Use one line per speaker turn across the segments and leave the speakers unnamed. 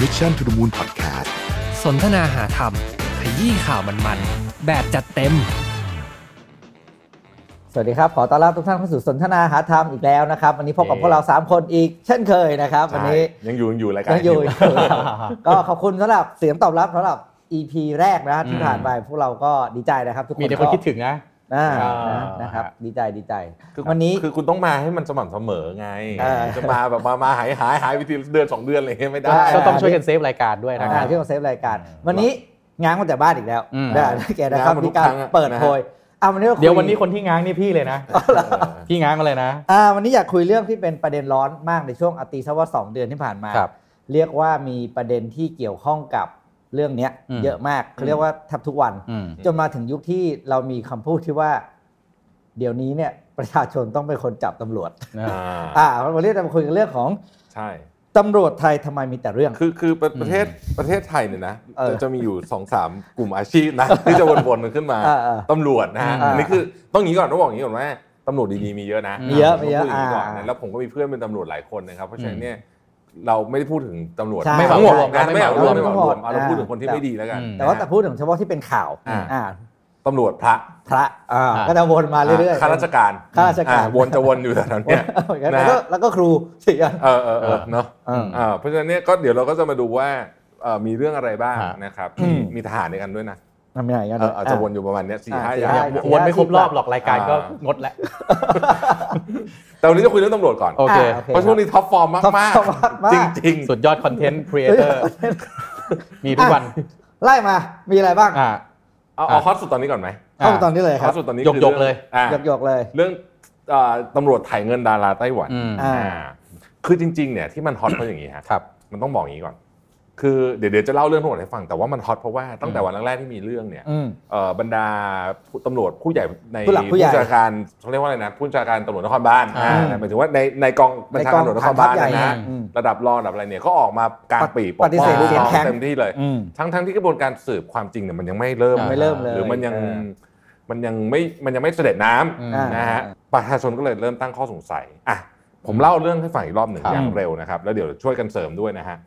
Mission to the Moon Podcast
สนทนาหาธรรม ขยี้ข่าวมันๆ แบบจัดเต็ม
สวัสดีครับ ขอต้อนรับทุกท่านเข้าสู่สนทนาหาธรรมอีกแล้วนะครับ วันนี้พบกับ
เย้
พวกเรา 3 คนอีกเช่นเคยนะครับ วันนี้
ใช่ยังอยู่ยังอยู่รายการ
ยังอยู่
นี้
ก็ขอบคุณสำหรับเสียงตอบรับสำหรับ EP แรกนะที่ผ่านไปพวกเราก็ดีใจนะครับ ทุกคน
มีแต่คน
ก็
คิดถึงนะ
อ่า
อ่า
นะครับ ดีใจดีใจ
คือ
วันนี้
คือคุณต้องมาให้มันสม่ำเสมอไง
เออ
จะมาแบบมามาหายหายหายไปทีเดือนสองเดือนอะไรอย่างเงี้ยไม่ได้
ก็ต้องช่วยกันเซฟรายการด้วยนะค
อ่า
รับ
ที่เราเซฟรายการ วันนี้ง้างมาแต่บ้านอีกแล้ว
อืม
ได้ได้แกนะครับ
ง้างมาทุ
มี
ก
การ
ครั้งอะ
เปิด
นะฮะ
โพยอ่าวันนี้รา
เดี๋ยววันนี้
คุ
คนที่ง้างนี่พี่เลยนะ พี่ง้างมาเลยนะ
อ่าวันนี้อยากคุยเรื่องที่เป็นประเด็นร้อนมากในช่วงอาตีซะว่าสองเดือนที่ผ่านมา
ครับ
เรียกว่ามีประเด็นที่เกี่ยวข้องกับเรื่องเนี้ย
อืม
เยอะมากเขาเรียกว่าแทบทุกวัน
อืม
จนมาถึงยุคที่เรามีคำพูดที่ว่า เดี๋ยวนี้เนี่ยประชาชนต้องเป็นคนจับตำรวจ
อ่า
อ่าวันนี้จะมาคุยกันเรื่องของ
ใช่
ตำรวจไทยทำไมมีแต่เรื่อง
คือคือประประเทศประเทศไทยเนี่ยนะ
เออ
จะจะมีอยู่สองสามกลุ่มอาชีพนะ ที่จะวนๆมันขึ้นมา
เออเออ
ตำรวจนะฮะ
อ่า
อันนี้คือต้องอย่างนี้ก่อนต้องบอกอย่างนี้ก่อนว่าตำรวจดีๆมีเยอะนะ
มีเยอะ
ต้ง
มีเยอะ
พูดางนี้ก่อน
อ่า
นะแล้วผมก็มีเพื่อนเป็นตำรวจหลายคนนะครับเพราะฉะนั้นเนี่ยเราไม่ได้พูดถึงตำรวจ
ใช่
ทั้งหมดนะ
ไม่
ไม่
เห
เอาร
มาร
ว
ว
ม
ม
ไม่เหมา
ไม่เหมา
รวม
รวม
เอาเราพูดถึงคนที่
อ่า
ไม่ดีแล้วกัน
อืม
แต่ว่าแต่พูดถึงเฉพาะที่เป็นข่าว
อ่า
อ่า
ตำรวจพระ
พระอ่าก็จะวนมาเรื่อยๆ
ข้าราชการ
ข้าราชการ
อ่วนจะวนอยู่แถวๆเนี้ย
แล้ว
นะ
ก็
ฮะ
แล้วก็ครูสี่อัน
เออเออเออเนาะ
เออ
อ่าเพราะฉะนั้นเนี่ยก็เดี๋ยวเราก็จะมาดูว่าเอ่อมีเรื่องอะไรบ้าง
ฮะ
นะครับ
อื
มี
ม
มีทหารในกันด้วยนะ
ทำยังไงกัน
เอออาจจะวน
อ่
อยู่ประมาณเนี้ยสี่
อ่า
ห้า
สี่
อย่าง
ห้า
เนี่ย
ได้
วนไม่ครบรอบหรอกรายการก็งดแล้ว
แต่วันนี้จะคุยเรื่องตำรวจก่อน
โอเค
อ่าโอเค
เพราะช่วงนี้ท็อปฟอร์มมาก
top
มาก
form มาก
จริงจริง
สุดยอดคอนเทนต์ครีเอเตอ ร์มีทุกวัน
ไล่มา มีอะไรบ้าง
อ่า
ๆเอาเอา
อ่ะ
ฮอตสุดตอนนี้ก่อนไหม
เข้ามาตอนนี้เลยค
ฮ
รั
อบ ตสุดตอนนี้
ยก
คือรื่อง
ยกเลย
อ่ะ
หยกๆเลย
เรื่องเอ่อตำรวจไถ่ายเงินดาราไต้หวัน
อืม
อ่า
อ่าคือจริง ๆ เนี่ยที่มันฮอตเพราะอย่างนี้ฮะ
ครับ
มันต้องบอกอย่างนี้ก่อน คือเดี๋ยวเดี๋ยวจะเล่าเรื่องทั้งหมดให้ฟัง แต่ว่ามันฮอตเพราะว่าตั้งแต่วันแรกๆที่มีเรื่องเนี่ย
อืม
เอ่อบรรดาผู้ตำรวจผู้ใหญ่ใน
ผู้หลักผู้ใหญ่
บัญชาการเขาเรียกว่าอะไรนะผู้บัญชาการตำรวจนครบาล
อ่า
อ่าหมายถึงว่าในในกองบัญชาการตำรวจนครบาล
ในกองทัพใหญ่
นะนะ
อืม
ระดับรองระดับอะไรเนี่ยก็ออกมากางปีปก
ปฏิ
ป้
เส
อง
ธ
ลูกน้อง
เสียงแข็ง
เต็มที่เลย
อืม
ทั้งทั้งที่กระบวนการสืบความจริงเนี่ยมันยังไม่เริ่ม
ยัง
ไม่เริ่มเลย
หรือมันยัง
เออ
มันยังไม่มันยังไม่เสด็จน้ำ
อืม
อ่า
นะฮะประชาชนก็เลยเริ่มตั้งข้อสงสัยอ่ะผมเล่าเรื่องให้ฟังอีกรอบหนึ่ง
ครับ
อย่างเร็วนะครับ แล้วเดี๋ยวช่วยกันเสริมด้วยนะฮะ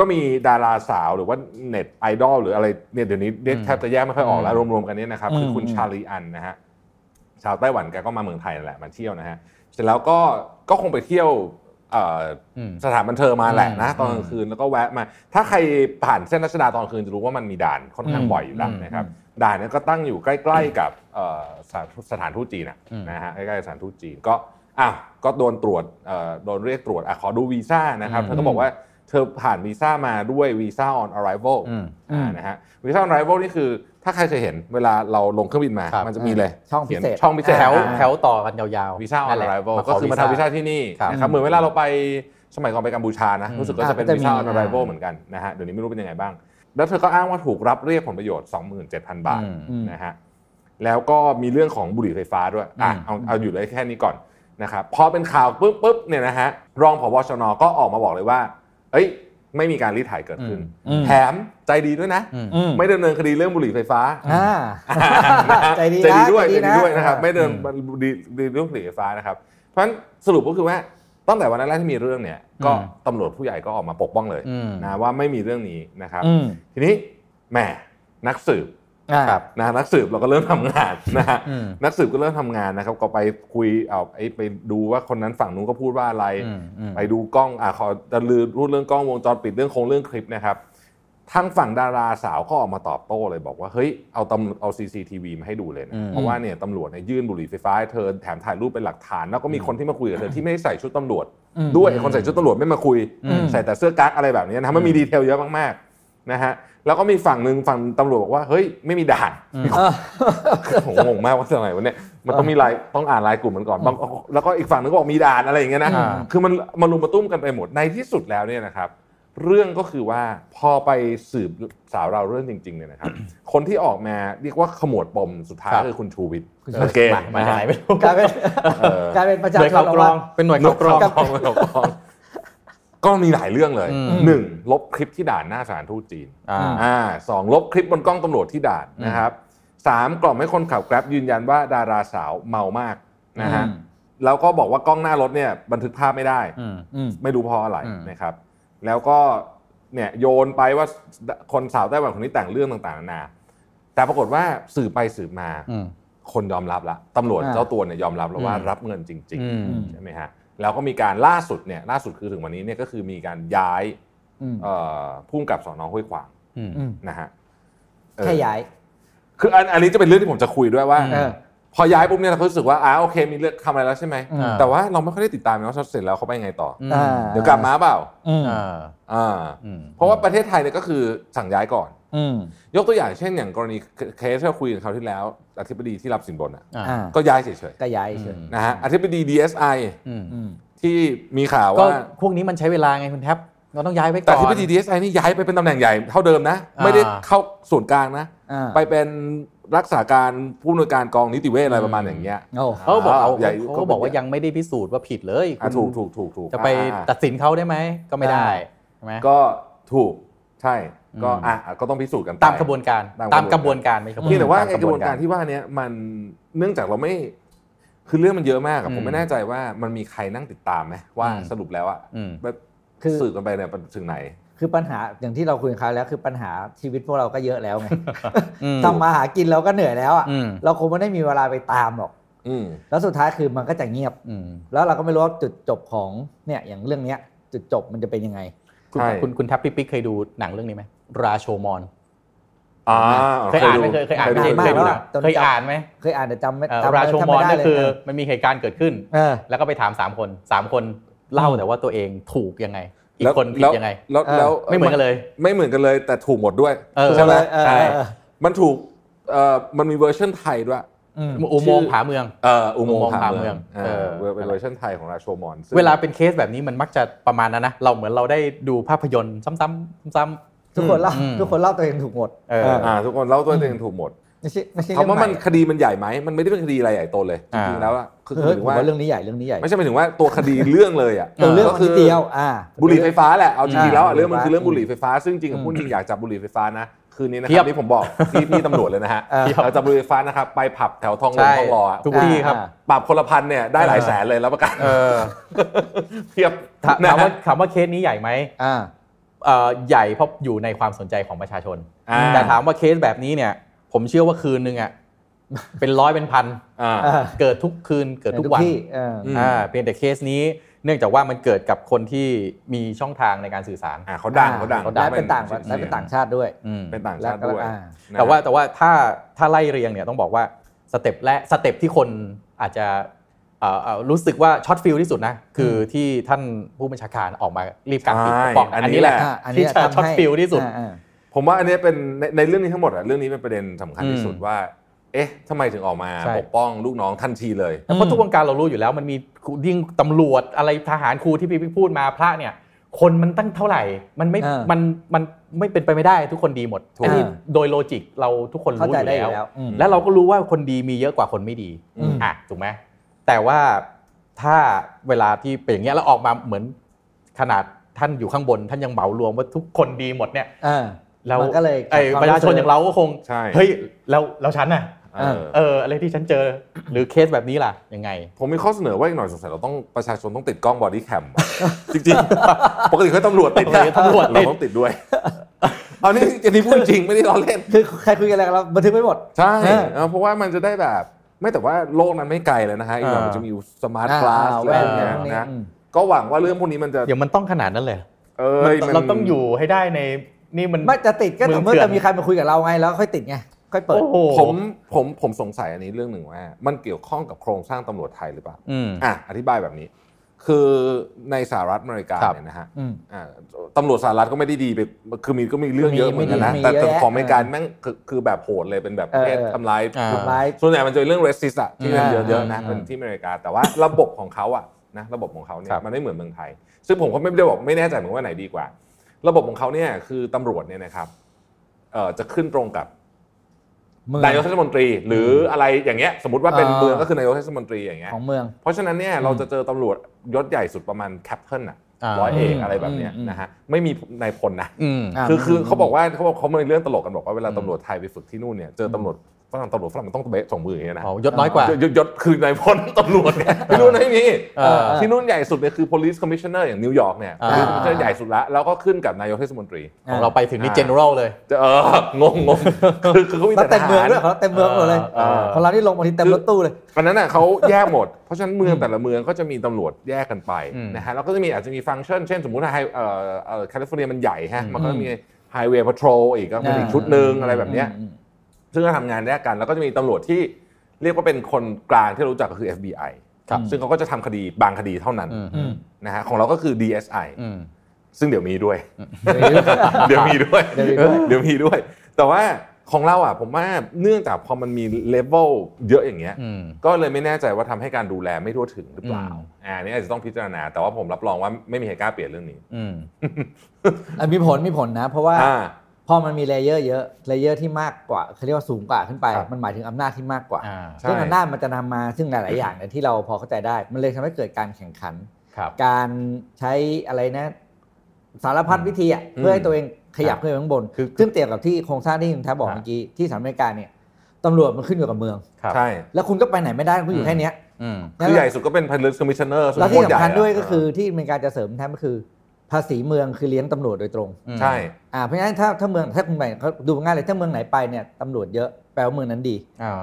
ก็มีดาราสาวหรือว่าเน็ตไอดอลหรืออะไรเนี่ยเดี๋ยวนี้เรียกแทบจะแยกไม่ค่อยออกแล้วรวมๆกันเนี่ยนะครับ คือคุณ
อืม
ชาลีอันนะฮะชาวไต้หวันแกก็มาเมืองไทยนั่นแหละมาเที่ยวนะฮะเสร็จแล้วก็ก็คงไปเที่ยวเอ่อ
อืม
สถานบันเทิงมาแหละนะ
อืม
ตอนกลางคืนแล้วก็แวะมา ถ้าใครผ่านเส้นรัชดาตอนกลางคืนจะรู้ว่ามันมีด่านค่อนข้าง
อืม
บ่อยอยู่แล้ว
อืม
นะครับ ด่านเนี้ก็ตั้งอยู่ใกล้ๆกับเอ่อสถานสถานทูตจีนอะ
อืม
นะฮะใกล้ๆสถานทูตจีนก็อ้าวก็โดนตรวจเอ่อโดนเรียกตรวจอ่ะขอดูวีซ่านะครับ
อืม
เธอก็บอกว่าเธอผ่านวีซ่ามาด้วยวีซ่า on arrival
อืม
อ่านะฮะวีซ่า on arrival นี่คือถ้าใครเคยเห็นเวลาเราลงเครื่องบินมา
ครับ
มันจะมีเลย
ช่องพิเศษ
ขียนช่องพิเศษ
แถว
อ่า
แถวต่อกันยาวๆ
วีซ่าออน
แหละ
ไลน์
มข
ก็คือมาทำวีซ่าที่นี่
ครับ
นะครับเหมือนเวลาเราไปสมัยก่อนไปกัมพูชานะ
อืม
รู้สึกก็จะเป็น
อ่าก็จะ
วีซ่า
มี
ออนไล
อ่า
น์เหมือนกันนะฮะเดี๋ยวนี้ไม่รู้เป็นยังไงบ้าง แล้วเธอก็อ้างว่าถูกรับเรียกผลประโยชน์ 27,000 บาท
อืม
อืม
นะฮะแล้วก็มีเรื่องของบุหรี่ไฟฟ้าด้วยอ่ะ
อืม
เอาเอาอยู่เลยแค่นี้ก่อนนะครับพอเป็นข่าวปุ๊บปุ๊บเนี่ยนะฮะรองผบชนก็ออกมาบอกเลยว่า เอ้ย ไม่มีการรีดไถ่ายเกิดขึ้น
อืม
แถมใจดีด้วยนะ
อืม
อืม
ไม่ดำเนินคดีเรื่องบุหรี่ไฟฟ้า
อ่า ใจดีนะ
ใจดีด้วย
ใจ
ใจ
ดี
ดี
นะ
ด้วยนะครับ ไม่เดิน
อืม
ดีดีเรื่องสีไฟฟ้านะครับ เพราะฉะนั้นสรุปก็คือว่าตั้งแต่วันแรกที่มีเรื่องเนี่ยก็
อืม
ตำรวจผู้ใหญ่ก็ออกมาปกป้องเลย
อืม
นะว่าไม่มีเรื่องนี้นะครับ
อืม
ทีนี้แหมนักสืบ
อ่า
ครับ
นะนักสืบเราก็เริ่มทำงาน นะฮะ
อืม
นักสืบก็เริ่มทำงานนะครับ ก็ไปคุยเอาไอ้ไปดูว่าคนนั้นฝั่งนู้นก็พูดว่าอะไร
อืมอืม
ไปดูกล้องอ่ะขอจะลือพูดเรื่องกล้องวงจรปิดเรื่องโครงเรื่องคลิปนะครับทางฝั่งดาราสาวก็ออกมาตอบโต้เลยบอกว่าเฮ้ยเอาตำเอา CCTV มาให้ดูเลยนะ
อืม
เพราะว่าเนี่ยตำรวจเนี่ยยื่นบุหรี่ไฟฟ้าให้เธอแถมถ่ายรูปเป็นหลักฐาน แล้วก็มีคนที่มาคุยกับเธอที่ไม่ได้ใส่ชุดตำรวจ
อืม
ด้วยไอ้คนใส่ชุดตำรวจไม่มาคุย
อืม
ใส่แต่เสื้อกั๊กอะไรแบบนี้นะมันมีดีเทลเยอะมากๆนะฮะแล้วก็มีฝั่งหนึ่งฝั่งตำรวจบอกว่าเฮ้ยไม่มีด่าน
เออ
ผมงงมากว่าทำไมวะเนี่ยมันต้องมีลายต้องอ่านลายกลุ่มมันก่อนบางแล้วก็อีกฝั่งนึงก็บอกมีด่านอะไรอย่างเงี้ยนะ
อ่า
คือมันมารุมมาตุ้มกันไปหมดในที่สุดแล้วเนี่ยนะครับ เรื่องก็คือว่าพอไปสืบสาวเราวเรื่องจริงๆเนี่ยนะครับ คนที่ออกมาเรียกว่าขมวดปมสุดท้ายคือคุณชูวิทย์
คุณชู
โอ
วิทย์
เค
มาจากไหนไม่รู้
กลายเป็น
เออก
ลายเป็นประชา
หน่วย
ชน
ข่าวกรอง
เา
เป็นหน่วยข่าวกรอง
กองกอง ก็มีหลายเรื่องเลย
อืม
หนึ่งลบคลิปที่ด่านหน้าสถานทูตจีน
อ่า
อ่าสองลบคลิปบนกล้องตำรวจที่ด่าน
อืม
นะครับสามกล่อมให้คนขับแกร็บยืนยันว่าดาราสาวเมามากนะฮะ
อืม
แล้วก็บอกว่ากล้องหน้ารถเนี่ยบันทึกภาพไม่ได้
อืม
อืม
ไม่รู้เพราะอะไร
อืม
นะครับ แล้วก็ เนี่ยโยนไปว่าคนสาวไต้หวันคนนี้แต่งเรื่องต่างๆนานาแต่ปรากฏว่าสืบไปสืบมา
อืม
คนยอมรับละตำรวจ
อ่า
เจ้าตัวเนี่ยยอมรับแล้วว่า
อืม
รับเงินจริง
อืม
ๆ ใช่ไหมฮะแล้วก็มีการล่าสุดเนี่ยล่าสุดคือถึงวันนี้เนี่ยก็คือมีการย้าย
อืม
เอ่อผู้กำกับสอนอห้วยขวาง
อืม
อืม
นะฮะเออ
แค่ย้าย
คืออันอันนี้จะเป็นเรื่องที่ผมจะคุยด้วยว่า
เออ
พอย้ายปุ๊บเนี่ยเราก็รู้สึกว่าอ่าโอเค มีเรื่องทำอะไรแล้วใช่ไหม
อืม
แต่ว่าเราไม่ค่อยได้ติดตามนะว่าเสร็จแล้วเขาไปยังไงต่ออ
อืม
อ่า
เดี๋ยวกลับมาเปล่า
อืม
อ่า
อ่า
อืม
เพราะว่าประเทศไทยเนี่ยก็คือสั่งย้ายก่อน
อืม
ยกตัวอย่างเช่นอย่างกรณีเคสที่เราคุยกันคราวที่แล้วอธิบดีที่รับสินบนอ่ะ
อ่า
อ่า
ก็ย้ายเฉย
ก็ย้ายเฉย
ๆนะฮะอธิบดี DSI
อืม
อืม
ที่มีข่าว
ก็
ว่า
พวกนี้มันใช้เวลาไงคุณแท็บเราต้องย้ายไว้ก่
แต่
อน
อธิบดี DSI นี่ย้ายไปเป็นตำแหน่งใหญ่เท่าเดิมนะ
อ่า
ไม่ได้เข้าส่วนกลางนะ
อ่า
ไปเป็นรักษาการผู้อำนวยการกองนิติเวชอะไรประมาณอย่างเงี้ย
โอ้
เขาบอกเอา
ใหญ่
เขาก็บอกว่ายังไม่ได้พิสูจน์ว่าผิดเลย
อ่ะ
คุ
ถู
ณ
กถูกถูกถูก
จะไป
อ่า
ตัดสินเขาได้ไหมก็ไม่ได้ใช่ไหม
ก็ถูกใช่ก็
อืม
อ่ะอ่ะก็ต้องพิสูจน์กันไป
ตามกระบวนการ
ตา
ตาม ม
ก
ก
ระ
ระ
บบ ว
วน น
กา
การ รไม่ใช่
เพียงแต่ว่าไอ้กระบวนการ
ตม
ที่ว่าเนี้ยมันเนื่องจากเราไม่คือเรื่องมันเยอะมากอะ
อืม
ผมไม่แน่ใจว่ามันมีใครนั่งติดตามไหมว่า
อืม
สรุปแล้วอะ
อืม
แบบ
คือ
สื่อกันไปเนี่ยมันถึงไหน
คือปัญหาอย่างที่เราคุยกันคราวแล้วคือปัญหาชีวิตพวกเราก็เยอะแล้วไง
อืม
ทำมาหากินเราก็เหนื่อยแล้วอ่ะ
อืม
เราคงไม่ได้มีเวลาไปตามหรอก
อืม
แล้วสุดท้ายคือมันก็จะเงียบ
อืม
แล้วเราก็ไม่รู้ว่าจุดจบของเนี่ยอย่างเรื่องเนี้ย จุดจบมันจะเป็นยังไง
คุณ
ใช่
คุณคุณแทับปิ๊กปิ๊กเคยดูหนังเรื่องนี้ไหมราโชมอน
อ่า
เคยอ่านไหม
ดู
เคยเคยอ่าน
ดู
เคย
มาก
เคยดู
แล้ว
หนั
อะ
ง
จน
เคยอ่านไหม
เคยอ่านแต่จำไม่
เอ่อ
จำ
ราโช
จำ
ม
ไม่
อน
ได้
นี่
เลย
คือมันมีเหตุการณ์เกิดขึ้น
เออ
แล้วก็ไปถามสามคนสามคนเล่าแต่ว่าตัวเองถูกยังไง อีกคนผิดยังไง
แล้ว
เออ
แล้ว
ไม่เหมือนกันเลย
ไม่เหมือนกันเลยแต่ถูกหมดด้วย
เออ
ใช่ไหม
เออ
ใช่
เออ
มันถูกเอ่อมันมีเวอร์ชันไทยด้วย
อืม
อุโมงค์ผาเมือง
เอ่ออุโมงค์ผาเมือง
เออ
เออเป็นเวอร์ชันไทยของราโชมอนซึ่ง
เวลาเป็นเคสแบบนี้มันมักจะประมาณนั้นนะ เราเหมือนเราได้ดูภาพยนตร์ซ้ำๆซ้ำ
ทุกคนเล่า
อืม
ทุกคนเล่าตัวเองถูกหมด
เออ
อ่าทุกคนเล่าตัวเองถูกหมด
ไม่ใช่ไม่ใช่
ถามว่ามัน
เรื่องให
คดีมันใหญ่ไหม มันไม่ได้เป็นคดีอะไรใหญ่โตเลยจ
อ่า
ริงๆแล้วอะคือ
เอ
ห
อ
มาย
ผม
ถึงว่า
ว่าเรื่องนี้ใหญ่เรื่องนี้ใหญ่
ไม่ใช่หมายถึงว่าตัวคดีเรื่องเลยอ่ะ
เออเรื่องมัน
ก็คื
นิดเดียวอ่า
บุหรี่ไฟฟ้าแหละเอาจริงๆแล้วอะ
อ่า
เรื่องมันคือเรื่อง
บุ
บุห
หรี่
รี่ไฟ
ไฟ
ฟ้า
ฟ้า
ซึ่งจริงๆผมพูดจริงอยากจับบุหรี่ไฟฟ้านะคืนนี้นะค
เที
รั
ย
บบ นี่ผมบอกพี่พี่ตำรวจเลยนะฮะ
เออ
เราจับบุหรี่ไฟฟ้านะครับไปผับแถวทองหล่อ
ใช่
ทองหล่ออะ
ทุกที่ครับ
อ่า
ปรับคนละพันเนี่ยได้หลายแสนเลยแล้วประกัน
เออ
เทียบ
ถา
นะ
ถาม
ฮะ
ว่าถามว่าเคสนี้ใหญ่ไหม
อ่า
เอ่อใหญ่เพราะอยู่ในความสนใจของประชาชน
อ่า
แต่ถามว่าเคสแบบนี้เนี่ย ผมเชื่อว่าคืนนึงอ่ะ เป็นร้อยเป็นพัน
อ่า
อ่า
เกิดทุกคืนเกิดทุกวัน
ที่เอออ
ม
อ่าเพียงแต่เคสนี้เนื่องจากว่ามันเกิดกับคนที่มีช่องทางในการสื่อสาร
อ่าเขาดังเขาดัง
เขาดั
และ
ง
เป็นต่างประและเป็นต่างชาติด้วย
อืม
เป็นต่างชาติด้วย
อ่า
นะ
แต่ว่าแต่ว่าถ้าถ้าไล่เรียงเนี่ยต้องบอกว่าสเต็ปแรกสเต็ปที่คนอาจจะเอ่อเอ่อรู้สึกว่าช็อตฟิลที่สุดนะ คือที่ท่านผู้บัญชาการออกมารีบการปิด
ใช่
ปอก
อั
อั
น
น
นี้
นี้
แห
แห
ละ
ละ
อ่าอันนี้
ที่จะ
ทำให้
short fill ที่สุด
อ่า
ผมว่าอันเนี้ยเป็นในในเรื่องนี้ทั้งหมดอะเรื่องนี้เป็นประเด็นสำคัญที่สุด
อืม
ว่า เอ๊ะทำไมถึงออกมา
ใช่
ปกป้องลูกน้องทันทีเลย
เพราะทุกวงการเรารู้อยู่แล้ว มันมียิ่งตำรวจอะไรทหารครูที่พี่พูดมาพระเนี่ย คนมันตั้งเท่าไหร่ มันไม่
อ่ามั
มันมันไม่เป็นไปไม่ได้ทุกคนดีหมด
ถูก
อันนี้โดยโลจิกเราทุกคน
เข้า
รู้อ
ใจ
ยู่
ได้อ
แล้
ยู่
ว
แล้วอืม
แล้วเราก็รู้ว่าคนดีมีเยอะกว่าคนไม่ดี
อืม
อ่ะถูกไหมแต่ว่าถ้าเวลาที่เป็นอย่างเงี้ยแล้วออกมาเหมือนขนาดท่านอยู่ข้างบน ท่านยังเหมารวมว่าทุกคนดีหมดเนี่ย
อ่า
เราม
นก็เลย
ไอ้
ขัดควม
ประชาชน
สึก
อย่างเราก็คง
ใช่
เฮ้ยแล้วแล้วฉันน่ะ
เออ
เอออะไรที่ฉันเจอหรือเคสแบบนี้ล่ะยังไง
ผมมีข้อเสนอว่าอีกหน่อยสงสัยเราต้องประชาชนต้องติดกล้องบอดี้แคม จริงๆ ปกติเขาให้ตำรวจติดนะ
ตำรวจติด
เราต้องติดด้วย เอานี่อันนี้พูดจริงไม่ได้ล้อเล่น
คือใครคุยกันอะไรกันเราบันทึกไม่หมด
ใช่
เออ
เออเพราะว่ามันจะได้แบบ ไม่แต่ว่าโลกนั้นไม่ไกลแล้วนะฮะอีกหน่อย
เออ
มันจะมีสมาร์ทคลาส
อ่า
อะไรอย่างเงี้ย
แว่นอะไรพวกนี้
นะ
อืม
ก็หวังว่าเรื่องพวกนี้มันจะ
เดี๋ยวมันต้องขนาดนั้นเลยเหรอ
เอ้ยมั
มัน
น
เราต้องอยู่ให้ได้ในนี่มัน
ไม่จะติดก็
มึง
ต่อเมื่อ
เถื่อน
จะมีใครมาคุยกับเราไงแล้วค่อยติดไงค่อยเปิด
โอ้โห
ผมผมผมสงสัยอันนี้เรื่องหนึ่งว่า มันเกี่ยวข้องกับโครงสร้างตำรวจไทยหรือเปล่า
อืม
อ่ะอธิบายแบบนี้ คือในสหรัฐอเมริกา
ครับ
เนี่ยนะฮะ
อืม
อ่าตำรวจสหรัฐก็ไม่ได้ดีไปคือมีก็มีเรื่องเยอะ
มี
เหมือนกันนะ
มี
แต่แต่
เยอะแยะ
ของอเมริกาแม่งคือคือแบบโหดเลยเป็นแบบประเภท
เออ
ทำร้าย
อ่า
ทำร้าย
ส่วนใหญ่มันจะเป็นเรื่องเรสซิสอะที่เป็น
อ่า
เยอะๆนะ
อ่า
เป็นที่อเมริกา แต่ว่าระบบของเขาอะนะระบบของเขาเนี่ย
ครับ
มันไม่เหมือนเมืองไทย ซึ่งผมก็ไม่ได้บอกไม่แน่ใจเหมือนว่าไหนดีกว่า ระบบของเขาเนี่ยคือตำรวจเนี่ยนะครับเอ่อจะขึ้นตรงกับ
มือง
นายกเทศมนตรี หรืออะไรอย่างเงี้ย สมมติว่าเป็น
อ่า
เมืองก็คือนายกเทศมนตรีอย่างเงี้ย
ของเมือง
เพราะฉะนั้นเนี่ยเราจะเจอตำรวจยศใหญ่สุดประมาณแคปเทิลอะร้อยเอกอะไรแบบเนี้ย
อืม
นะฮะไม่มีนายพลนะ
อืม
อ่า
คือคือ
ม
เขาบอกว่าเขาบอกเขามีเรื่องตลกกันบอกว่าเวลา
อืม
ตำรวจไทยไปฝึกที่นู่นเนี่ยเจอตำรวจฝ ฝรั่งตำรวจฝรั่งมันต้องเบะส่งมืออย่างเงี้ยนะ
อ๋อยศน้อยกว่า
ยศยศคือนายพลตำรวจเนี่ยที่นู่นไม่มี
เออ
ที่นู่นใหญ่สุดเนี่ยคือ police commissioner อย่างนิวยอร์กเนี่ย
อ่า
police commissioner ใหญ่สุดละแล้วก็ขึ้นกับนายกเทศมนตรี
ของเราไปถึงนี่
อ่า
เจเนอเรลเลย
จะเอองงงงคือคือเขามี
แล้ว
แต่
เต็ม
ท
เมือง
หาร
ด้วยของเราเต็มเมืองหมดเลย
เออ
ของเราที่ลงมาทีเต็มรถตู้เลย
อันนั้นน่ะเขาแยกหมด เพราะฉะนั้นเมืองแต่ละเมืองก็จะมีตำรวจแยกกันไป
อืม
นะฮะแล้วก็จะมีอาจจะมีฟังก์ชัน เช่นสมมุติถ้าไฮเอ่อเอ่อแคลิฟอร์เนียมันใหญ่ฮะ
อืม
มันก็มี highway patrol อีกก็เป็นอีกชุดหนึ่งอะไรแบบเนี้ย ซึ่งก็ทำงานแยกกัน แล้วก็จะมีตำรวจที่เรียกว่าเป็นคนกลางที่เรารู้จักก็คือ FBI
ครับ
ซึ่งเขาก็จะทำคดีบางคดีเท่านั้น
อืม
อืม
นะฮะของเราก็คือ DSI
อืม
ซึ่งเดี๋ยวมีด้วย เดี๋ยวมีด้วย
เดี๋ยวมีด้วย
เดี๋ยวมีด้วย แต่ว่าของเราอ่ะผมว่าเนื่องจากพอมันมีเลเวลเยอะอย่างเงี้ย
อืม
ก็เลยไม่แน่ใจว่าทำให้การดูแลไม่ทั่วถึงหรือเปล่า
อืม
อ่าอันนี่อาจจะต้องพิจารณา แต่ว่าผมรับรองว่าไม่มีใครกล้าเปลี่ยนเรื่องนี้
อืม
อ่ะมีผลมีผลนะ เพราะว่า
อ่า
พอมันมีเลเยอร์เยอะเลเยอร์ที่มากกว่าเขาเรียกว่าสูงกว่าขึ้นไป
ครับ
มันหมายถึงอำนาจที่มากกว่า
อ่า
ใช่
ซึ่งอำนาจมันจะนำมาซึ่งหลาย ๆ อย่างเนี่ยที่เราพอเข้าใจได้ มันเลยทำให้เกิดการแข่งขัน
ครับ
การใช้อะไรนะ สารพัดวิธีอะ
อืม
เพื่อให้ตัวเองขยับ
ครับ
ขึ้นไปข้างบน
คือ
ซึ่งเตียบกับที่โครงสร้างที่คุณท้าบอก
ครับ
เมื่อกี้ที่สหรัฐอเมริกาเนี่ยตำรวจมันขึ้นอยู่กับเมือง
ครับ
ใช่
แล้วคุณก็ไปไหนไม่ได้คุณอยู่แค่เนี้ย
อืม
คือใหญ่สุดก็เป็น police commissioner ซึ่ง
แล้วที่
โตรใหญ่
สำคัญด้วยก็คือ
อ
ที่อเมริกาจะเสริมแทนก็คือ ภาษีเมืองคือเลี้ยงตำรวจโดยตรง
ะใช่
อ่าเพราะฉะนั้นถ้าถ้าเมืองถ้าคุณไปเขาดูง่ายเลยถ้าเมืองไหนไปเนี่ยตำรวจเยอะแปลว่าเมืองนั้นดี
อ่า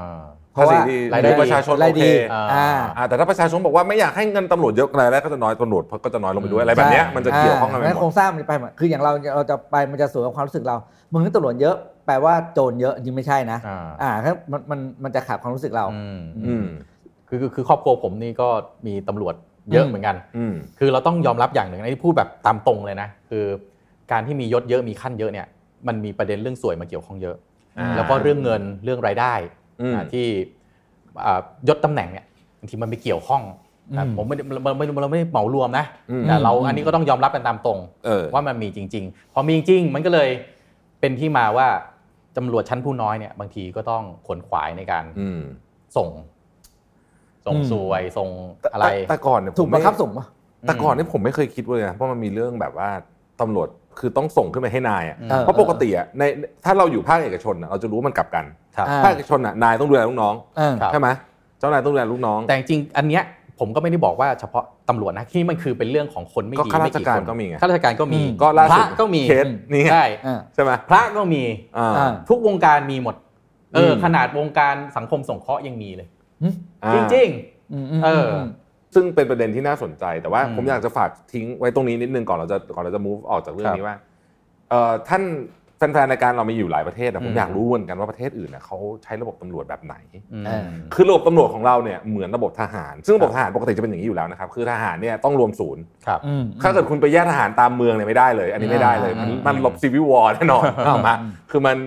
เพราะว่า
ภาษีดี
ราย
ดี
ประชาชน
ราย
โอ
ดี
เค
อ่า
อ่า
อ่าแต่ถ้าประชาชนบอกว่าไม่อยากให้เงินตำรวจเยอะรายได้ก็จะน้อยตำรวจก็จะน้อยลงไปด้วยอะไรแบบเนี้ย
ใช่
มันจะเกี่ยวข้องกันไป
า
หม
โคร
ด
งสร้างมันจะไปหมดคืออย่างเราเราจะไปมันจะสวนกับความรู้สึกเราเมึงนี่ตำรวจเยอะแปลว่าโจรเยอะจริงไม่ใช่นะ
อ่า
อ่าถ้ามันมันมันจะขาดความรู้สึกเรา
อืม
อืม
คือคือคือครอบครัวผมนี่ก็มีตำรวจเยอะเหมือนกัน
อืม
คือเราต้องยอมรับอย่างหนึ่งนะที่พูดแบบตามตรงเลยนะ คือการที่มียศเยอะมีขั้นเยอะเนี่ยมันมีประเด็นเรื่องสวยมาเกี่ยวข้องเยอะ
อ่า
แล้วก็เรื่องเงินเรื่องรายได้
อืม
อ่าที่อ่ายศตำแหน่งเนี่ยบางทีมันไปเกี่ยวข้องอ่ะ
อืม
ผมไม่ได้เราไม่เราไม่ได้เหมารวมนะ
อืม
แต่เราอันนี้ก็ต้องยอมรับกันตามตรง
เออ
ว่ามันมีจริง ๆ พอมีจริงๆมันก็เลยเป็นที่มาว่าตำรวจชั้นผู้น้อยเนี่ยบางทีก็ต้องขวนขวายในการ
อืม
ส่ง ส่ง
อืม
สวยส่งอะไร
แต่แต่ก่อนเนี่ยผม
ถูกบังคับส่งปะ
แต่ก่อนเนี่ยผมไม่เคยคิดเลยนะเพราะมันมีเรื่องแบบว่าตำรวจคือต้องส่งขึ้นไปให้นายอ่ะ
อืม
ออ
เพราะปกติอ่ะในถ้าเราอยู่ภาคเอกชนอ่ะเราจะรู้ว่ามันกลับกัน
ครับ
อ่า
ภาคเอกชนอ่ะนายต้องดูแลลูกน้อง
อ่า
ครับ
ใช่ไหมเจ้านายต้องดูแลลูกน้อง
แต่จริงๆอันเนี้ยผมก็ไม่ได้บอกว่าเฉพาะตำรวจนะที่มันคือเป็นเรื่องของคนไม่
ก็
ดี
ข้า
ไม่
ราช
กี่
การ
คน
ก็มีไง
ข้าราชการก็
อื
มี
ม
ก็ล่า
พ
สุด
ระก็มี
เคสนี่ไง
ใช่
อ่า
ใช่ไหม
พระก็มี
อ่า
อ่า
ทุกวงการมีหมด เอออ
ม
ขนาดวงการสังคมสงเคราะห์ยังมีเลย
อืม
อ่า
จริง
มม
เออ
ม
ซึ่งเป็นประเด็นที่น่าสนใจแต่ว่า
อืม
ผมอยากจะฝากทิ้งไว้ตรงนี้นิดนึงก่อนเราจะก่อนเราจะ move ออกจากเรื่องนี้ว่าเอ่อท่านแฟนๆรายการเรามีอยู่หลายประเทศนะผม
อืม
อยากรู้เหมือนกันว่าประเทศอื่นเน่ยเขาใช้ระบบตำรวจแบบไหน
ๆอืม
เออ
คือระบบตำรวจของเราเนี่ยเหมือนระบบทหาร ซึ่งระบบทหารปกติจะเป็นอย่างนี้อยู่แล้วนะครับคือทหารเนี่ยต้องรวมศูนย์
ครับ
อืม
ถ้าเกิดคุณไปแยกทหารตามเมืองเนี่ยไม่ได้เลย อันนี้ไม่ได้เลย มัน
อืม
มันหลบซีวิววอร์แน่นอนเอามาคือมัน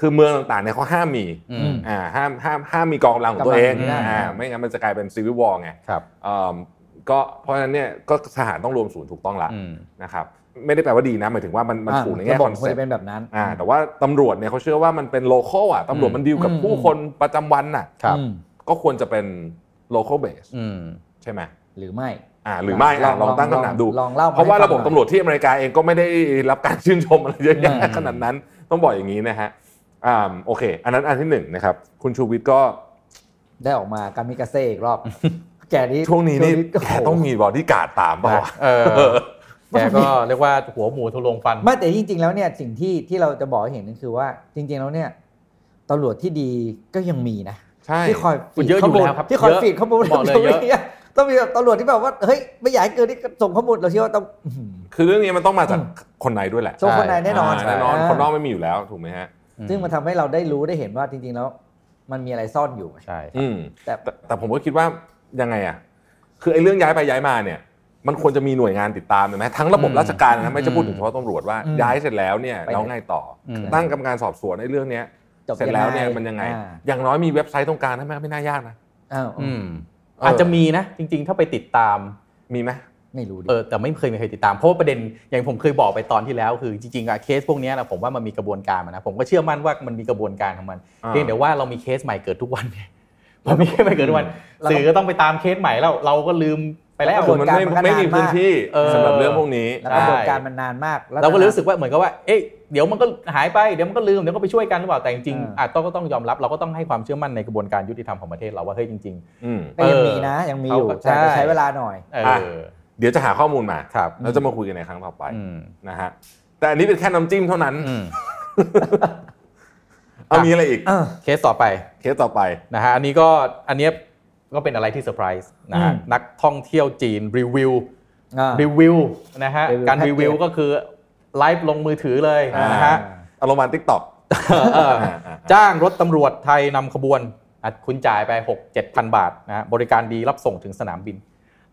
คือเมืองต่างๆเนี่ยเขาห้ามมี
อื
อื
ม
ม
อ่าห้ามห้ามห้ามมีกองกำลังของตัวเอง
กำลังไม่ได้
อ่าไม่งั้นมันจะกลายเป็นซีวิววอร์ไง
ครับ
เอิ่มก็เพราะฉะนั้นเนี่ยก็ทหารต้องรวมศูนย์ถูกต้องละ
อืม
นะครับไม่ได้แปลว่าดีนะหมายถึงว่ามันมัน
อ่า
ถูกในแง่
ระบบ
คอน
ควร
เซ็ป
จะ
ต์
เป็นแบบนั้น
อ่าแต่ว่าตำรวจเนี่ยเขาเชื่อว่ามันเป็นโล c a l อ่ะตำรวจมันดีลกับ
อืม
ผู้คนประจำวันน่ะ
ครับ
อืม
ก็ควรจะเป็นโล c a l base
อืม
ใช่ไหม
หรือไม่
อ่าหรือไม่อ่ะลองตั้งคำถามดู
ลองเล่า
เพราะว่าระบบ
ให้ฟังหน่อย
ตำรวจที่อเมริกาเองก็ไม่ได้รับการชื่นชมอะไรเยอะแยะ
อืม
ขนาดนั้นต้องบอกอย่างนี้นะฮะอ่าโอเค อันนั้นอันที่หนึ่งนะครับคุณชูวิทย์ก็
ได้ออกมากามิกาเซ่อีกร อบ แกนี้
ช่วงนี้นี่
โอ้
แก
โห
ต้องมีบอดี้การ์ดตามเปล่าวะ
เอ อ แกก็เรียกว่าหัวหมูทุลงฟัน
ไม่แต่จริง ๆ แล้วเนี่ยสิ่งที่ที่เราจะบอกให้เห็นก็คือว่า จริง ๆ แล้วเนี่ยตำรวจที่ดีก็ยังมีนะ
ใช่
ที่คอยฟีด
เยอะอยู่
ข้อมูล
แล้วครับ
ที่คอย
เยอะ
ฟีดข้อมูล
บอกเลยเยอะ
ต้องมีแบบตำรวจที่แบบว่าเฮ้ยไม่อยากให้เกินที่ส่งข้อมูลเราเชื่อว่าต้องอื้อหือ
คือเรื่องนี้มันต้องมาจาก
อืม
คนในด้วยแหละ
ส่งคนในแน่นอน
แน่นอน
อ่า
คนนอกไม่มีอยู่แล้วถูกไหมฮะ
ซึ่งมันทำให้เราได้รู้ได้เห็นว่าจริง ๆ แล้ว มันมีอะไรซ่อนอยู่
ใช่
อืม
แต่
แต่แต่ผมก็คิดว่ายังไงอ่ะคือไอ้เรื่องย้ายไปย้ายมาเนี่ย มันควรจะมีหน่วยงานติดตามเห็นไหมทั้งระบบ
อืม
ราชการนะไม่
อื
จะ
ม
พูดถึงเฉพาะตำรวจว่า
อืม
ย้ายเสร็จแล้วเนี่ย
ไปไหน
แล้วไงต่ออ
ม
ตั้งกรรมการสอบสวนในเรื่องเนี้ย
จบ
เสร็จแล้วเนี่ย
งง
มันยังไง
อ่า
อย่างน้อยมีเว็บไซต์ตรงกลางให้ไหมไม่น่ายากนะ
อ้าว
อืม
เอออ
อาจจะมีนะ จริง ๆ ถ้าไปติดตาม
มีไหม
ไม่รู้ดิ
เออแต่ไม่เคยมีใครติดตาม เพราะว่าประเด็นอย่างผมเคยบอกไปตอนที่แล้ว คือจริงๆอะเคสพวกเนี้ยนะผมว่ามันมีกระบวนการมันนะผมก็เชื่อมั่นว่ามันมีกระบวนการของมันเพียงแต่ว่าเรามีเคสใหม่เกิดทุกวันเนี่ยมันมีเคสใหม่เกิดทุกวันสื่อก็ต้องไปตามเคสใหม่แล้วเราก็ลืม ไปแล้
แล้
ว
วก็
คือ
โด
มันไม่ไม่มีพื้นที่
เออ
สำหรับเรื่องพวกนี้
แล้วกระบวนการมันนานมาก
เราก็เลยรู้สึกว่าเหมือนกับว่า เอ๊ะเดี๋ยวมันก็หายไป เดี๋ยวมันก็ลืม เดี๋ยวก็ไปช่วยกันหรือเปล่า แต่จริง
อ่า
ๆอาจต้องก็ต้องยอมรับ เราก็ต้องให้ความเชื่อมั่นในกระบวนการยุติธรรมของประเทศเราว่าเฮ้ยจริง
อืม
แต่ยังมีนะ ยังมีอยู่
เออใช่
แต่จะใช้เวลาหน่อย
ๆเอออ
เดี๋ยวจะหาข้อมูลมา
ครับ
แล้วจะมาคุยกันในครั้งต่อไป
อืม
นะฮะแต่อันนี้เป็นแค่น้ำจิ้มเท่านั้น
อืม
เอามีอะไรอีก
เออ
เคสต่อไป
เคสต่อไป
นะฮะอันนี้ก็อันเนี้ยก็เป็นอะไรที่เซอร์ไพรส์นะฮะ
อืม
นักท่องเที่ยวจีนรีวิว
อ่า
รีวิวนะฮะ
รีวิว
การ
แพ็กเกจ
รีวิวก็คือไลฟ์ลงมือถือเลย
อ่าน
นะฮะ
อารมณ์ทิกตอก
เออจ้างรถตำรวจไทยนำขบวนอ่ะคุณจ่ายไป 6 7 0 0 0 บาทนะฮะบริการดีรับส่งถึงสนามบิน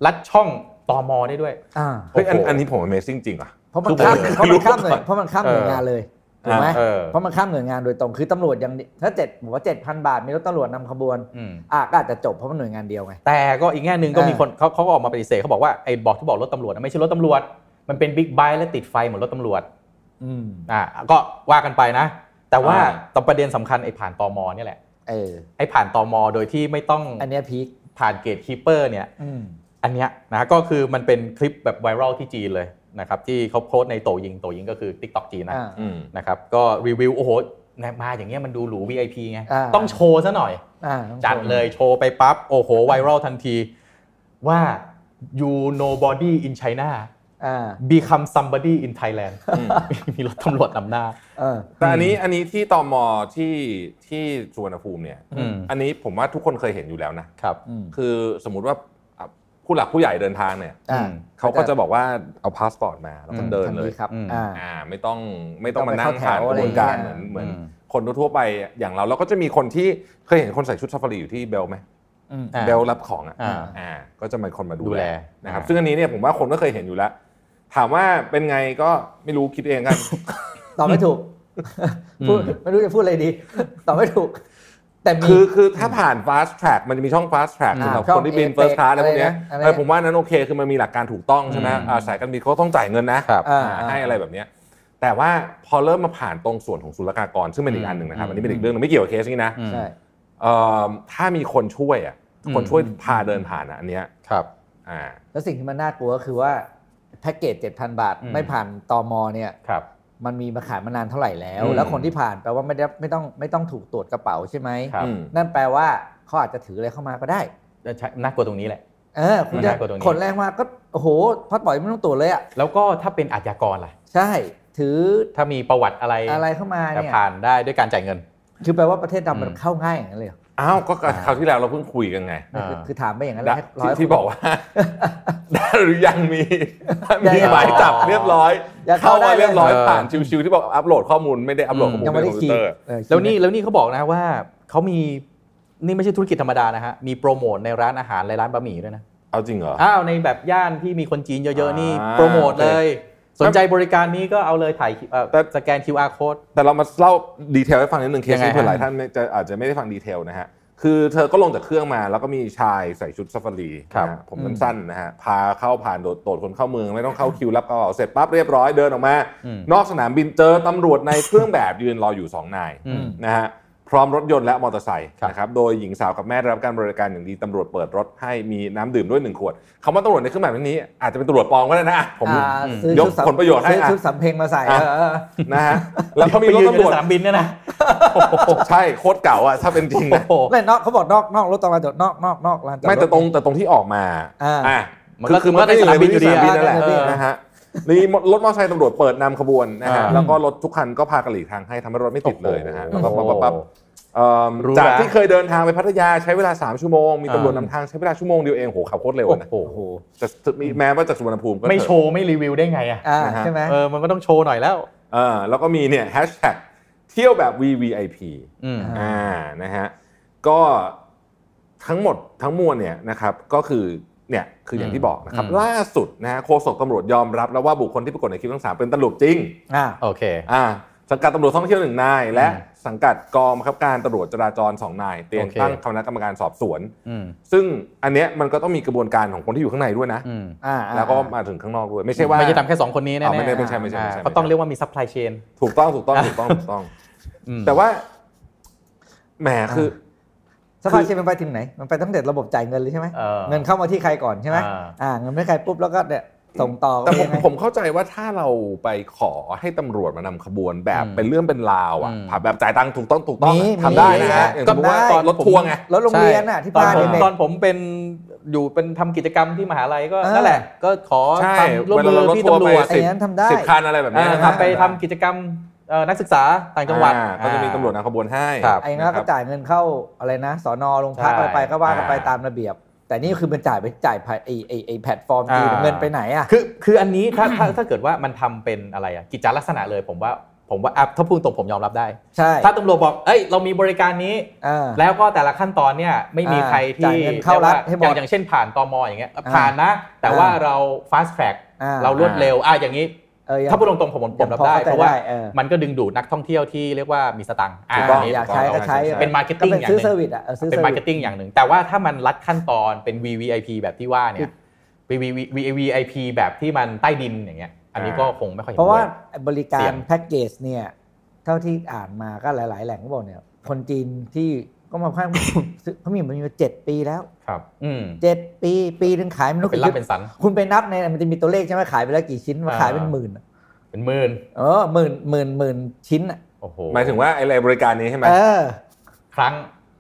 ลัดช่องตอมอได้ด้วย
อ่า
เฮ้ยอัน
โอ้โห
อันนี้ผม Amazing จริงอ่ะ
เพราะมันข้าม
คือ
เพราะมันข้ามหน่วย
รู้ก่อน
เพราะมันข้ามหน่วยงานเลย
เออ
ถูกไหม
เออ
เพราะมันข้ามหน่วยงานโดยตรงคือตำรวจยังถ้าเจ็ดผมว่าเจ็ดพันบาทมีรถตำรวจนำขบวน
อืม
อ่ะก็อาจจะจบเพราะมันหน่วยงานเดียวไง
แต่ก็อีกแง่หนึ่งก็
อ่ามี
มีคนเขาเขาก็ออกมาปฏิเสธเขาบอกว่าไอ้บอกที่บอกรถตำรวจนะไม่ใช่รถตำรวจ มันเป็นบิ๊กไบค์และติดไฟเหมือนรถตำรวจ
อืม
อ่ะก็ว่ากันไปนะ แต่ว่า
อ่า
แตประเด็นสำคัญไอ้ผ่านตอมอเนี่ยแหละ
เออ
ไอ้ผ่านตอมอโดยที่ไม่ต้อง
อันเนี้ยพีค
ผ่านเกตคีเปอร์เนี่ย
อืม
อันเนี้ยนะก็คือมันเป็นคลิปแบบไวรัลที่จีนเลยนะครับที่เขาโพสต์ในโตยิงโตยิงก็คือ t ิ k t o k จีนนะ
อ่า
อืม
นะครับก็รีวิวโอ้โหนะมาอย่างเงี้ยมันดูหรู VIP ไง
อ่า
ต้องโชว์ซะหน่อย
อ่าต้อง
จัดเลยโชว์ไปปั๊บ โอ้โหไวรัลทันทีว่า you nobody in China
อ่า
become somebody in Thailand มีรถตำรวจนำหน้า
เออ
แต่อันนี้อันนี้ที่ตอมอที่ที่สุวรรณภูมิเนี่ย
อืม
อันนี้ผมว่าทุกคนเคยเห็นอยู่แล้วนะ
ครับ
อืม
คือสมมุติว่าอ่ะผู้หลักผู้ใหญ่เดินทางเนี่ย
อ่า
ม
เขาก็จะบอกว่าเอาพาสปอร์ตมาแล้วก็
อืม
เดิน
ทาง
เลย
ครับ
อืม
อ่า
อ่าไม่ต้องไม่ต้อง
ต้
มา
องไป
นั่งผ่าน
เข้าก แถว
ระบวนการ
อะไรอ
เหมือน
ย่างเงี้ย
เหมือน
อืม
คนทั่วๆไปอย่างเราแล้วก็จะมีคนที่เคยเห็นคนใส่ชุดซาฟารีอยู่ที่เบลไหม
อืม
อ่า
เบลรับของอ่ะ
อ่า
อ่าก็จะมีคนมาดู
ดู
แล
แล
นะครับ
อ่า
ซึ่งอันนี้เนี่ยผมว่าคนก็เคยเห็นอยู่แล้ว ถามว่าเป็นไงก็ไม่รู้คิดเองกัน
ตอบไม่ถูก
อืม
พูดไม่รู้จะพูดอะไรดี ตอบไม่ถูก แต่มี
คือคือถ้าผ่าน fast track มันจะมีช่อง fast track
อ่า
สำหรับ
ช่
ค
อง
นที่บิน
Apex
first class อะไรพวกเนี้ย
อะไรนะอะไรนะ
เออผมว่านั้นโอเค คือมันมีหลักการถูกต้องใช่ไหม
อืม
อ่าสายการบินเขาต้องจ่ายเงินนะครับ
อ่า
อ่าให้อะไรแบบเนี้ยแต่ว่าพอเริ่มมาผ่านตรงส่วนของศุลกากร ซึ่งเป็นอีกอันหนึ่งนะครับ
อืม
อันนี้เป็นอีกเรื่องหนึงไม่เกี่ยวกับเคสนี้นะ
อืม
ใช่
เอ่อถ้ามีคนช่วยอ่ะ
อืม
คนช่วยพาเดินผ่านอ่ะอันเนี้ย
ครับ
อ่า
แล้วสิ่งที่มันน่ากลัวก็คือว่าแพ็กเกจ 7,000 บาท
อืม
ไม่ผ่านตอมเนี่ย
ครับ
มันมีมาขายมานานเท่าไหร่แล้ว
อืม
แล้วคนที่ผ่านแปลว่าไม่ได้ไม่ต้องไม่ต้องถูกตรวจกระเป๋าใช่ไหม
ครับ
อืม
นั่นแปลว่าเขาอาจจะถืออะไรเข้ามาก็ได้
ใช่น่ากลัวตรงนี้แหละ
เออ คุณจะ
น่ากลัวตรงนี้
ขนแรงมาก็โอ้โหพัดปล่อยไม่ต้องตรวจเลยอ่ะ
แล้วก็ถ้าเป็นอาชญากรล่ะ
ใช่ ถือ
ถ้ามีประวัติอะไร
อะไรเข้ามา
แต่
เนี่ย
ผ่านได้ด้วยการจ่ายเงิน
คือแปลว่าประเทศเรามัน
อืม
เข้าง่ายอย่างนั้นเลยเหรอ
อ้าว ก็คราวที่แล้วเราเพิ่งคุยกันไง
อ่า
คือถามไปอย่างนั้นเลย
และ
ให้ร้อ
ที่
ย
ที่บอก ว่า ได้หรือยังมี
ยั
มี
งยัง
หมายจับเรียบร้อย
ยังเข้า
เข้า
ได้เลย
มาเรียบร้อย
เออ
ผ่านชิวๆที่บอกอัปโหลดข้อมูลไม่ได้อัปโหลดข้อมูล
ยังไม่
ใน
ได้
คอมพิ
คี
ว
ย์
เตอร์
เออคีย์
แล้วนี่แล้วนี่เขาบอกนะว่าเขามีนี่ไม่ใช่ธุรกิจธรรมดานะฮะ มีโปรโมทในร้านอาหารและร้านบะหมี่ด้วยนะ
เอาจริงเหรอ
อ้าวในแบบย่านที่มีคนจีนเยอะ ๆ นี่
อ่า
โปรโมทเลย สนใจ
แต่
บริการนี้ก็เอาเลยถ่ายเอ่อ
แต่
สแกน QR code
แต่เรามาเล่าดีเทลให้ฟังนิดนึงเคส
ยังไง
นี้
ฮะ
เผื่อหลายท่านจะอาจจะไม่ได้ฟังดีเทลนะฮะ คือเธอก็ลงจากเครื่องมาแล้วก็มีชายใส่ชุดซาฟารีนะฮะผมสั้นๆนะฮะ พาเข้าผ่านโดดตรวจคนเข้าเมือง ไม่ต้องเข้าคิวรับกระเป๋าเสร็จปั๊บเรียบร้อยเดินออกมา นอกสนามบินเจอตำรวจในเครื่องแบบยืนรออยู่ 2 นาย
อืม
นะฮะพร้อมรถยนต์และมอเตอร์ไซค์
ครับ
นะครับโดยหญิงสาวกับแม่ได้รับการบริการอย่างดีตำรวจเปิดรถให้มีน้ำดื่มด้วยหนึ่งขวดคำว่าตำรวจในเครื่องแบบนี้ อาจจะเป็นตำรวจปลอมก็ได้นะอ่ะผม
อ่า
อืม
ซื้อย
ก
ชุดสำ
ผลประโยชน์ให้
ซื้อ
อ่ะ
ชุดสำเพ็งมาใส่
อ่ะ
เออเออ
นะฮะแล้วก็มี
ไป
รถ
ยืนอยู่
ตำรวจ
ในสนามบินเนี่ยนะ
ใช่โคตรเก่าอ่ะถ้าเป็นจริง
โอ้
นะ
โห
ไม่นอกเขาบอกนอกนอกรถตรงลานจอดนอกนอกนอกลานจอด
ไม่แต่ตรงแต่ตรงที่ออกมา
อ่า
มันก็คือมันก็
ด้
ในสนามบินอยู่ดี
ส
อ่ะ
นามบินนั่นแหละ
เออ
นะฮะนี่รถมอเตอร์ไซค์ตำรวจเปิดนำขบวนนะฮะ
อ่า
แล้วก็รถทุกคันก็พากระหลีกทางให้ทำให้รถไม่ติดเลยนะฮะแล้วก็ปั๊บปั๊บปั๊บ เอ่อ
รู้
จาก
ละ
ที่เคยเดินทางไปพัทยาใช้เวลา 3 ชั่วโมง มีตำรวจนำทางใช้เวลาชั่วโมงเดียวเองโหขับโคตรเร็ว
โอ้
นะ
โห
จะมีแม้ว่าจากสุวรรณภูมิก็เถอะ
ไม่โชว์ ไม่รีวิวได้ไงอ่ะ
อ่าใช่ไหม
เออมันก็ต้องโชว์หน่อยแล้ว
เออแล้วก็มีเนี่ยแฮชแท็กเที่ยวแบบ VVIP
อืม
อ่านะฮะก็ทั้งหมดทั้งมวลเนี่ยนะครับก็คือเนี่ยคืออย่างที่บอกนะครับ
อืม
ล่าสุดนะฮะโฆษกตำรวจยอมรับแล้วว่าบุคคลที่ปรากฏในคลิปทั้งสามเป็นตำรวจจริง
อ่า
โอเค
อ่าสังกัดตำรวจท่องเที่ยวหนึ่งนาย และ
อืม
สังกัดกองบังคับการตำรวจจราจรสองนาย เตรียม
โอเค
ตั้งคณะกรรมการสอบสวน
อืม
ซึ่งอันเนี้ยมันก็ต้องมีกระบวนการของคนที่อยู่ข้างในด้วยนะ
อืม
อ่า
แล้วก็มาถึงข้างนอกด้วย ไม่ใช่ว่า
ไม่ใช่ทำแค่สองคนนี้แน่
อ๋อ
ๆ
ไม่ได้ไม่ใช่ไม่ใช่
อ่า
ไม่ใช่
เขาต้องเรียกว่ามีซัพพลายเชน
ถูกต้องถูกต้องถูกต้องถูกต้อง
อืม
แต่ว่าแหมคือ
สภาเชียร์มันไปถึงไหน มันไปตั้งแต่ระบบจ่ายเงินเลยใช่ไหม
เออ
เงินเข้ามาที่ใครก่อนใช่ไหม
อ่า
อ่าเงินไม่ใครปุ๊บแล้วก็เนี่ยส่งต่อ
แต่ผม
ยังไง
ผมเข้าใจว่าถ้าเราไปขอให้ตำรวจมานำขบวนแบบ
อืม
เป็นเรื่องเป็นราวอ่ะ
อืม
ผับแบบจ่ายตังค์ถูกต้องถูกต้อง
มี
ทำได้นะ
มี
ฮะอย่าง
ก็
สมมติว่า
ได้
ตอนรถทัวร์ไง
แล้วโรงเรียนอ่ะที่
ตอน
พา
ผ
เด็
ม
ก
ตอนผมเป็นอยู่เป็นทำกิจกรรมที่มหาลัยก็
เออ
นั่นแหละ ก็ขอ
ใช่
ความร่วม
เว
มื
ลา
อ
เรา
พี่
ทั่ว
ตำร
ไป
วจ
ๆไอ้นั้นทำได้
สิบคันอะไรแบบเนี้ย
อ่า
นะ
ครั
ฮะ
บไปทำกิจกรรมเอ่อนักศึกษาต่างจังหวัด
อ่าก็จะมีตำรวจ
อ่า
นำขบวนให้
ครับ
ไอ้นั้นก็
ะครับ
จ่ายเงินเข้าอะไรนะสอนอโรงพัก
ใช่
อะไรไปก็ว่ากันไป
อ่า
ตามระเบียบ แต่นี่คือมันจ่ายไปจ่ายผ่านไอ้ไอ้ไอ้แพลตฟอร์มจีน
อ่า
เงินไปไหนอ่ะ
คือคืออันนี้ถ้าถ้าถ้าเกิดว่ามันทำเป็นอะไรอะกิจจลักษณะเลยผมว่าผมว่าอ่ะถ้าพูดตรงผมยอมรับได้
ใช่
ถ้าตำรวจบอกเอ้ยเรามีบริการนี้
อ่า
แล้วก็แต่ละขั้นตอนเนี่ยไม่มี
อ่า
ใคร
จ่าย
ที่
เงินเข้ารัฐให้หมด
อย่งอย่างเช่นผ่านตมอย่างเงี้ย
อ่า
ผ่านนะ แต่ว่า
อ่า
เรา fast track
อ่า
เรารวดเร็วอ่ะอย่างนี้
เออยัง
ถ้าพูดตรงๆผมผมรับได้
ยังพอเข้าใจ
เพราะว่า
ได้เออ
มันก็ดึงดูดนักท่องเที่ยวที่เรียกว่ามีสตังค์อ่า
ถูกต้อง
นี่
อยากใช้ก็ใช้
เป็นมาร์เก็ตติ้ง
เป็น
อย่างห
ซื้อ
นึ่
เซอร์
ง
วิสอ่ะออซื้อ
เป็น
ซอ
มา
วิส
ร์เก็ตติ้งอย่างหนึ่งแต่ว่าถ้ามันลัดขั้นตอนเป็น VVIP แบบที่ว่าเนี่ย VVIP แบบที่มันใต้ดินอย่างเงี้ยอันนี้ก็คงไม่ค่อยห็น
เพราะว่า
ด้วย
บริการ
เสี่ยง
แพ็กเกจเนี่ย เท่าที่อ่านมาก็หลาย ๆ แหล่งก็บอกเนี่ย คนจีนที่ก็ มาข้าง ซื้อเขามีมันอยู่เจ็ดปีแล้ว
ครับ อืม
เจ็ดปีปีหนึ่งขายไม่รู้
เป็น
กี่
รั
ชุ
บ
ด
เป็นสัน
คุณไปนับในมันจะมีตัวเลขใช่ไหมขายไปแล้วกี่ชิ้นมา
อ่า
ขายเป็นหมื่นอะ
เป็นหมื่น
เออหมื่นหมื่นหมื่นชิ้นอ่ะ
โอ้โห
หมายถึงว่าไอะไรบริการนี้ใช่ไหม
เออ
ครั้ง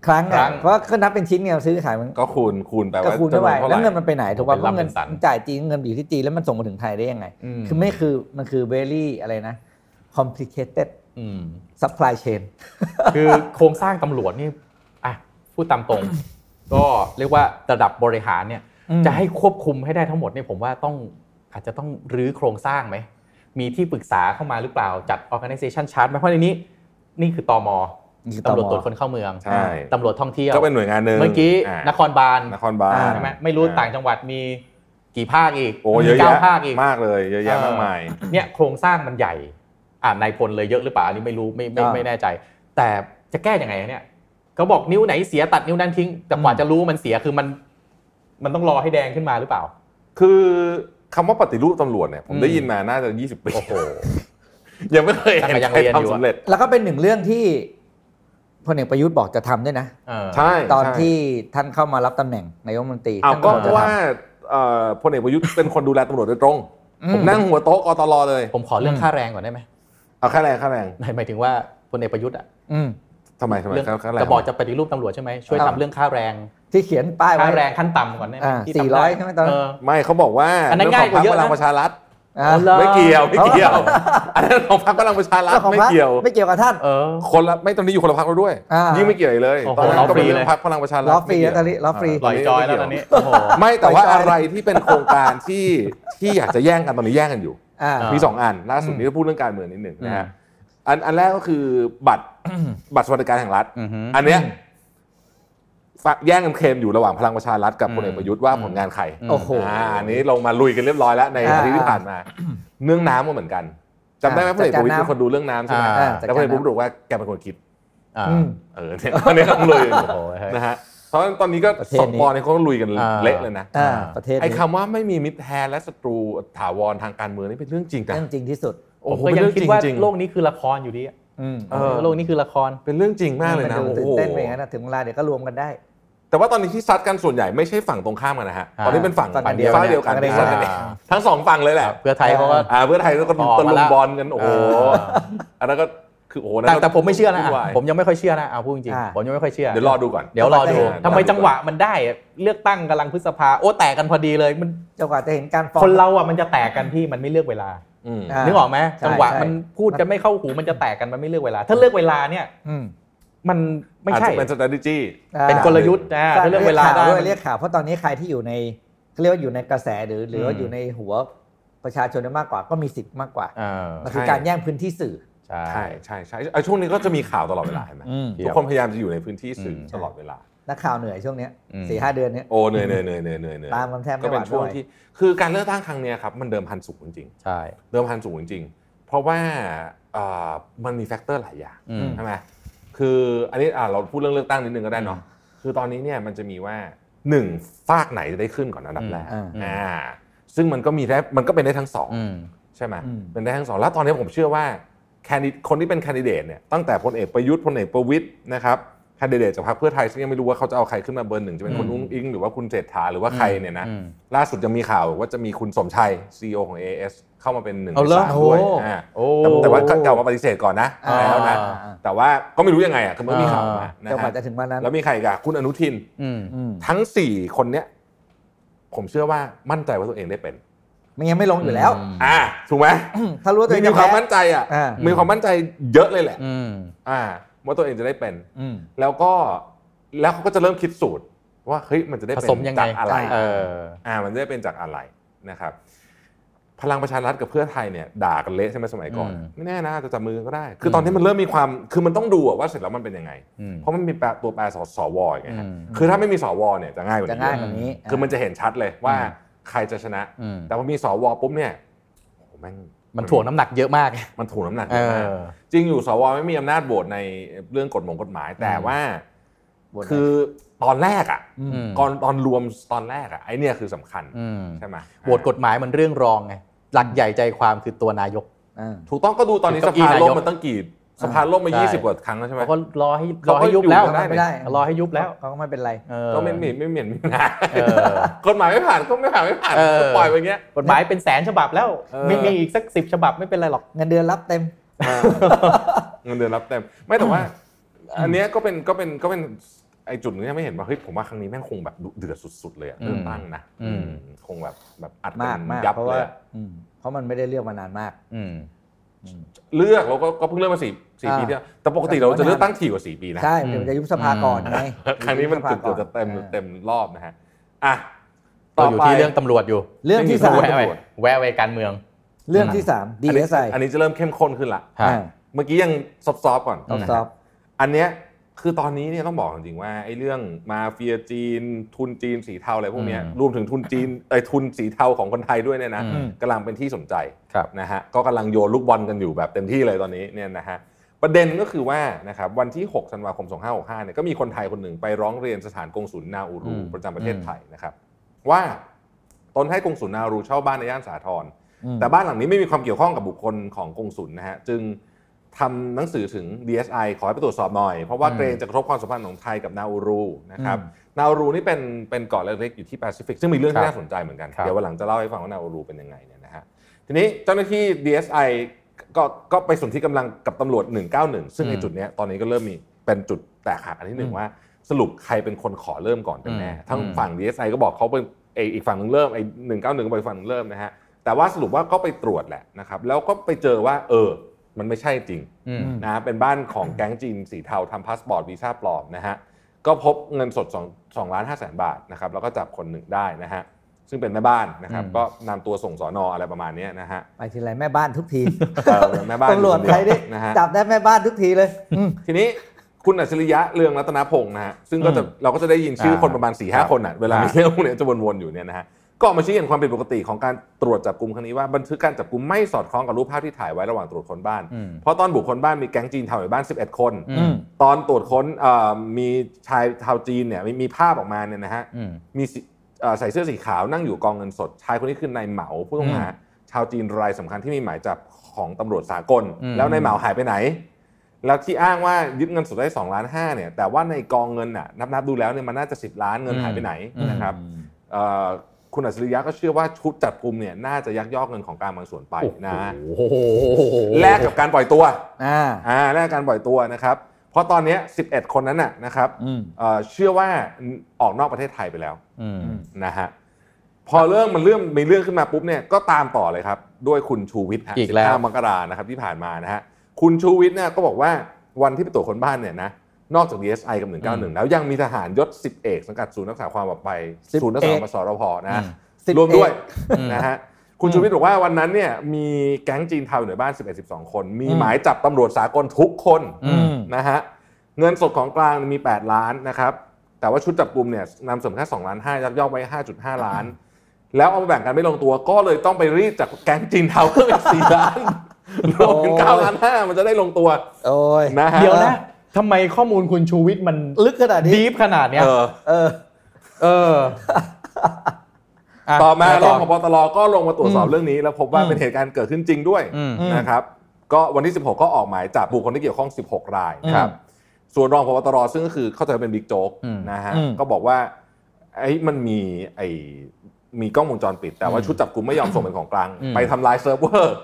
ครั้ง
ครั้
อ่ะ
ง
เพราะก็นับเป็นชิ้นไงเราซื้อขายมัน
ก็คูณคูณไป
ก็
ว่า
คูณ
จำน
เข้าไป
วนเท่าไห
แล้วเงิน
ร่
มันไปไหนถูกป่ะ
เป็น
เพ
รั
ราะ
บ
เงิ
เป็น นสัน
จ่ายจีนเงินอยู่ที่จีนแล้วมันส่งมาถึงไทยได้ยังไง
ม
คือไม่คือมันคือ very อะไรนะ complicated
อืม
supply chain
คือโครงสร้างตำรวจนี่อ่ะพูดตามตรง ก็เรียกว่าระดับบริหารเนี่ย
อืม
จะให้ควบคุมให้ได้ทั้งหมดเนี่ยผมว่าต้องอาจจะต้องรื้อโครงสร้างไหม มีที่ปรึกษาเข้ามาหรือเปล่าจัด organization chart ไหมเพราะในนี้ นี่คือตอม
นี่คือ
ตำรวจ
ตม
ตรวจคนเข้าเมือง
ใช่
ตำรวจท่องเที่ยว
ก็เป็นหน่วยงานหนึ่ง
เมื่อกี้
าน
ครบาล
นครบาล
ใช่ไหมไม่รู้ต่างจังหวัดมีกี่ภาคอีก
โอ้
มี
เยอะ
เก้า
แยะ
ภาคอีก
มากเลยเยอะแยะ
เออ
มากมาย
เนี่ยโครงสร้างมันใหญ่อ่านายพลเลยเยอะหรือเปล่าอันนี้ไม่รู้ไม่ไม่
อ่า
ไม่แน่ใจ แต่จะแก้ยังไงอะเนี่ยก็บอกนิ้วไหนเสียตัดนิ้วนั้นทิ้ง แต่กว่าจะรู้มันเสียคือมัน มันต้องรอให้แดงขึ้นมาหรือเปล่า
คือคำว่าปฏิรูปตำรวจเนี่ยผม
อืม
ได้ยินมาน่าจะ 20 ปี ยังไม่เคยเห็น
แต่ยัง
ใคร
เรียนอยู่
ทำสำเร็จ
แล้วก็เป็นหนึ่งเรื่องที่พลเอกประยุทธ์บอกจะทำด้วยนะ
เออ
ใช่
ตอน
ใช่
ที่ท่านเข้ามารับตำแหน่งนายกรัฐมนตรี
อ้าว
ท่าน
ก็
บอจะทำ
ว่าเอ่อพลเอกประยุทธ์เป็นคนดูแลตำรวจโดยตรง
อืม
ผมนั่งหัวโต๊ะกตลเลย
ผมขอเรื่อง
อืม
ค่าแรงก่อนได้ไหม
เอาค่าแรงค่าแรง
หมายถึงว่าพลเอกประยุทธ์อะ
อืม
ทำไมทำไม
เรื่อง
ค่าค่าแรง
จะบอกจะปฏิรูปตำรวจใช่ไหมช่วย
ครั
ทำ
บ
เรื่องค่าแรง
ที่เขียนป้ายไว้
ค่าแรงขั้นต่ำก่อนได้ไหม
อ่า
ที่ทำด้
สี่ร้อยใช่ไหมตอนนั้น
เ
ไม่เขาบอกว่า
อันนั้น
เรื่องของพรรค
ง่ายกว่าเย
พ
อะนะ
ลังประชารัฐ
อ่า
เอาละ
ไม่เกี่ยวไม่เกี่ยวอันนั้นของพรรคพลังประชารัฐ
เจ้าของ
ไม่
พรรค
เกี่ยว
ไม่เกี่ยวกับท่าน
เออ
คนละไม่ตอนนี้อยู่คนละพรรคแล้วด้วย
อ่ายิ่
ยิ่งไม่เกี่ยวอีกเลย
โอ้
ต
โห
อนนั้นก็เป็นเรื่อง
รอฟรีเลย
พรรคพลังประชาร รั
อ
ฐ
ฟรี
ไม่
ตอย
เกี่
นนี้รอฟรี
ปล่อยจอยแล้วตอนนี้โอ้โห
ไม่แต่ว่า
ปล่อยจอย
อะไรที่เป็นโครงการที่ที่อยากจะแย่งกันตอนนี้แย่งกันอยู่
อ่า
เ
มีสองอันล่าสุดนี้ก็พูดเรื่องการเมืองนิดหนึ่งนะฮะ
อื
อันอันแรกก็คือบัตรบัตรสวัสดิการแห่งรัฐ
อือฮึ
อันเนี้ยฝักแย่งกันเคลมอยู่ระหว่างพลังประชารัฐกับ
อืม
พลเอกประยุทธ์ว่าผลงานใคร
อืม
โอ้โห
อ่าอันนี้ลงมาลุยกันเรียบร้อยแล้วใน
อ่า
อาทิตย์ที่ผ่านมา เรื่องน้ำก็เหมือนกันจำได้ไหม
อ่า
พลเอกประวิตร
จัดการน้ำ
เป็นคนดูเรื่องน้ำใช่ไหม
อ่า
จัด
แต่พ
กา
ล
ร
เอกประ
นะ
วิตรบอกว่าแกเป็นคนคิด
อ่า
อืม
เออเนี่ย อันนี้ต้องลุย
โอ้โหเฮ้ย
นะฮะเพราะฉะนั้นตอนนี้ก็
ประเทศนี้
สองปอเนี่ยเขาก็ลุยกัน
อ่า
เละเลยนะ
อ่าประเทศ
ไอ้
นี้
คำว่าไม่มีมิตรแท้และศัตรูถาวรทางการเมืองนี่เป็นเรื่องจริงนะ
เรื่องจริงที่สุด
โอ้
ผม
โห
ก็
เป็นเรื่อ
ยัง
งจ
คิด
ริง
ว่า
จริง
โลกนี้คือละครอยู่ดีอะ
อืม
เออ
โลกนี้คือละคร
เป็นเรื่องจริงมากเลยนะ
มั
โอ้
ตื่น
โห
เต้นไปอย่างนั้นนะถึงเวลาเดี๋ยวก็รวมกันได้
แต่ว่าตอนนี้ที่ซัดกันส่วนใหญ่ไม่ใช่ฝั่งตรงข้ามกันนะฮะ
อ่า
ตอนนี้เป็นฝั่ง
ฝั่งเดียว
ฝั่งเดียวกัน
ฝั่งเดียว
ซัดกันเอง
อ่า
ทั้งสองฝั่งเลยแหละ
เพื่อไทยเขาก็
อ่าเพื่อไทยก็
ออก
ตะ
มา
ลุ
แล้
ม
ว
บอลกันโอ้โห
อ่า
อันนั้นก็คือโอ้โห
แต่แต่ผมไม่เชื่อนะ
วุ่
อ่ะ
วาย
ผมยังไม่ค่อยเชื่อนะเอาพูดจริง
อ่า
ๆผมยังไม่ค่อยเชื่อ
เดี๋ยวรอดูก่อน
เดี๋ยวรอดู
อ่า
ทำไมจังหวะมันได้อะเลือกตั้งกำลังพฤษภาโอ้แตกกันพอดีเลยมัน
จนกว่าจะเห็นการฟ้อง
คนเราอ่ะมันจะแตกกันที่มันไม่เลือกเวลา
อืม
อ่านึ
นึกออกไหม
ใช่
จังหวะ
ใช่
มันพูดกันไม่เข้าหูมันจะแตกกันมันไม่เลือกเวลา ถ้าเลือกเวลาเนี่ย
อืม
มันไม่ใช่
อาจจะเป็น strategy
อ่า
เป็นกลยุทธ์นะถ้าเลือกเวลาได้
ด้วยเรียกข่าวเพราะตอนนี้ใครที่อยู่ในเขาเรียกว่าอยู่ในกระแสหรือหรือว่า
อืม
อยู่ในหัวประชาชนได้มากกว่าก็มีสิทธิ์มากกว่า
เออ
มันคือการแย่งพื้นที่สื่อ
ใช่
ใช่ใช่ใช่เอาช่วงนี้ก็จะมีข่าวตลอดเวลาเห็นไหม
อ
เพียบ
ทุกคนพยายามจะอยู่ในพื้นที่สื่ออ
ม
ตลอดเวลา
นักข่าวเหนื่อยช่วงเนี้ย
อืม
สี่ห้าเดือนเนี้ย
โอ้เหนื่อยเหนื่อยเหนื่อยเหนื่อยเหนื่อยเหนื่อย
ตามกันแทบ
ก็
ไม่ไหว
เป็นช่วง
ด้วย
ที่คือการเลือกตั้งครั้งเนี้ยครับมันเดิมพันสูงจริง
ใช่
ๆเดิมพันสูงจริงๆเพราะว่าเอ่อมันมีแฟกเตอร์หลายอย่าง
อืม
ใช่ไหมคืออันนี้อ่ะเราพูดเรื่องเลือกตั้งนิดนึงก็ได้เนาะคือตอนนี้เนี่ยมันจะมีว่าหนึ่งฝากไหนจะได้ขึ้นก่อนอันดับแรก
อืมอ่า
อ่าซึ่งมันก็มีได้มันก็เป็นได้ทั้งสอง
อืม
ใช่ไหม
อืม
เป็นได้ทั้งสองแล้วตอนนี้ผมเชื่อว่าแคนดิคนที่เป็นแคนดิเดตเนี่ยตั้งแต่พลเอกประยุทธ์พลเอกประวิตยนะครับ คนดิเดตจากพรรคเพื่อไทยซึ่งยังไม่รู้ว่าเขาจะเอาใครขึ้นมาเบอร์หนึ่งจะเป็นคุณ
อืม
อุ้งอิงหรือว่าคุณเศรษฐาหรือว่าใครเนี่ยนะ
อืม
ล่าสุดยังมีข่าวว่าจะมีคุณสมชัย CEO ของ AS เข้ามาเป็นหนึ่ง
เอา
ใน
เหรอ
สามด้วย
โอ้
อ่า
โอ้
แต่แต่ว่าเก่ามาปฏิเสธก่อนนะ
อ่า
แล้วนะแต่ว่าก็ไม่รู้ยังไงอ่ะคือเมื่อมีข่าวมานะ
จังหวะ
ฮะ
จะถึงวันนั้น
แล้วมีใครอีกับคุณอนุทิน
อืม
อืม
ทั้ง 4 คนเนี้ยผมเชื่อว่ามั่นใจว่าตัวเองได้เป็น
มันยังไม่ลงอยู่แล้ว
อ่าถูกไหม
ถ้ารู้ว่าตัวเอง
มี
จะ
ความ
แพ้
มั่นใจอ่ะ
อ่ามี
มีความมั่นใจเยอะเลยแหละ
อืม
อ่า ว่าตัวเองจะได้เป็น
อืม
แล้วก็แล้วเขาก็จะเริ่มคิดสูตร ว่าเฮ้ยมันจะได้เป็น
ผสมยังไง
จากอะไร
ใช่
เออ
อ่ามันจะเป็นจากอะไรนะครับ พลังประชารัฐกับเพื่อไทยเนี่ยด่ากันเละใช่ไหมสมัยก่อน
อืม
ไม่แน่นะอาจจะจับมือก็ได้ คือ
ม
ตอนนี้มันเริ่มมีความคือมันต้องดูอะว่าเสร็จแล้วมันเป็นยังไง
อืม
เพราะมันมีแปรตัวแปรสสวไงฮะ
อืม
คือถ้าไม่มีสวเนี่ยจะง่ายกว่า
จะ
นี้
ง่าย
เย
ก
อะ
ว่านี้
คือมันจะเห็นชัดเลยว่าใครจะชนะ
อืม
แต่พอมีสวปุ๊บเนี่ยโอ้โหแม่ง
มันถ่วงน้ำหนักเยอะมาก
มันถ่วงน้ำหนัก
เอ
เยอะมาก
อ
จริงอยู่สวไม่มีอำนาจโหวตในเรื่องกฎหมงกฎหมาย แต่ว่า
บทไหน
คือตอนแรกอ่ะ
ม
ม
ก่อนตอนรวมตอนแรกอ่ะไอเนี่ยคือสำคัญ
อืม
ใช่ไหม
โหวตกฎหมายมันเรื่องรองไง หลักใหญ่ใจความคือตัวนายก
ถูกต้องก็ดูตอนนี้
ถู
ส
กเก้าอี้
ภาล่ม
นายก
มันตั้งกี่สภาล่มมา
ใช่
20 กว่าครั้งแล้วใช่ไหม
เขาก็รอให้ร
เขา
อ
ก็
ให้ยุบแล้ว
อยู่ได้
ไม่ได้
รอให้ยุบแล้ว
เขาก็ไม่เป็นไร
เออ
ก็ไม่มีไม่เหม็นมีปัญหา
เออก
ฎหมายไม่ผ่าน ก็ไม่ผ่านไม่ผ่าน
เออ
ก็ปล่อยไปอย่างเงี้ย
กฎหมายเป็นแสนฉบับแล้ว
เออ
มีมีอีกสักสิบฉบับไม่เป็นไรหรอก
เงินเดือนรับเต็ม
เงินเดือนรับเต็มไม่แต่ว่า อันเนี้ยก็เป็นก็เป็นก็เป็นไอ้จุดนึงที่ไม่เห็นว่าเฮ้ยผมว่าครั้งนี้แม่งคงแบบดุเดือดสุดๆเลยอะ
อืม
เรื่องตั้งนะ
อืม
คงแบบแบบอัด
มากมาก
ยับ
เพราะ
เล
ว่าย
อะ
อืมเพราะมันไม่ได้เลือกมานานมาก
อืม
เลือกแล้วก็ก็เพิ่งเลือกมาสี่สี่
อ่า
ปีที่แล้วแต่ปกติเราจะเลือกตั้งถี่กว่าสี่ปีนะ
ใช่เดี๋ยวมันจะยุบสภาก่อนไง
ครั้งนี้มัน
ยุบส
เกื
ภา
อบ
ก่
จะเต็ม
อ่า
เต็มรอบนะฮะอ่ะ
เราอยู่ที่เรื่องตำรวจอยู่
เรื่องที่สาม
แวะไปแวะไปการเมือง
เรื่องที่สามดี
อัน
เอ
นี้
สไอ
อันนี้จะเริ่มเข้มข้นขึ้นละ
ครับ
เมื่อกี้ยังซอฟต์ๆก่อน
ต้อง
นะ
ส
ฮะ
อบ
อันเนี้ยคือตอนนี้เนี่ยต้องบอกจริงๆว่าไอ้เรื่องมาเฟียจีน ทุนจีนสีเทาอะไรพวกเนี้ย
อืม
รวมถึงทุนจีน ไอ้ยทุนสีเทาของคนไทยด้วยเนี่ยนะ
อืม
กำลังเป็นที่สนใจ
ครับ
นะฮะก็กำลังโยนลูกบอลกันอยู่แบบเต็มที่เลยตอนนี้เนี่ยนะฮะประเด็นก็คือว่านะครับวันที่ 6 ธันวาคม 2565เนี่ยก็มีคนไทยคนหนึ่งไปร้องเรียนสถานกงศุลนาอูรู
อืม
ประจำประเทศไทยนะครับว่าตนให้กงศุลนาอูรูเช่าบ้านในย่านสาทร แต่บ้านหลังนี้ไม่มีความเกี่ยวข้องกับบุคคลของกงสุลนะฮะจึงทำหนังสือถึง DSI ขอให้ไปตรวจสอบหน่อย เพราะว่า
อืม
เกรงจะกระทบความสัมพันธ์ของไทยกับนาอูรูนะครับนาอูรูนี่เป็นเป็นเกาะเล็กๆอยู่ที่แปซิฟิกซึ่งมีเรื่องที่น่าสนใจเหมือนกัน
ครับ
เดี๋ยววันหลังจะเล่าให้ฟังว่านาอูรูเป็นยังไงเนี่ยนะฮะทีนี้เจ้าหน้าที่ DSI ก็ก็ไปสนที่กำลังกับตำรวจ 191 ซึ่งในจุดเนี้ยตอนนี้ก็เริ่มมีเป็นจุดแตกหักอันที่หนึ่งว่า สรุปใครเป็นคนขอเริ่มก่อนกันแน่
อืม
ทั้ง
อืม
ฝั่ง DSI ก็บอกเขาเป็นไอ้อีกฝั่งหนึ่งเริ่มไอ้หนึ่งเก้าหนึ่งก็บอกอีกฝั่งหนึ่งเริ่มนะฮะ แต่ว่าสรุปว่าก็ไปตรวจแหละนะครับ แล้วก็ไปเจอว่า เออ มันไม่ใช่จริง
อืม
นะเป็นบ้านของแก๊งจีนสีเทาทำพาสปอร์ตวีซ่าปลอมนะฮะก็พบเงินสด2 2ล้าน5แสนบาทนะครับแล้วก็จับคนหนึ่งได้นะฮะซึ่งเป็นแม่บ้านนะครับ
อืม
ก็นำตัวส่งสอนออะไรประมาณเนี้ยนะฮะ
ไปทีไรแม่บ้านทุกที
เออแม่บ้านอ
ตำรวจ
นเดี
ไทยนี่
นะฮะ
จับได้แม่บ้านทุกทีเลยอืม
ทีนี้คุณอัจฉริยะเรืองรัตนพงศ์นะฮะซึ่งก็จะ
อืม
เราก็จะได้ยินชื่อคน
อ่า
ประมาณ4ี่ห้าคนอ่ะเวลามี
อ่า
เรื่องพวกเนี้ยจะวนๆอยู่เนี่ยนะฮะก็ออกมาชี้เห็นความผิดปกติของการตรวจจับกลุ่มครั้งนี้ว่าบันทึกการจับกลุ่มไม่สอดคล้องกับรูปภาพที่ถ่ายไว้ระหว่างตรวจคนบ้าน
อืม
เพราะตอนบุกคนบ้านมีแก๊งจีนเทาอยู่บ้าน 11 คน
อืม
ตอนตรวจค้นเอ่อมีชายเทาจีนเนี่ยมีมีภาพออกมาเนี่ยนะฮะ
อืม
มีสีเอ่อใส่เสื้อสีขาวนั่งอยู่กองเงินสด ชายคนนี้คือนายเหมาผู้ต้องหาชาวจีนรายสำคัญที่มีหมายจับของตำรวจสากล
อืม
แล้วนายเหมาหายไปไหน แล้วที่อ้างว่ายึดเงินสดได้2ล้านห้าเนี่ยแต่ว่าในกองเงินน่ะนับนับๆดูแล้วเนี่ยมันน่าจะ 10 ล้านเงินหายไปไหนนะครับเอ่อคุณอัจฉริยะก็เชื่อว่าชุดจับกลุ่มเนี่ยน่าจะยักยอกเงินของกลางบางส่วนไปนะ
โอ้โห
แลกกับการปล่อยตัว
อ่า
อ่าแลกกับการปล่อยตัวนะครับเพราะตอนเนี้ย11 คนนั้นน่ะนะครับ
อืม
เอ่อเชื่อว่าออกนอกประเทศไทยไปแล้ว
อืม
นะฮะพอเรื่องมันเรื่องมีเรื่องขึ้นมาปุ๊บเนี่ยก็ตามต่อเลยครับด้วยคุณชูวิทย์ฮะ
อีกแล้ว
15มกรานะครับที่ผ่านมานะฮะคุณชูวิทย์เนี่ยก็บอกว่าวันที่ไปตรวจคนบ้านเนี่ยนะนอกจาก DSI กับ 191 แล้วยังมีทหารยศ 10 เอกสังกัดศูนย์รักษาความปลอดภัย
สิบ
ศูนย์รักษา
เอก
ความปลอดภัยสรพนะ
สิบ
รวมด้วย
อืม
นะฮะคุณชูวิทย์บอกว่าวันนั้นเนี่ยมีแก๊งจีนเทาอยู่ในบ้าน 11 12 คน มีหมายจับตำรวจสากลทุกคน
อื
อื
ม
ม
นะฮะเงินสดของกลางมี 8 ล้านนะครับแต่ว่าชุดจับกลุ่มเนี่ยนำสมแค่2ล้าน5ยักยอกไว้ 5.5 ล้าน แล้วเอามาแบ่งกันไม่ลงตัวก็เลยต้องไปรีดจากแก๊งจีนเทาเพิ่มอีก4ล้าน รวมเป็น9ล้าน5มันจะได้ลงตัว
โอ้ย
นะฮะ
เดี๋ยวนะทำไมข้อมูลคุณชูวิทย์มัน
ลึกขนาดนี้
ดีฟขนาดเนี้ย
เออ
เออ
เอออ่ะ
ต่อมา
ต่
ร
อ
องพบตรก็ลงมาตรวจสอบ
อืม
เรื่องนี้ แล้วพบว่า
อืม
เป็นเหตุการณ์เกิดขึ้นจริงด้วย
อืม
นะครับ ก็วันที่ 16 ก็ออกหมายจับบุคคลที่เกี่ยวข้อง 16 รายนะครับ ส่วนรองพบตรซึ่งก็คือเข้าใจว่าเป็นบิ๊กโจ๊ก
อืม
นะฮะ
อืม
ก็บอกว่าไอ้มันมีไอ้มีกล้องวงจรปิด แต่ว่า
อืม
ชุดจับกลุ่มไม่ยอมส่งเป็นของกลาง
อืม
ไปทำลายเซิร์ฟเวอร์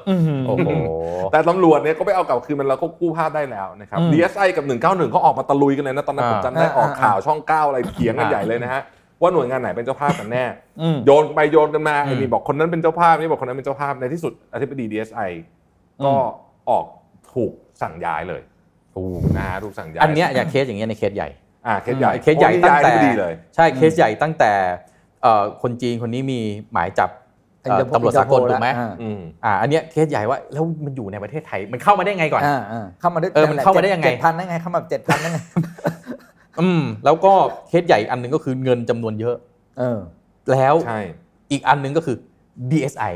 โอ้โห
แต่ตำรวจเนี่ยก็ไปเอากลับคืนมันแล้วก็กู้ภาพได้แล้วนะครับ
อืม
DSI กับ 191เขาออกมาตะลุยกันเลยนะ ตอนนั้น
อ่า
ผมจำได้
อ่า
ออก
อ่า
ข่าวช่องเก้าอะไรเถียงกัน
อ่า
ใหญ่เลยนะฮะ ว่าหน่วยงานไหนเป็นเจ้าภาพกันแน่
อืม
โยนไปโยนกันมาไอ้
อื
นี่
ม
บอกคนนั้นเป็นเจ้าภาพนี่บอกคนนั้นเป็นเจ้าภาพในที่สุดอธิบดี DSI ก็
อืม
ออกถูกสั่งย้ายเลยนะฮะถูกสั่งย้าย
อันเนี้ยอย่างเคสอย่างเงี้ยในเคสใหญ่
อ่าเคสใหญ่
เคสใหญ่
พ
ตั้
ราะนี่ย้าย
งแต่
อธิบดีเลย
ใช่เคสใหญ่ตั้งแต่เอ่อคนจีนคนนี้มีหมายจับเอ่อตำรวจสากลถูกไหม
อ่า
อืม
อ่าอันเนี้ยเคสใหญ่ว่าแล้วมันอยู่ในประเทศไทยมันเข้ามาได้ไงก่อน
อ่าอ่าเข้ามาได้
เออมันเข้ามาได้ยังไง
เจ็ดพันได้ไงเข้ามาเจ็ดพันได้ไง
อืมแล้วก็เคสใหญ่อันหนึงก็คือเงินจำนวนเยอะ
เออ
แล้ว
ใช่
อีกอันหนึงก็คือ DSI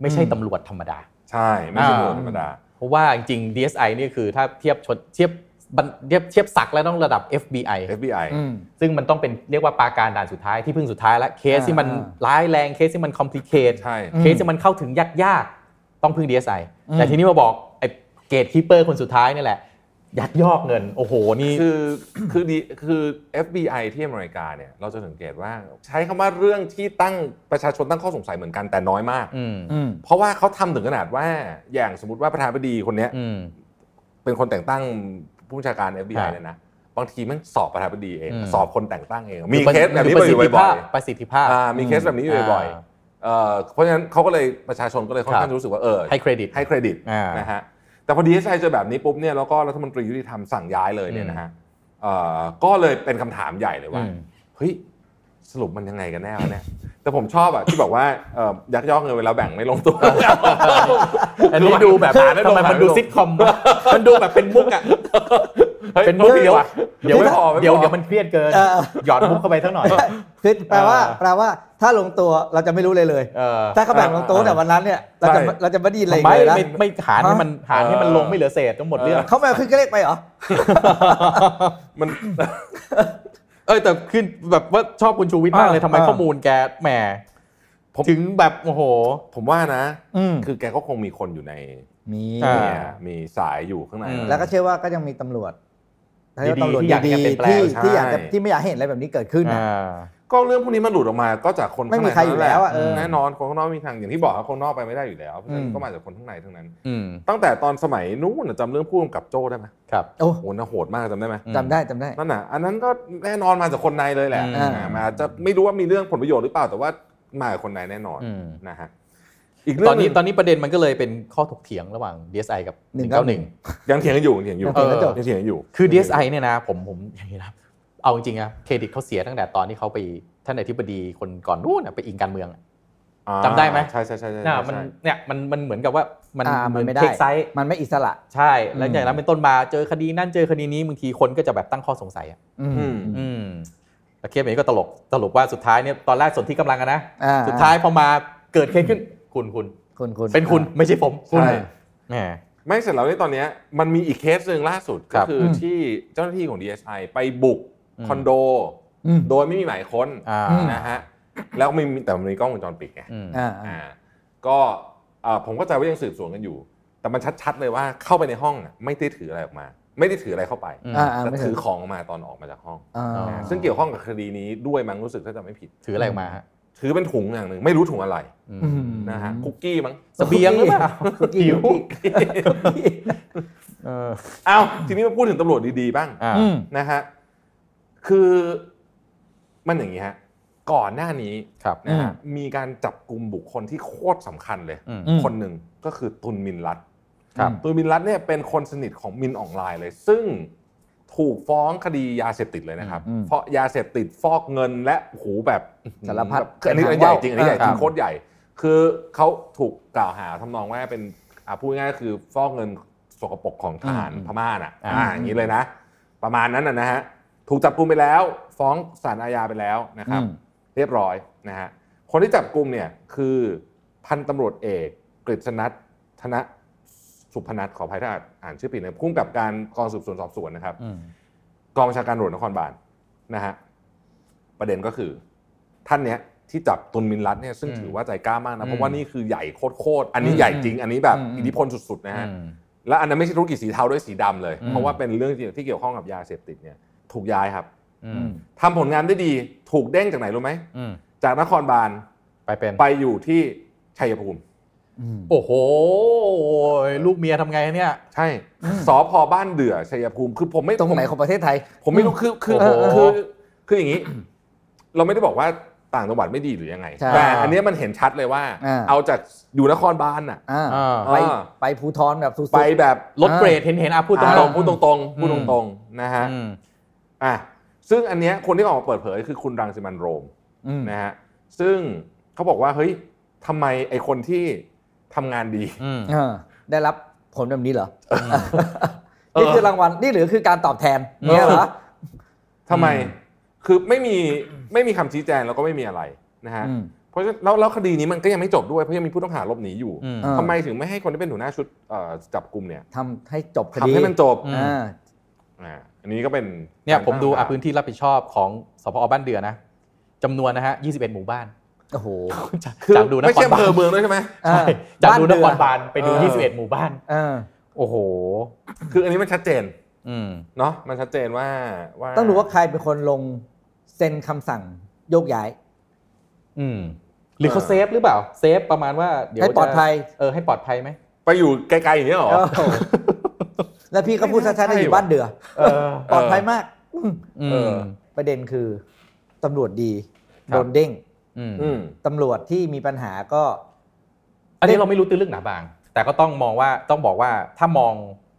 ไม่ใช่
อืม
ตำรวจธรรมดา
ใช่ไม่ใช่
อ่า
ตำรวจธรรมดา
เพราะว่าจริงๆ DSI เนี่ยคือถ้าเทียบชนเทียบบันเทียบเทียบศักดิ์แล้วต้องระดับ FBI
FBI
อืม
ซึ่งมันต้องเป็นเรียกว่าปราการด่านสุดท้ายที่พึ่งสุดท้ายแล้วเคสที่มัน
อ่า
ร้ายแรงเคสที่มันคอมพลีเคท
ใช่
เคสที่มันเข้าถึงยากๆ ต้องพึ่ง DSI
อืม
แต่ทีนี้มาบอกไอ้เกตคีเปอร์คนสุดท้ายนี่แหละ ยักยอกเงิน โอ้โห นี่
คือคือดีคือ FBI ที่อเมริกาเนี่ยเราจะสังเกตว่าใช้คำว่าเรื่องที่ตั้งประชาชนตั้งข้อสงสัยเหมือนกันแต่น้อยมาก
อืม
อืม
เพราะว่าเขาทำถึงขนาดว่าอย่างสมมติว่าประธานาธิบดีคนเนี้ย
อืม
เป็นคนแต่งตั้งผู้บัญชาการ
ครั
FBI
บ
เนี่ยนะบางทีแมันสอบประธานาธิบดีเอง
อืม
สอบคนแต่งตั้งเอง มีเคสแบบนี้บ่อยๆบ่อยๆ
ประสิทธิภาพ
อ่ามีเคสแบบนี้อยู่บ่อย
อ่า
ๆเอ่อเพราะฉะนั้นเขาก็เลยประชาชนก็เลยค่อน
ครั
ข้าง
บ
จะรู้สึกว่าเออ
ให้เครดิต
ให้เครดิต
อ่าน
นะฮะแต่พอดีเอสไอเจอแบบนี้ปุ๊บเนี่ยแล้วก็รัฐมนตรียุติธรรมสั่งย้ายเลยเนี่ยนะฮะเอ่อก็เลยเป็นคำถามใหญ่เลยว่า
อืม
เฮ้ยสรุปมันยังไงกันแน่วะเนี่ยแต่ผมชอบอะที่บอกว่าเอ่อยักยอกเงินไปแล้วแบ่งไม่ลงตัว
อันนี้ดูแบบ
หาไม่ลง
ทำไม
หาไม่
มันดู
ลง
ซิทคอมวะ มันดูแบบเป็นมุกอ่ะ
ฮ้ย
เป็นมุกเดียว
ฮ้
เดี๋ยว
ไม่
ไม่
พอ
เดี๋ยว
ไม่พอ
เดี๋ยวมันเครียดเกิน
เออ
หยอดมุกเข้าไปสักหน่อย
คือแปลว่า
อ่า
แปลว่าถ้าลงตัวเราจะไม่รู้เลยเลย
เออ
ถ้าเขาแบ่งลงตัวตั้งแต่วันนั้นเนี่ยเราจะเราจะไม่ไดีเลย
ทำไม่
เลยนะ
ไม่ไม่หารให้มันหารให้มันลงไม่เหลือเศษทั้งหมดเรื่อง
เขาไม่เอาขึ้นก็เลขไปเหรอ
มัน
เอ้ยแต่ขึ้นแบบว่าชอบคุณชูวิทย์มากเลย
อ่า
ทำไม
อ่า
ข้อมูลแกแหม
ผม
ถึงแบบโอ้โห
ผมว่านะ
อืม
คือแกก็คงมีคนอยู่ใน
มี
อ่า
เนี่ยมีสายอยู่ข้างใน
อืม
แล้วก็เชื่อว่าก็ยังมีตำรวจ
ดีๆ
ตำรวจ
ที่อยาก
ดี
จะเปลี่ยนแป
ๆ
ลง
ที่
ใช่
ที่อยากจะที่ไม่อยากเห็นอะไรแบบนี้เกิดขึ้นน่ะ
อ่า
ก็เรื่องพวกนี้มันหลุดออกมาก็จากคน
ไม่มีใครอยู่แล้วอะ
ข้างใน
เออ
ทั้งนั้นหแน่นอนคนข้างนอกมีทางอย่างที่บอกครับคนนอกไปไม่ได้อยู่แล้วเพราะฉะนั้
อื
น
ม
ก็มาจากคนข้างในทั้งนั้น
อืม
ตั้งแต่ตอนสมัยนู้นน่ะจำเรื่องพูดกับโจ้ได้ไหม
ครับ
โอ้
โอ้โหน่าโหดมากจำได้ไหม
จำได้จำได้
นั่นน่ะอันนั้นก็แน่นอนมาจากคนในเลยแหละ
อ่า
อ่ามาอาจจะไม่รู้ว่ามีเรื่องผลประโยชน์หรือเปล่าแต่ว่ามาจากคนในแน่นอน
อืม
นะฮะอีกเรื่
ตอ
อน ง
นี้
หง
ตอนนี้ประเด็นมันก็เลยเป็นข้อถกเถียงระหว่าง DSI กับ 191
ยังเถียงกันอยู่ยังเถียงอยู่
ยังเถียงกันอยู่
ยังเถียงกันอยู่
คือ DSI เนี่ยนะผมผมอย่างนี้นะเอาจริงๆนะเครดิตเขาเสียตั้งแต่ตอนที่เขาไปท่านอธิบดีคนก่อนนู้นน่ะไปอิงการเมืองอะ
อ่า
จำได้ไหม
ใช่ใช่ใช่ใช่
น่ะ
ใช่
มันเนี่ยมันมันเหมือนกับว่ามัน
อ่ามันไม่ได้
เทคไซส์
มันไม่อิสระ
ใช่ แล้วอย่างนั้นเป็นต้นมาเจอคดีนั่นเจอคดีนี้บางทีคนก็จะแบบตั้งข้อสงสัยอะ
อื
อื
ม
ม
อืมแต่เคสแบบนี้ก็ตลกสรุปว่าสุดท้ายเนี่ยตอนแรกสนที่กำลังกันนะ
อ่
สุดท้ายพอมาเกิดเคสขึ้น คุณคุณ
คุณคุณ
เป็นคุณไม่ใช่ผมคุณ
ใช่
แหม
ไม่เสร็จแล้วในตอนเนี้ยมันมีอีกเคสหนึ่งล่าสุด
ครั
ก็
บ
คือที่เจ้าหน้าที่ของ DSI ไปบุก
อืม
คอนโด
อืม
โดยไม่มีหมายค้น
อ่า
อืม
นะฮะแล้วไม่มีแต่มันมีกล้องวงจรปิดไง
อืม
อ่า
อ่าก็เอ่อผมเข้าใจว่ายังสืบสวนกันอยู่ แต่มันชัดๆเลยว่าเข้าไปในห้องน่ะไม่ได้ถืออะไรออกมา ไม่ได้ถืออะไรเข้าไป
อืม
อ่าอ่า
แต่
ไม่ถึ
ถื
ง
อของออกมาตอนออกมาจากห้อง
อ่า
อ่า
นะซึ่งเกี่ยวข้องกับคดีนี้ด้วยมั้งรู้สึกถ้าจำไม่ผิด
ถืออะไรออกมาฮะ
ถือเป็นถุงอย่างหนึ่งไม่รู้ถุงอะไร
อืม
อืม
นะฮะคุกกี้มั้ง
เสบียงหรือเปล่า
คุกกี้คุกกี้
เออ
เอ้าทีนี้มาพูดถึงตำรวจดีๆบ้าง
อ่า
อืม
นะฮะคือมันอย่างนี้ฮะก่อนหน้านี้
ครับ
นะฮะมีการจับกลุ่มบุคคลที่โคตรสำคัญเลย
อืม
คนหนึ่งก็คือตุนมินรัต
ครับ
ตูนมินรัตเนี่ยเป็นคนสนิทของมินอองไลน์เลย ซึ่งถูกฟ้องคดียาเสพติดเลยนะครับ
อืม
เพราะยาเสพติดฟอกเงินและโอ้โหูแบบ
สารพัด
คืออันนี้อันนี้ให
เป็นหางว่าว
ญ่จริงอันนี้ใหญ่จริ
ครั
ง
บ
โคตรใหญ่ คือเขาถูกกล่าวหาทำนองว่าเป็นอ่ะพูดง่ายๆคือฟอกเงินสกปรกของทหารพม่าน่ะอ่าอย่างนี้เลยนะ ประมาณนั้นนะนะฮะถูกจับกุมไปแล้ว ฟ้องศาลอาญาไปแล้วนะครับ
อืม
เรียบร้อยนะฮะคนที่จับกลุ่มเนี่ยคือพันตำรวจเอกกฤษณัทธนสุพนัทขออภัยถ้าอ่านชื่อผิดนะพุ่มกับการกองสืบสวนสอบสวนนะครับ
อืม
กองบัญชาการตำรวจนครบาลนะฮะประเด็นก็คือท่านเนี้ยที่จับตุนมินรัตเนี่ยซึ่งถือว่าใจกล้ามากนะเพราะว่านี่คือใหญ่โคตรๆอันนี้ใหญ่จริง อันนี้แบบ
อืม
อิทธิพลสุดๆนะฮะ
อืม
และอันนั้นไม่ใช่ธุรกิจสีเทาด้วยสีดำเลย
อืม
เพราะว่าเป็นเรื่องที่เกี่ยวข้องกับยาเสพติดเนี่ยถูกย้ายครับ
อื
อื
ม
ม
ทำผลงานได้ดีถูกเด้งจากไหนรู้ไหม
อืม
จากนครบาล
ไปเป็น
ไปอยู่ที่ชัยภูมิ
อืม
โอ้โห ลูกเมียทำไงเนี่ย
ใช่
อืม
สพบ้านเดือชัยภูมิคือผมไม่
ตรงไหนของประเทศไทย
ผมไม่รู้คือคือ
โอ้โห
คือคืออย่างนี้ เราไม่ได้บอกว่าต่างจังหวัดไม่ดีหรือยังไง
ใช่
แต่อันเนี้ยมันเห็นชัดเลยว่า
อ่า
เอาจากอยู่นครบาลน่ะ
อ่า
อ่า
ไป
อ่า
ไปภูทรแบบสุดๆ
ไปแบบ
ลดเกรดเห็นเห็นๆอ่ะพูดตร
อ่าง
ๆ
พูดตรงๆพูด
อื
ต
ม
รงๆนะฮะ
อืม
อ่ะซึ่งอันเนี้ยคนที่ออกมาเปิดเผยคือคุณรังสิมันต์โรม
อืม
นะฮะซึ่งเขาบอกว่าเฮ้ยทำไมไอคนที่ทำงานดี
อืม
เออได้รับผลแบบนี้เหรอ
เออ
นี่คือรางวัล นี่หรือคือการตอบแทนเนี่ยเหรอ
ทำไม
อืม
คือไม่มีไม่มีคำชี้แจงแล้วก็ไม่มีอะไรนะฮะ
อืม
เพราะฉะนั้นแล้วแล้วคดีนี้มันก็ยังไม่จบด้วยเพราะยังมีผู้ต้องหาหลบหนีอยู่
อืม
เออ
ทำไมถึงไม่ให้คนที่เป็นหัวหน้าชุดเอ่อจับกลุ่มเนี่ย
ทำให้จบคดี
ทำให้มันจบ
อืม
อ่า
อ่าอันนี้ก็เป็น
เนี่ยผมดูอ่ะ
กรตั้ง
พื้นที่รับผิดชอบของสพอบ้านเดือนะจำนวนนะฮะ 21 หมู่บ้าน
โอ้โห
จาก
คือ
จากดูน
ไม่
คร
ใช่อำ
บา
เภ
ล
อเมืองด้วยใช่ไหม
ใช่
อ่า
จาก
บ้าน
ดู
เดื
น
อ
ครบาลไปดู
เออ
21 หมู่บ้าน
เออ
โอ้โห
คืออันนี้มันชัดเจน
อืม
เนาะมันชัดเจนว่าว่า
ต้องดูว่าใครเป็นคนลงเซ็นคำสั่งโยกย้าย
อืม หรือเขาเซฟหรือเปล่า เซฟประมาณว่าเดี๋ยว
ให้ปลอด
จะ
ภัย
เออให้ปลอดภัยไหม
ไปอยู่ไกลๆอย่างนี้ยเหรอ
โอ้โหแล้วพี่ก็พูดชัดๆได้อยู่บ้านเดือ
เออ
ปลอดภัยมากอืม
อื
เอ
ม
อ
ประเด็นคือตำรวจดี
ครับ
โดนเด้ง
อืม
อืม
ตำรวจที่มีปัญหาก็
อันนี้เราไม่รู้ตื้นลึกหนาบาง แต่ก็ต้องมองว่าต้องบอกว่าถ้ามอง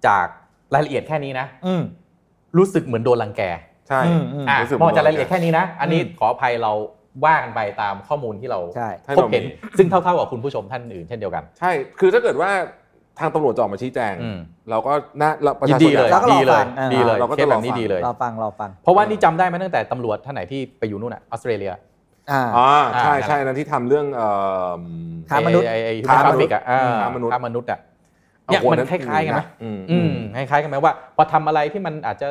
จากรายละเอียดแค่นี้นะ
อืม
รู้สึกเหมือนโดนรังแก
ใช่
อืมอืม
อ่ะ
รู้สึ
มองจากรายละเอียดแค่นี้นะ อันนี้
อืม
ขออภัยเราว่ากันไปตามข้อมูลที่เรา
ใช่
ให้
พบ
รา
เห็น
มี
ซึ่งเท่าๆกับคุณผู้ชมท่านอื่นเช่นเดียวกัน
ใช่ คือถ้าเกิดว่าทางตำรวจจะออกมาชี้แจง
อืม
เราก็น่าเราประ
ยิ
ชาน ช
ดี
น
เลย
อะ
แล้วก็รอ
ดีเล
ฟั
ย
งอ่า
ดีเลย
เราก็
เค
จะ
ส
ร
แบ
อฟัง
บนี้ดีเลย
เราฟังเราฟัง
เพราะว่านี่จำได้ไหมาตั้งแต่ตำรวจท่านไหนที่ไปอยู่นู่นอะออสเตรเลีย
อ่า
อ่าใช่
อ่า
ใช่นั้นที่ทำเรื่องเอ่อ
ค้ามนุษย์
ไอ้ไอ้
ค้ามนุษย์
ทฟิกอะอ่
ค้ามนุษย์
ค้ามนุษย์อะเนี่ยมันคล้ายๆกันไหม
อืม
อืมคล้ายๆกันไหมว่า พอทำอะไรที่มันอาจจะ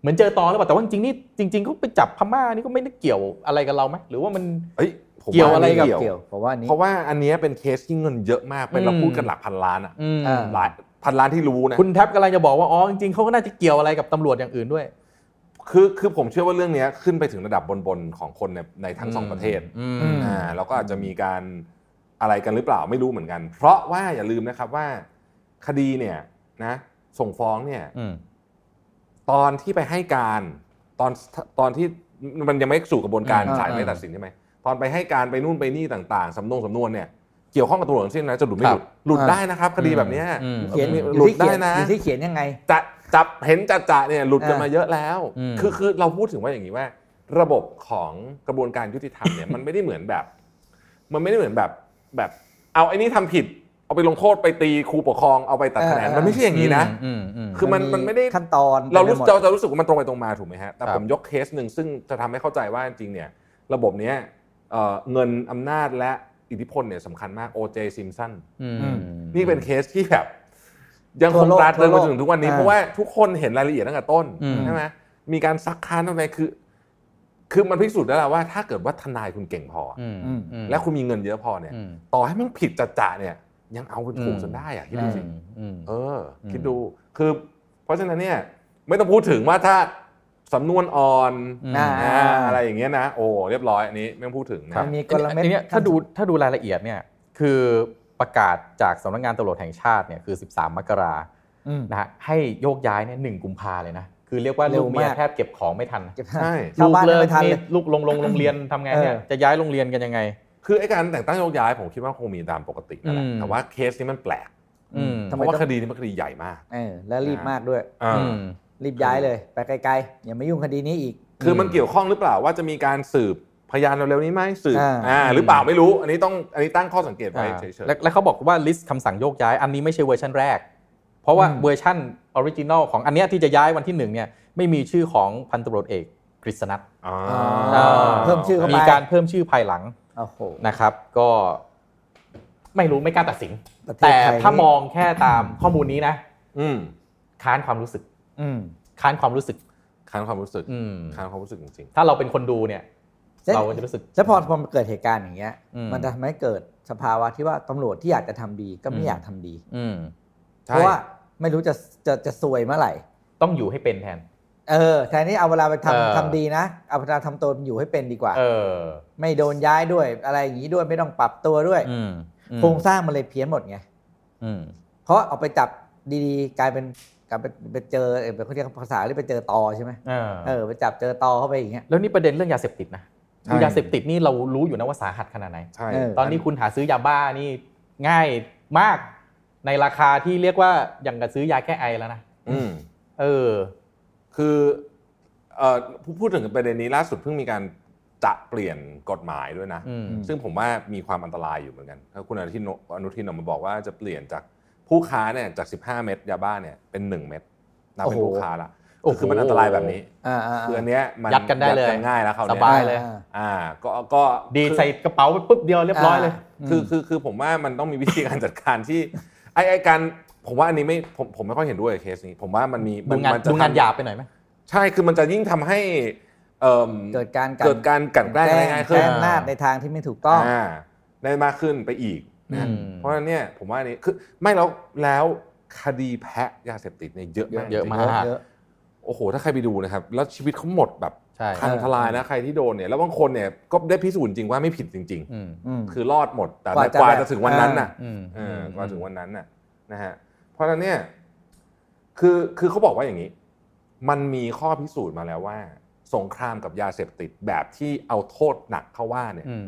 เหมือนเจอตอหรือเปล่าแต่ว่าจริงๆนี่จริงๆเขาไปจับพม่านี่ก็ไม่ได้เกี่ยวอะไรกับเราไหมหรือว่ามัน
เอ้ยผม
เกี่ยวอะไรกับ
ม่
เกี่ยวเพราะว่านี้
เพราะว่าอันเนี้ยเป็นเคสที่เงินเยอะมาก เป็นเรา
อืม
พูดกันหลักพันล้านอะ
อืม
อ่า
หลายพันล้านที่รู้นะ
คุณแท็บกำลังจะบอกว่าอ๋อจริงๆเขาก็น่าจะเกี่ยวอะไรกับตำรวจอย่างอื่นด้วย
คือคือผมเชื่อว่าเรื่องเนี้ยขึ้นไปถึงระดับบนๆของคนในในทั้งสองประเทศ
อืม
ม
อ่าเราก็อาจจะมีการอะไรกันหรือเปล่าไม่รู้เหมือนกัน เพราะว่าอย่าลืมนะครับว่าคดีเนี่ยนะส่งฟ้องเนี่ย
อืม
ตอนที่ไปให้การตอนตอนที่มันยังไม่สู่กระบวนการ
อืม
ศาลไม่
อ่า
ตัดสินใช่ไหมตอนไปให้การไปนู่นไปนี่ต่างๆสำนงสำนวนเนี่ยเกี่ยวข้องกับตำรวจทั้งสิ้นนะจะหลุดไม่หลุดหลุด
อ่า
ได้นะครับ คดีแบบเนี้ย
อืม
เขียน
มี
อยู่ที่เขียน
หลุดได้นะ
อยู่ที่เขียนยังไง
จะจับเห็นจัดจะเนี่ยหลุดกันมาเยอะแล้ว
อืม
คือคือเราพูดถึงว่าอย่างนี้ว่า ระบบของกระบวนการยุติธรรมเนี่ย มันไม่ได้เหมือนแบบ มันไม่ได้เหมือนแบบแบบ เอาไอ้นี่ทำผิด เอาไปลงโทษไปตีครูปกครองเอาไปตัดคะแนน
อ่ามั
มันไม่ใช่อย่างนี้นะ
อืมอืม
คือมันมันไม่ได้
ขั้นตอน
เรารู้
ต็มไปหมด
เราจะรู้สึกว่ามันตรงไปตรงมาถูกไหมฮะ แต่
ครับ
ผมยกเคสหนึ่งซึ่งจะทำให้เข้าใจว่าจริงๆเนี่ย ระบบเนี้ยเอ่อเงินอำนาจและอิทธิพลเนี่ยสำคัญมาก O.J. Simpson
อืม
นี่เป็นเคสที่แบบ ยังค
ทั่ว
ง
โลก
ตราตรึงมาจนถึงทุกวันนี้
ทั่วโลก
เพราะว่าทุกคนเห็นรายละเอียดตั้งแต่ต้น
อืม
ใช่ไหมมีการซักค้านตรงไหนคือ คือมันพิสูจน์ได้แล้วว่า ถ้าเกิดว่าทนายคุณเก่งพออ
อืมอืม
และคุณมีเงินเยอะพอเนี่ย
อืม
ต่อให้มันผิดจัดจ่าเนี่ย ยังเอาไปถูก
อืม
จนได้อะคิดดูสิ
อืม
เอออ
ม
คิดดูคือ เพราะฉะนั้นเนี่ย ไม่ต้องพูดถึงว่าถ้าสำนวนอ่อน
อืม
อ่าอะไรอย่างเงี้ยนะ โอ้เรียบร้อยอันนี้ไม่ต้องพูดถึงนะ
มันมีกลเม็ด
อันเนี้ย
ขั้น
ถ้าดูถ้าดูรายละเอียดเนี่ยคือประกาศจากสำนักงานตำรวจแห่งชาติเนี่ยคือ 13 มกรา
อืม
นะฮะให้โยกย้ายเนี่ยหนึ่งกุมภาเลยนะ คือเรียกว่า
เร็
ลู
ว
ก
มาก
เมียแทบเก็บของไม่ทัน
เก็บ
ใช่
ชาวบ้าน
เลิ
ยังไม่ทัน
นี่
เลย
ลูกลงลงโรงเรียนทำไงเนี่ย
เออ
จะย้ายโรงเรียนกันยังไง
คือไอ้การแต่งตั้งโยกย้ายผมคิดว่าคงมีตามปกตินั่นแหละ
อืม
แต่ว่าเคสนี้มันแปลก
อืม
ทำไม
เพราะว่า
ต้อง
คดีนี้มันคดีใหญ่มาก
เออแล้วรีบมากด้วย
อ่า
อืม
รีบย้ายเลย ไปไกลๆ อย่ามายุ่งคดีนี้อีก
คือมัน
อืม
เกี่ยวข้องหรือเปล่าว่าจะมีการสืบพยานเร็วๆนี้ไหมสืบ
อ่า
อ่าหรือเปล่าไม่รู้ อันนี้ต้องอันนี้ตั้งข้อสังเกตไว้เฉยๆ
และและเขาบอกว่าลิสต์คำสั่งโยกย้าย อันนี้ไม่ใช่เวอร์ชันแรก เพราะว่า
อืม
เวอร์ชันออริจินอลของอันเนี้ยที่จะย้ายวันที่หนึ่งเนี่ยไม่มีชื่อของพันตำรวจเอกกฤษณัท
อ่าเพิ่มชื่อเข้าไป
มีการเพิ่มชื่อภายหลัง
โอ้โห
นะครับ ก็ไม่รู้ไม่กล้าตัดสิน
ประเทศ
แต่
ไทยนี่
ถ้ามองแค่ตามข้อมูลนี้นะ
อืม
ค้านความรู้สึก
อืม
ค้านความรู้สึก
ค้านความรู้สึก
อืม
ค้านความรู้สึกจริง
ถ้าเราเป็นคนดูเนี่ย
แล้ว
เราจะรู้สึก
แล้วพอพอมันเกิดเหตุการณ์อย่างเงี้ย
อืม
มันจะทำให้เกิดสภาวะที่ว่าตำรวจที่อยากจะทำดีก็
อื
ไม่
ม
อยากทำดี
อืม
ๆ
เพ
ใช่
ราะว่า ไม่รู้จะจะจะซวยเมื่อไหร่
ต้องอยู่ให้เป็นแทน
เออแทนที่เอาเวลาไป
เออ
ทำทำดีนะ เอาเวลาทำตัวอยู่ให้เป็นดีกว่า
เออ
ไม่โดนย้ายด้วยอะไรอย่างนี้ด้วยไม่ต้องปรับตัวด้วย
อืมอืม
โครงสร้างมันเลยเพี้ยนหมดไง
อืม
เพราะเอาไปจับดีๆ กลายเป็นกลายเป็นไปเจอเออเป็นคนที่ภาษาเรียกไปเจอตอใช่ไหม
เออ
เออไปจับเจอตอเข้าไปอย่างเงี้ย
แล้วนี่ประเด็นเรื่องยาเสพติดนะ
ใช่
คือยาเสพติดนี่เรารู้อยู่นะว่าสาหัสขนาดไหน
ใช่
เออ
ตอนนี้คุณหาซื้อยาบ้านี่ง่ายมากในราคาที่เรียกว่าอย่างกับซื้อยาแก้ไอแล้วนะ
อืม
เออ
คือเอ่อพูพูดถึงประเด็นนี้ล่าสุดเพิ่งมีการจะเปลี่ยนกฎหมายด้วยนะ
อืม
ซึ่งผมว่ามีความอันตรายอยู่เหมือนกันถ้าคุณอนุทินอนุทินออกมาบอกว่าจะเปลี่ยนจากผู้ค้าเนี่ยจาก 15 เม็ดยาบ้าเนี่ยเป็น 1 เม็ดนับเป็น
โอ้โห
ผู้ค้าละ
โอ้โห
คือมันอันตรายแบบนี้
อ่าอ่า
คืออั
อ่าน
เนี้ยมัน
ยัดกันได้เลย
ง่ายแล้วเขาว
ส
เนี้
บาย
ย
เลย
อ่า
อ่าก็ก็
ดีด
คือ
ใส่กระเป๋าไปปุ๊บเดียวเรียบร้อยเลย
คือคือคือผมว่ามันต้องมีวิธีการจัดการที่ไอไอการผมว่าอันนี้ไม่ผมผมไม่ค่อยเห็นด้วยกับเคสนี้ ผมว่ามันมีมั
ดูงาน
มัจะ
ดูงาน
ทำ
หยาบไปหน่อยไหม
ใช่คือมันจะยิ่งทำให้เอิ่ม
เกิดการ
เกิดการกลันแกล้งได้ง่าย
แก
ขึ้
ล้
น
งนาดในทางที่ไม่ถูกต้อง
อ่าได้มากขึ้นไปอีกนะ
อืม
เพราะฉะนั้นเนี่ยผมว่าอันนี้คือไม่แล้วแล้วคดีแพะยาเสพติดเนี่ยเยอะมาก
เยอะมา
จ
ก
ริงๆโอ้โห ถ้าใครไปดูนะครับ แล้วชีวิตเขาหมดแบบ
ใช่
พังทลายนะใครที่โดนเนี่ยแล้วบางคนเนี่ยก็ได้พิสูจน์จริงว่าไม่ผิดจริง
อืม
อืม
ๆ คือรอดหมดแต่
กว่าจะ
กว่า
แบ
จะ
บ
ถึงวันนั้นน่ะ
อืม
เออก่อนถึงวันนั้นน่ะนะฮะเพราะฉะนั้นเนี่ยคือคือเขาบอกว่าอย่างนี้ มันมีข้อพิสูจน์มาแล้วว่า สงครามกับยาเสพติดแบบที่เอาโทษหนักเข้าว่าเนี่ย
อืม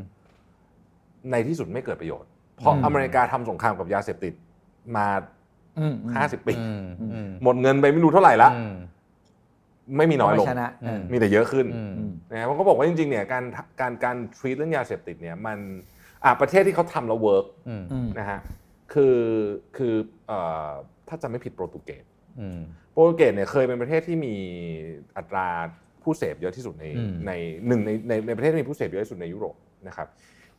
ในที่สุดไม่เกิดประโยชน์ เพราะ
อืม
อเมริกาทำสงครามกับยาเสพติดมา
อืมอืม
50 ปี
อืมอืม
หมดเงินไปไม่รู้เท่าไหร่ละ
อืม
ไม่มีน้อยลง
ไม่ชนะเออ
มีแต่เยอะขึ้น
อืม
อืม
นะฮะเพราะเขาบอกว่าจริงๆเนี่ยการการการทรีตเรื่องยาเสพติดเนี่ยมันอ่ะประเทศที่เขาทำแล้วเวิร์ก
อืม
อืม
นะฮะคือคือเอ่อถ้าจะไม่ผิดโปรตุเกส
อืม
โปรตุเกสเนี่ยเคยเป็นประเทศที่มีอัตราผู้เสพเยอะที่สุดใน
อืม
ในหนึ่งในในในประเทศที่มีผู้เสพเยอะที่สุดในยุโรปนะครับ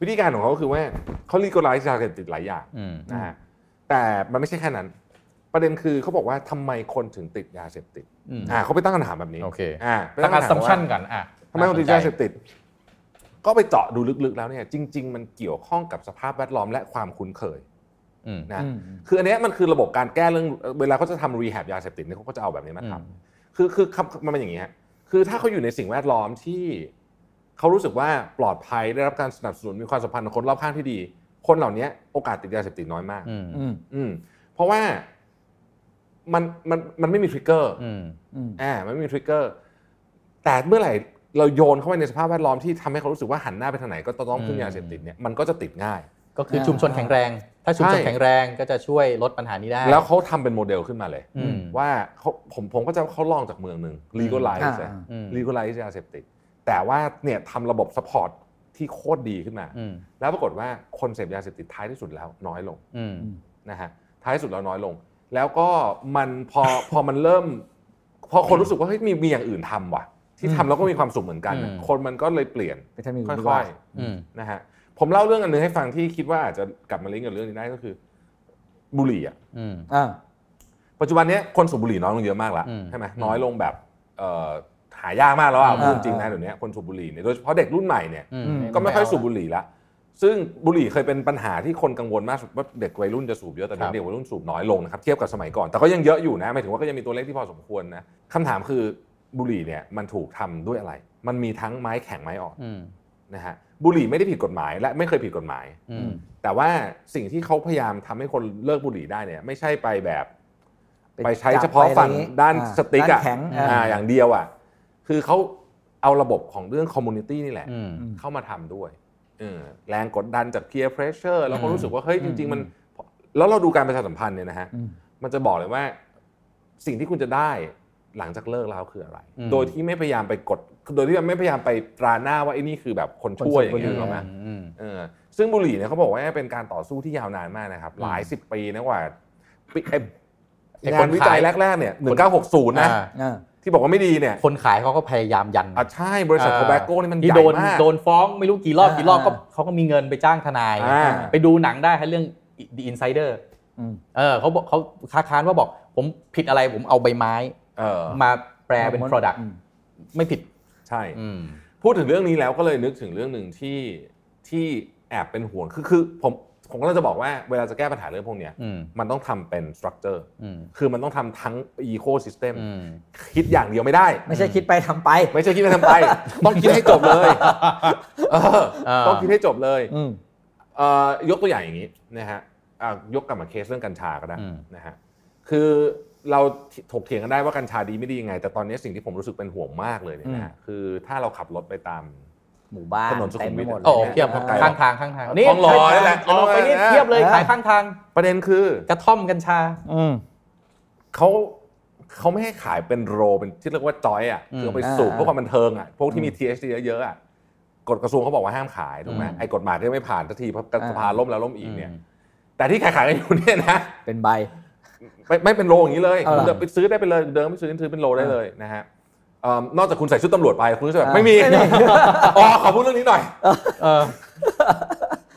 วิธีการของเขาก็คือว่าเขาลีกอไลซ์ยาเสพติดหลายอย่าง
อืม
นะฮะแต่มันไม่ใช่แค่นั้น ประเด็นคือเขาบอกว่าทำไมคนถึงติดยาเสพติด
อืม
อ่าเขาไปตั้งคำถามแบบนี้
โอเค
อ่าไป
ตั้
ตั้
ง
ง
คำ
คำ
สั
ถาม ม
ชัน
ว่า
ก่อนอ่ะ
ทำไมคนติดยาเสพ
น่สนใจ
ติด ก็ไปเจาะดูลึกๆแล้วเนี่ยจริง ๆ มันเกี่ยวข้องกับสภาพแวดล้อมและความคุ้นเคย
อืม
นะ
อืม
คืออันเนี้ยมันคือระบบการแก้เรื่องเวลาเขาจะทำรีแฮบยาเสพติดเนี่ยเขาก็จะเอาแบบนี้มาทำคือคือคำมันเป็นอย่างนี้ฮะคือถ้าเขาอยู่ในสิ่งแวดล้อมที่เขารู้สึกว่าปลอดภัยได้รับการสนับสนุนมีความสัมพันธ์กับคนรอบข้างที่ดี คนเหล่านี้โอกาสติดยาเสพติดน้อยมาก
อืม
อืม
อืมเพราะว่ามันมันมันไม่มีทริกเกอร์
อืม
อืม
อ่ามันไม่มีทริกเกอร์แต่เมื่อไหร่เราโยนเข้าไปในสภาพแวดล้อมที่ทำให้เขารู้สึกว่าหันหน้าไปทางไหนก็ต้องพึ่งยาเสพติดเนี่ยมันก็จะติดง่าย
ก็คือชุมชนแข็งแรง ถ้าชุมชน
ใช่
แข็งแรงก็จะช่วยลดปัญหานี้ได้
แล้วเขาทำเป็นโมเดลขึ้นมาเลย
อืม
ว่าเขาผมผมก็จะเขาลองจากเมืองหนึ่ง legalize
อ่า
อะ
อืม
legalize ยาเสพติด แต่ว่าเนี่ยทำระบบ support ที่โคตรดีขึ้นมา
อืม
แล้วปรากฏว่าคนเสพยาเสพติดท้ายที่สุดแล้วน้อยลง
อืม
นะฮะท้ายที่สุดแล้วน้อยลง แล้วก็มันพอ พอมันเริ่ม พอคนรู้สึกว่าเฮ้ยมีมีอย่างอื่นทำว่ะ ที่ทำแล้วก็มีความสุขเหมือนกันน่ะ
อืม
คนมันก็เลยเปลี่ยน
ไปทำอย่าง
ค่
อื่นดีกว่า
อยๆ
อืม
นะฮะผมเล่าเรื่องอันนึงให้ฟังที่คิดว่าอาจจะกลับมาลิงก์กับเรื่องนี้ได้ก็คือ บุหรี่อ่ะ
อืม
อ่า
ปัจจุบันเนี้ยคนสูบบุหรี่น้อยลงเยอะมากละ
อืม
ใช่ไหมน้อยลงแบบเอ่อหายากมากแล้วอ่ะ
อ่า
พูดจริง
อ่า
นะเดี๋ยวนี้คนสูบบุหรี่เนี่ยโดยเฉพาะเด็กรุ่นใหม่เนี่ย
อืม
ก็ไม่ค่อยสูบบุหรี่ละซึ่งบุหรี่เคยเป็นปัญหาที่คนกังวลมากสุดว่าเด็กวัยรุ่นจะสูบเยอะแต่เดี๋ยวนี้เด็กวัยรุ่นสูบน้อยลงนะครับเทียบกับสมัยก่อนแต่ก็ยังเยอะอยู่นะหมายถึงว่าก็ยังมีตัวเลขที่พอสมควรนะคำถามคือบุหรี่เนี่ยมันถูกทำด้วยอะไร มันมีทั้งไม้แข็งไม้อ่อน
อืม
นะฮะบุหรี่ไม่ได้ผิดกฎหมายและไม่เคยผิดกฎหมาย
อืม
แต่ว่าสิ่งที่เขาพยายามทำให้คนเลิกบุหรี่ได้เนี่ยไม่ใช่ไปแบบ ไปใช้เฉพาะฝั่งด้าน
อ่า
สติ๊ก
ด้า
อ่ะ
นแข็งอ่า
อ่าอย่างเดียวอ่ะคือเขาเอาระบบของเรื่องคอมมูนิตี้นี่แหละ
อืม
เข้ามาทำด้วยเออแรงกดดันจาก peer pressure แล้วก็
อืม
รู้สึกว่า เฮ้ย จริง ๆ มัน
อื
แล้วเราดูการประชาสัมพันธ์เนี่ยนะฮะ
อืม
มันจะบอกเลยว่าสิ่งที่คุณจะได้หลังจากเลิกแล้วคืออะไร
อืม
โดยที่ไม่พยายามไปกด โดยที่ไม่พยายามไปตราหน้าว่าไอ้นี่คือแบบคนชั่วอย่าง
คนสู
เงี้
บ
ย
บุหรี่
หรอกนะ
อืม
เออซึ่งบุหรี่เนี่ยเขาบอกว่าเป็นการต่อสู้ที่ยาวนานมากนะครับ หลายสิบปีนะกว่าปีไอ้
ไอ้ค
งา
น
นวิจัย
ขาย
แรกๆเนี่ย1960 นะ
อ่า
อ่า
ที่บอกว่าไม่ดีเนี่ย
คนขายเขาก็พยายามยัน
อ่ะใช่บริษัทโทแบโก้นี่มันให
ที่
ญ่
โดน
มาก
โดนฟ้องไม่รู้กี่รอบกี่รอบก็
อ่า
เขาก็มีเงินไปจ้างทนาย
อ่า
ไปดูหนังได้ให้เรื่อง The Insider
อืม
เออเขาบอกเขาค้าค้านว่าบอก ผมผิดอะไรผมเอาใบไม้
เออ
มาแปลเป็น
เอามา
product
อืม
ไม่ผิด
ใช่
อืม
พูดถึงเรื่องนี้แล้วก็เลยนึกถึงเรื่องหนึ่งที่ที่แอบเป็นห่วงคือคือผม ผมก็จะบอกว่าเวลาจะแก้ปัญหาเรื่องพวกเนี้ย
อืม
มันต้องทำเป็น structure
อืม
คือมันต้องทำทั้ง ecosystem
อืม
คิดอย่างเดียวไม่ได้
ไม่ใช่คิดไปทำไป
ไม่ใช่คิดไปทำไป ต้องคิดให้จบเลยเออ
อ่า
ต้องคิดให้จบเลย
อืม
เอ่อยกตัวอย่างอย่างนี้นะฮะอ่ะยกกลับมาเคสเรื่องกัญชาก็ได้
อืม
นะฮะคือเราถกเถียงกันได้ว่ากัญชาดีไม่ดียังไง แต่ตอนนี้สิ่งที่ผมรู้สึกเป็นห่วงมากเลยเนี่ยนะฮะคือถ้าเราขับรถไปตาม
หมู่บ้าน
ถนนสุขุมวิท
เต็ไปหด
โอ้
ลนะ
เทียบครับ
ไกล
ข้างทางข้างทางนี่
ท้องร้อยแหละ
ออกไปนี่
เออ
เทียบเลยขายข้างทาง
ประเด็นคือ
กระท่อมกัญชา
อืม
เขาเขาไม่ให้ขายเป็นโรเป็นที่เรียกว่าจอยอ่ะ
อืม
คือเอาไปสูบ
อ่า
พวกความบันเทิงอ่ะพวกที่มี THC เยอะๆอ่ะกฎกระทรวงเขาบอกว่าห้ามขายถูกไหม
อืม
ไอ้กฎหมายก็ยังไม่ผ่านสักทีเพราะสภาล่มแล้วล่มอีกเนี่ย
อืม
แต่ที่ขายขายๆกันอยู่เนี่ยนะ
เป็นใบ
ไม่ไม่เป็นโรอย่างนี้เลย
เอาเหรอ
เดินไปซื้อได้ไปเลยเดินไปซื้อซื้อเป็นโรได้เลยนะฮะเอิ่มนอกจากคุณใส่ชุดตำรวจไปคุณก็จะแบบ
อ่า
ไม่มี
ไม่มี
อ๋อขอพูดเรื่องนี้หน่อย
เออ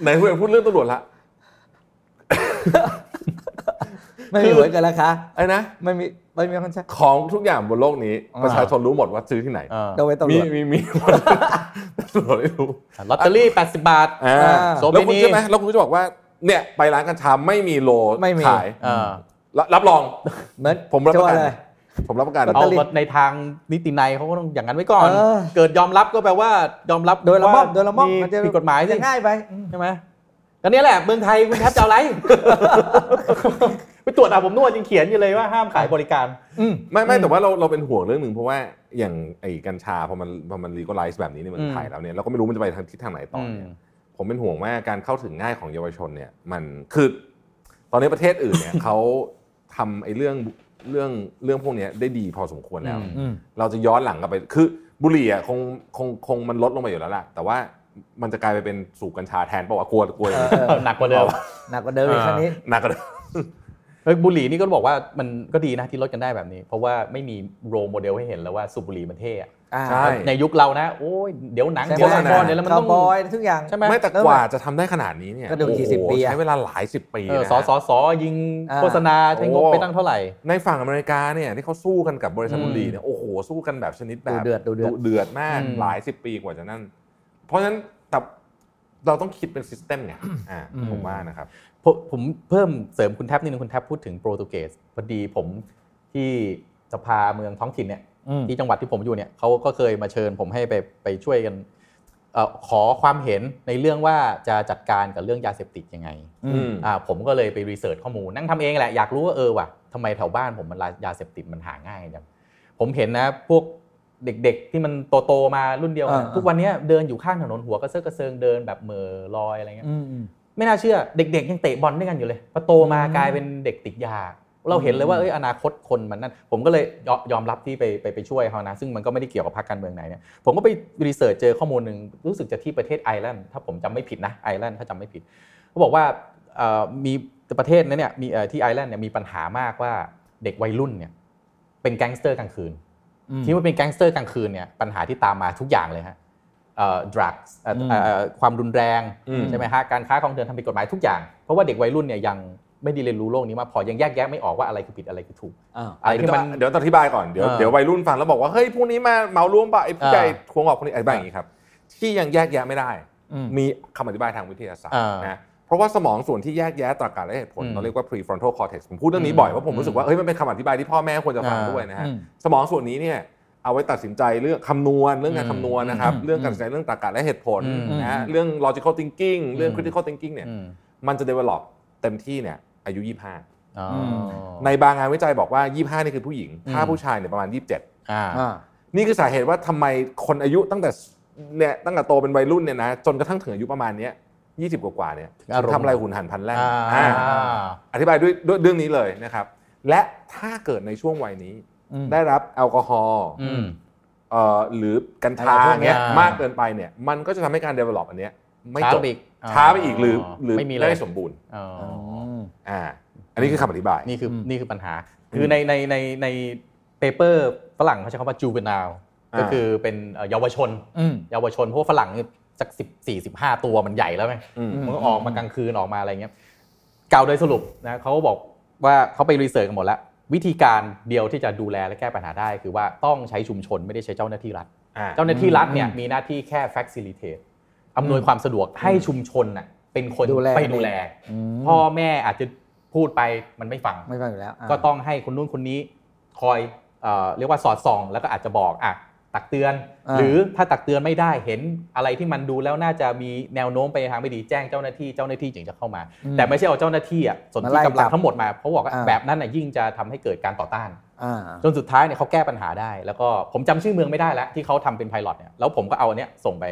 ไหนคุณพูดเรื่องตำรวจละ
ไม่มีหวยเกันราคา
ไอ้นะ
ไม่มีไม่มีคนใช้
ของทุกอย่างบนโลกนี้ ประชาชนรู้หมดว่าซื้อที่ไหน
เออ
โดยตำร
มี
วจ
มีมีหมดตำรวจไม่รู้
ลอตเตอรี่ 80 บาท
อ่า
โสเภณี
แล้วคุณใช่อไหมแล้วคุณจะบอกว่าเนี่ยไปร้านกัญชาไม่มีโล
ไม่มี
ขาย
เออ
รับรับรอง
เหมือน
ผมรับประกัน
เชื่อเลย
ผมรับประกัน
ลอต
เอา
เตอรี่
ในทางนิตินัยเขาก็ต้องอย่างนั้นไว้ก่อน
เออ
เกิดยอมรับก็แปลว่ายอมรับ
โดยละม่อม
ว่า
โดยละม่อมมันจะ
ผิดกฎหมายสิ
จะง่ายไปอืม
ใช่ไหมก็เนี่ยแหละเมืองไทยคุณแทบจะเอาอะไร ไปตรวจอาบผมนวดยังเขียนอยู่เลยว่าห้ามขายบริการ
อืม
ไม่ไม่แต่ว่าเราเราเป็นห่วงเรื่องหนึ่งเพราะว่าอย่างไอ้กัญชาพอมันพอมันรีกไลซ์แบบนี้ในเมืองไทย
อืม
แล้วเนี่ยเราก็ไม่รู้มันจะไปทางทิศทางไหนต่อเนี่ยผมเป็นห่วงว่าการเข้าถึงง่ายของเยาวชนเนี่ยมันคือตอนนี้ประเทศอื่น เนี่ย เขาทำไอ้เรื่องเรื่องเรื่องพวกเนี้ยได้ดีพอสมควรแล้ว
อืม
อืม
เราจะย้อนหลังกลับไปคือบุหรี่อ่ะคงคงคงมันลดลงไปอยู่แล้วล่ะแต่ว่ามันจะกลายไปเป็นสูบกัญชาแทนเปล่าวะกลัวกลัวอย่างนี้
เออ
เออหนักกว่าเดิม
หนักกว่าเดิมอีก
อ่า
ครั้งนี้
หนักกว่าเดิม
เฮ้ยบุหรี่นี่ก็บอกว่ามันก็ดีนะที่ลดกันได้แบบนี้ เพราะว่าไม่มีโรโมเดลให้เห็นแล้วว่าสูบบุหรี่มันเท่อะ
อ่า
ใช่
ในยุคเรานะโอ้ยเดี๋ยวหนัง
ใช่ไห
เดี๋ยวละ
ม
ครเดี๋ยวแล้วมัน
คา
ต้
ว
อง
บอยทุกอย่าง
ใช่ไหม
ไม่แต่กว่าจะทำได้ขนาดนี้เนี่ย
ก็ดู
โอ้โห
กี่สิบปีอะ
ใช้เวลาหลายสิบปี
เออ
นะ
สอ
ฮะ
สอสอยิงโฆษณาใช้งบ
โอ้
ไปตั้งเท่าไหร่
ในฝั่งอเมริกาเนี่ยที่เขาสู้กันกับบริษัท
อืม
บุหรี่เนี่ยโอ้โหสู้กันแบบชนิดแบ
ดู
บ
เดือดดูเดือด
เดือดมาก
อืม
หลายสิบปีกว่าจะนั่น เพราะฉะนั้นแต่เราต้องคิดเป็นซิสเต็มไงอ่าผมว่านะครับ
ผมผมเพิ่มเสริมคุณแท็บนิดนึงคุณแท็บพูดถึงโปรตุเกสพอดีผมที่สภาเมืองท้องถิ่นเนี่ย
อืม
ที่จังหวัดที่ผมอยู่เนี่ยเขาก็เคยมาเชิญผมให้ไปไปช่วยกันเออขอความเห็นในเรื่องว่าจะจัดการกับเรื่องยาเสพติดยังไง
อืม
อืม
อ่าผมก็เลยไปรีเสิร์ชข้อมูลนั่งทำเองแหละ อยากรู้ว่าเออว่ะทำไมแถวบ้านผมมันยาเสพติดมันหาง่ายจังผมเห็นนะพวกเด็กๆ ที่มันโตๆมารุ่นเดียวกัน
อ่า
ทุกวันเนี้ยเดินอยู่ข้างถนนหัวกระเซาะกระเซิงเดินแบบเหมือลอยอะไรเงี้ย
อืมอืม
ไม่น่าเชื่อเด็กๆ ยังเตะบอลด้วยกันอยู่เลยพอโตมา
อืม
กลายเป็นเด็กติดยา เราเห็นเลยว่าเอยอนาคตคนมันนั่นผมก็เลยยอยอมรับที่ไปไปไปช่วยเขานะซึ่งมันก็ไม่ได้เกี่ยวกับพรรคการเมืองไหนเนี่ยผมก็ไปรีเสิร์ชเจอข้อมูลหนึ่งรู้สึกจะที่ประเทศไอร์แลนด์ถ้าผมจำไม่ผิดนะไอร์แลนด์ถ้าจำไม่ผิด เขาบอกว่าเอ่อมีประเทศนั้นเนี่ยมีเอ่อที่ไอร์แลนด์เนี่ยมีปัญหามากว่าเด็กวัยรุ่นเนี่ยเป็นแก๊งสเตอร์กลางคืน
อืม
ที่ว่าเป็นแก๊งสเตอร์กลางคืนเนี่ยปัญหาที่ตามมาทุกอย่างเลยฮะเอ่อดรัก
อืม
ความรุนแรง
อืม
ใช่ไหมฮะการค้าของเดือนทำผิดกฎหมายทุกอย่าง เพราะว่าเด็กวัยรุ่นเนี่ยยังไม่ได้เรียนรู้โลกนี้มาพอยังแยกแยะไม่ออกว่าอะไรคือผิดอะไรคือถูก
อ้าว
อะไรที่มัน
เดี๋ยวต้องอธิบายก่อนเดี๋ยว
เออ
เดี๋ยววัยรุ่นฟังแล้วบอกว่าเฮ้ยพวกนี้มาเหมารวมป่ะไอ้ผู้ใหญ่
เออ
ทวงออกคนนี้ไอ้บ้าอย่างนี้ครับ ที่ยังแยกแยะไม่ได้
อืม
มีคำอธิบายทางวิทยาศาสต
เอ
ร์
อ
นะเพราะว่าสมองส่วนที่แยกแยะตรรกะและเหตุผล
อืม
เราเรียกว่า prefrontal cortex ผมพูดเรื่องนี้
อืม
บ่อยเพราะผมรู้สึกว่าเอ้ยมันเป็นคำอธิบายที่พ่อแม่ควรจะฟัง
อ่า
ด้วยนะฮะ
อืม
สมองส่วนนี้เนี่ยเอาไว้ตัดสินใจเรื่องคำนวณเรื่องการ
อืม
คำนวณนะครับ
อืม
เรื่องการตัดสินใจเรื่องตรรกะและเหตุผล
อืม
นะฮะเรื่อง logical thinking เรื่อง
อืม
critical thinking เนี่ย
อืม
มันจะ develop เต็มที่เนี่ยอายุ 25
อ๋อ
ในบางงานวิจัยบอกว่า 25นี่คือผู้หญิง ถ้าผู้ชายเนี่ยประมาณ 27
อ่า
อ่า
นี่คือสาเหตุว่าทำไมคนอายุตั้งแต่เนี่ยตั้งแต่โตเป็นวัยรุ่นเนี่ยนะจนกระทั่งถึงอายุประมาณเนี้ยยี่สิบกว่าๆเนี่ย
ถึงอารมณ์
ทำอะไรหุ่นหันพลันแล่น
อ่า
อ่าอธิบายด้วยด้วยเรื่องนี้เลยนะครับ และถ้าเกิดในช่วงวัยนี้
อืม
ได้รับแอลกอฮอล์
อืม
เอ่อหรือกัญชา
อะไรพวกเนี้
เงี้
ย
ยมากเกินไปเนี่ยมันก็จะทำให้การ develop อันเนี้ยไม่
ช้า
จ
ไป
บ
อีก
ช้าไปอีกหรือหรือ
ไม่มีเลย
ได้สมบูรณ์
อ๋อ
อ๋อ
อ่าอันนี้คือคำอธิบาย
นี่คืออ
ม
นี่คือปัญหา คือในในในในเปเปอร์ฝรั่งเขาใช้คำว่า juvenile
อ่า
ก็คือเป็นเอ่อเยาวชน
อืม
เยาวชนเพราะว่าฝรั่งนี่สักสิบสี่สิบห้าตัวมันใหญ่แล้วไหม
อืม
มันก็ออกมากลางคืนออกมาอะไรเงี้ยกล่าวโดยสรุปนะเขาบอกว่าเขาไปรีเสิร์ชกันหมดแล้ว วิธีการเดียวที่จะดูแลและแก้ปัญหาได้ คือว่าต้องใช้ชุมชนไม่ได้ใช้เจ้าหน้าที่รัฐ เจ้าหน้าที่รัฐเนี่ยมีหน้าที่แค่ facilitate อำนวยความสะดวกให้ชุมชนน่ะ เป็นคน
ดูแล
ไปดูแล
ม
พ่อแม่อาจจะพูดไปมันไม่ฟัง
ไม่ฟังอยู่แล้วะ
ก็ต้องให้คนนู้นคนนี้คอยเอ่อเรียกว่าสอดส่อง แล้วก็อาจจะบอกอ่ะตักเตือน
า
หรือถ้าตักเตือนไม่ได้เห็นอะไรที่มันดูแล้วน่าจะมีแนวโน้มไปในทางไม่ดีแจ้งเจ้าหน้าที่เจ้าหน้าที่จึงจะเข้ามา
อืม
แต่ไม่ใช่เอาเจ้าหน้าที่อ่ะสน
มา
ที่
ไล่
กำลั
จั
ง
บ
ทั้งหมดมาเพราะบอกว่า
อ่า
แบบนั้นน่ะยิ่งจะทำให้เกิดการต่อต้าน
อ่า
จนสุดท้ายเนี่ยเขาแก้ปัญหาได้ แล้วก็ผมจำชื่อเมืองไม่ได้แล้วที่เขาทำเป็นไพลอตเนี่ยแล้วผมก็เอาอันเนี้ยส่งไป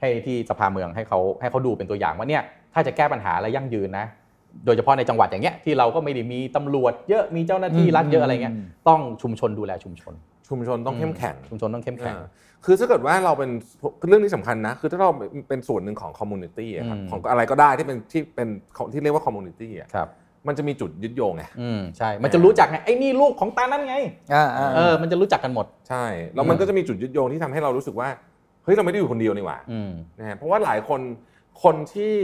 ให้ที่สภาเมืองให้เขาให้เขาดูเป็นตัวอย่างว่าเนี่ยถ้าจะแก้ปัญหาและยั่งยืนนะโดยเฉพาะในจังหวัดอย่างเงี้ยที่เราก็ไม่ได้มีตำรวจเยอะมีเจ้าหน้าที่รัฐเยอะอะไรเงี้ย
อืม
ต้องชุมชนดูแลชุมชน
ชุมชนต้องเข้มแข็ง
ชุมชนต้องเข้มแข็ง
อ่าคือถ้าเกิดว่าเราเป็นเรื่องนี้สำคัญนะ คือถ้าเราเป็นส่วนหนึ่งของคอมมูนิตี้ครับ
อืม
ของอะไรก็ได้ที่เป็นที่เป็นของที่เรียกว่าคอมมูนิตี้อ่ะ
ครับ
มันจะมีจุดยึดโยงไง
อืมใช่ มันจะรู้จักไงไอ้นี่ลูกของตานั่นไง
อ่าอ่า
เออมันจะรู้จักกันหมด
ใช่ แล้วมันก็จะมีจุดยึดโยงที่ทำให้เรารู้สึกว่า เฮ้ย เราไม่ได้อยู่คนเดียวนี่หว่า
อืม
นะฮะเพราะว่าหลายคนคนที่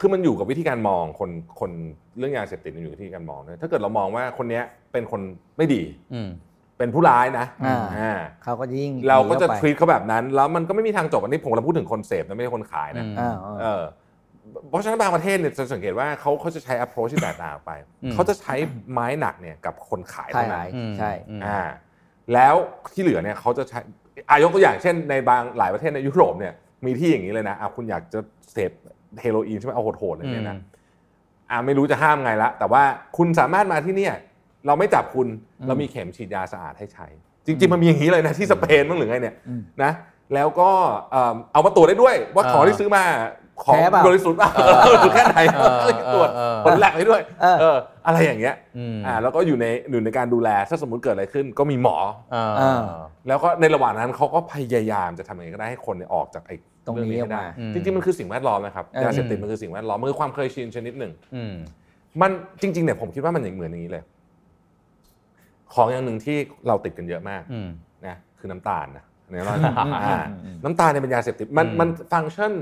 คือมันอยู่กับวิธีการมองคนคนเรื่องยาเสพติดมันอยู่กับวิธีการมองด้วยถ้าเกิดเรามองว่าคนเนี้ยเป็นคนไม่ดี
อืม
เป็นผู้ร้ายนะ
อ่า
อ่า
เขาก็ยิ่ง
เราก็จะ
หนี
ท
เข้าไป
รีตเขาแบบนั้น แล้วมันก็ไม่มีทางจบอันนี้ผมเราพูดถึงคนเสพนะไม่ใช่คนขายนะ
อืม
อ่า
เอ
อ่า
อเพราะฉะนั้นบางประเทศเนี่ยจะสังเกตว่าเขาเขาจะใช้ approach ที่แตกต่างออกไป
อืม
เขาจะใช้ไม้หนักเนี่ยกับคนขายเท่านั้
ขาย
น
อืม
ใช่
อืม
อ่าแล้วที่เหลือเนี่ยเขาจะใช้อายกตัวอย่างเช่นในบางหลายประเทศในยุโรปเนี่ยมีที่อย่างนี้เลยนะอ่ะคุณอยากจะเสพเฮโรอีนใช่ไหมเอาโหดๆเลยเนี่ยนะ
อืม
อ่ะไม่รู้จะห้ามไงละแต่ว่าคุณสามารถมาที่เนี่ยเราไม่จับคุณเรามีเข็มฉีดยาสะอาดให้ใช้ จริง ๆ มันมีอย่างนี้เลยนะที่สเปนมั้งหรือไงเนี่ย
อืม
นะแล้วก็เอิ่มเอามาตรวจได้ด้วย ว่า
เออ
ของที่ซื้อมาของ
แท้เปล่า
บริสุทธิ์เปล่า
เออ
หรือแค่ไหน
เออเอ
ต
อ
รวจ
เออ
ผลแลบให้ด้วย
เออ
เอออะไรอย่างเงี้ย
อืม
อ่าแล้วก็อยู่ในอยู่ในการดูแลถ้าสมมติเกิดอะไรขึ้น ก็มีหมอ
เออ
เออ
แล้วก็ในระหว่างนั้นเขาก็พยายามจะทำยังไงก็ได้ให้คนเนี่ยออกจากไอ้
ตรงนี้
เให้ได้
ออกมา
อืม
จริงๆมันคือสิ่งแวดล้อมนะครับ
เออ
ยาเสพติดมันคือสิ่งแวดล้อมมันคือความเคยชินชนิดหนึ่ง
อืม
มันจริงๆเนี่ยผมคิดว่ามันอย่างเหมือนอย่างนี้เลย ของอย่างหนึ่งที่เราติดกันเยอะมาก
อืม
นะคือน้ำตาลนะเนี่ยเรา
อืม
อ่าน้ำตาลเนี่ยเป็นยาเสพติดมัน
อืม
มันฟังก์ชัน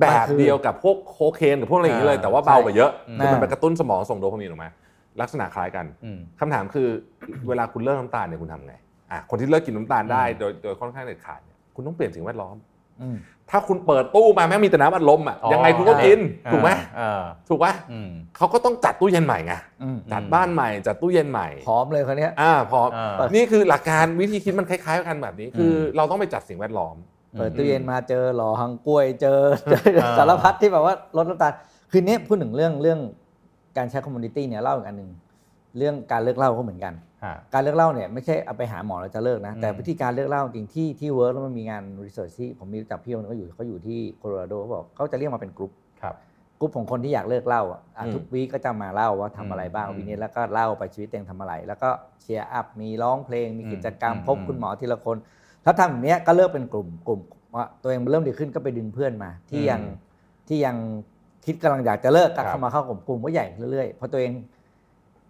แบบเดียวกับพวกโคเคนกับพวกอะไรอย่างนี้เลย
อ่า
แต่ว่าเบากว่าเยอะ
อืม
คือมันไปกระตุ้นสมองส่งโดพามีนออกมา ลักษณะคล้ายกัน
อืม
คำถามคือ เวลาคุณเลิกน้ำตาลเนี่ยคุณทำไงอ่ะคนที่เลิกกินน้ำตาลได้
อืม
โดยโดยค่อนข้างเด็ดขาดเนี่ยคุณต้องเปลี่ยนสิ่งแวดล้อม
อืม
ถ้าคุณเปิดตู้มาแม่งมีแต่น้ำอัดลมอ่ะยังไงคุณก็กิน
เออ
ถูกไหม
เออ
ถูกปะ
อืม
เขาก็ต้องจัดตู้เย็นใหม่ไง
อืม
จัดบ้านใหม่จัดตู้เย็นใหม่
พร้อมเลยคนเนี้ย
อ่าพอ
อ่า
นี่คือหลักการวิธีคิดมันคล้ายๆกันแบบนี้ คืออ
ม
เราต้องไปจัดสิ่งแวดล้อม
เปิด
อืม
ตู้เย็นมาเจอหล่อหังกล้วยเจอเจอ
อ่า
สารพัดที่แบบว่าลดน้ำตาลคือเนี้ยพูดถึงเรื่องเรื่องการใช้คอมมูนิตี้เนี่ยเล่าอีกอันหนึ่งเรื่องการเลิกเหล้าก็เหมือนกัน
ฮะ
การเลิกเหล้าเนี่ยไม่ใช่เอาไปหาหมอแล้วจะเลิกนะ
อืม
แต่วิธีการเลิกเหล้าจริงที่ที่เวิร์กแล้วมันมีงานรีเสิร์ชที่ผมมีรู้จักพี่คนหนึงก็อยู่เขาอยู่ที่โคโลราโดเขาบอกเขาจะเรียกมาเป็นกลุ่ม
ครับ
กลุ่มของคนที่อยากเลิกเหล้าอ่ะอ่ะ
อืม
ทุกวีคก็จะมาเล่าว่าทำอะไรบ้าง
อืม
วีคนี้แล้วก็เล่าไปชีวิตตัวเองทำอะไร แล้วก็เชียร์อัพมีร้องเพลงมี
อืม
กิจกรรม
อืม
พบคุณหมอทีละคน ถ้าทำแบบเนี้ยก็เลิกเป็นกลุ่มกลุ่มว่าตัวเองเริ่มดีขึ้นก็ไปดึงเพื่อนมา ที่ยัง
อืม
ที่ยังคิดกำลังอยากจะเลิกก็
ครับ
เข้ามาเข้ากลุ่มกลุ่มก็ใหญ่ขึ้นเรื่อยๆพอตัวเอง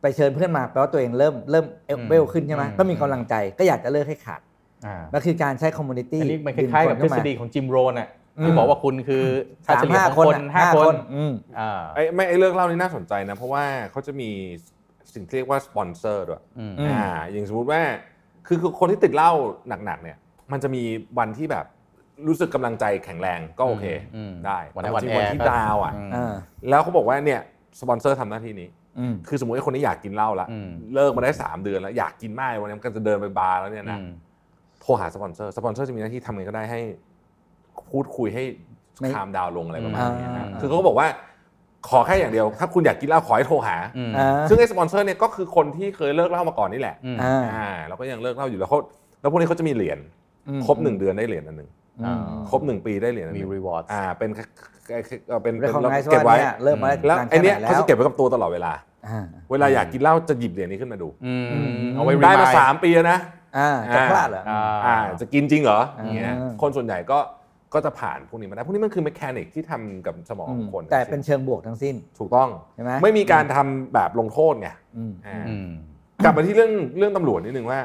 ไปเชิญเพื่อนมาแปลว่าตัวเองเริ่มเริ่มเอลเวล
อืม
ขึ้นใช่ไหม
อืม
ก็มีกำลังใจก็อยากจะเลิกให้ขาด
อ่า
ก็คือการใช้คอมมูนิตี้
อันนี้มันคล้ายๆกับทฤษฎีของจิมโรนอ่ะที่บอกว่าคุณคือค่
สาม
เฉลี่ย
ห้า
ของ
คน
คน
อะ
ห้า
ห้า
ค
คน นอืม
อ่า
ไอ้ไม่ไอ้เรื่องเล่านี่น่าสนใจนะ เพราะว่าเขาจะมีสิ่งที่เรียกว่าสปอนเซอร์ด้วย
อืม
อืม
อ่าอย่างสมมติว่าคือคือคนที่ติดเหล้าหนักๆเนี่ย มันจะมีวันที่แบบรู้สึกกำลังใจแข็งแรงก็โอเค
อืมอืม
ได้
วันไหน
แต่
วัน
จริง
แอร์
วันที่
ก็
ดาวอ่ะ
ม
อ่า
แล้วเขาบอกว่าเนี่ยสปอนเซอร์ทำหน้าที่นี้
อืม
คือสมมติไอ้คนนี้อยากกินเหล้าละ
อืม
เลิกมาได้ 3 เดือนแล้วอยากกินมากวันนี้มันก็จะเดินไปบาร์แล้วเนี่ยนะ
อืม
โทรหาสปอนเซอร์ สปอนเซอร์จะมีหน้าที่ทำไงก็ได้ให้ พูดคุยให้
ไม่
คามดาวลงอะไรประมาณนี้นะ
อ่า
คือเขาก็บอกว่า ขอแค่อย่างเดียว ถ้าคุณอยากกินเหล้าขอให้โทรหา
อืม
อ่า
ซึ่งไอ้สปอนเซอร์เนี่ยก็คือคนที่เคยเลิกเหล้ามาก่อนนี่แหละ
อืม
อ่า
อ่าเราก็ยังเลิกเหล้าอยู่แล้วเขาแล้วพวกนี้เขาจะมีเหรียญครบหนึ่งเดือนได้เหรียญอันหนึ่ง
อืม
ครบหนึ่งปีได้เหรียญอันห
มี
นึ่ง
reward
อ่าเป็นเป็นเป็น
เรียกของนาย
เก็
ว่า
บไว้
เนี่ยเริ่มมาได้
แล้ว
นาน
ไอ้
แค่ไหน
เนี้ย
แล้ว
เขาจะเก็บไว้กับตัวตลอดเวลา
อ่า
เวลาอยากกินเหล้าจะหยิบเหรียญนี้ขึ้นมาดู
อืม
อืม
เอาไว้
ได้
remind
มาสามปีแล้วนะ
อ่าจะพลาดเหรอ
อ่า
อ่าจะกินจริงเหรอ
อ่า
อย่างเงี้ยคนส่วนใหญ่ก็ก็จะผ่านพวกนี้มาได้ พวกนี้มันคือแม h านิกที่ทำกับสมอง
อืม
คน
แต่เป็นเชิงบวกทั้งสิ้น
ถูกต้อง
ใช่ไหม
ไม่มีการทำแบบลงโทษไง
อืม
อ่า
อืม
กลับมาที่เรื่องเรื่องตำรวจนิดนึงว่า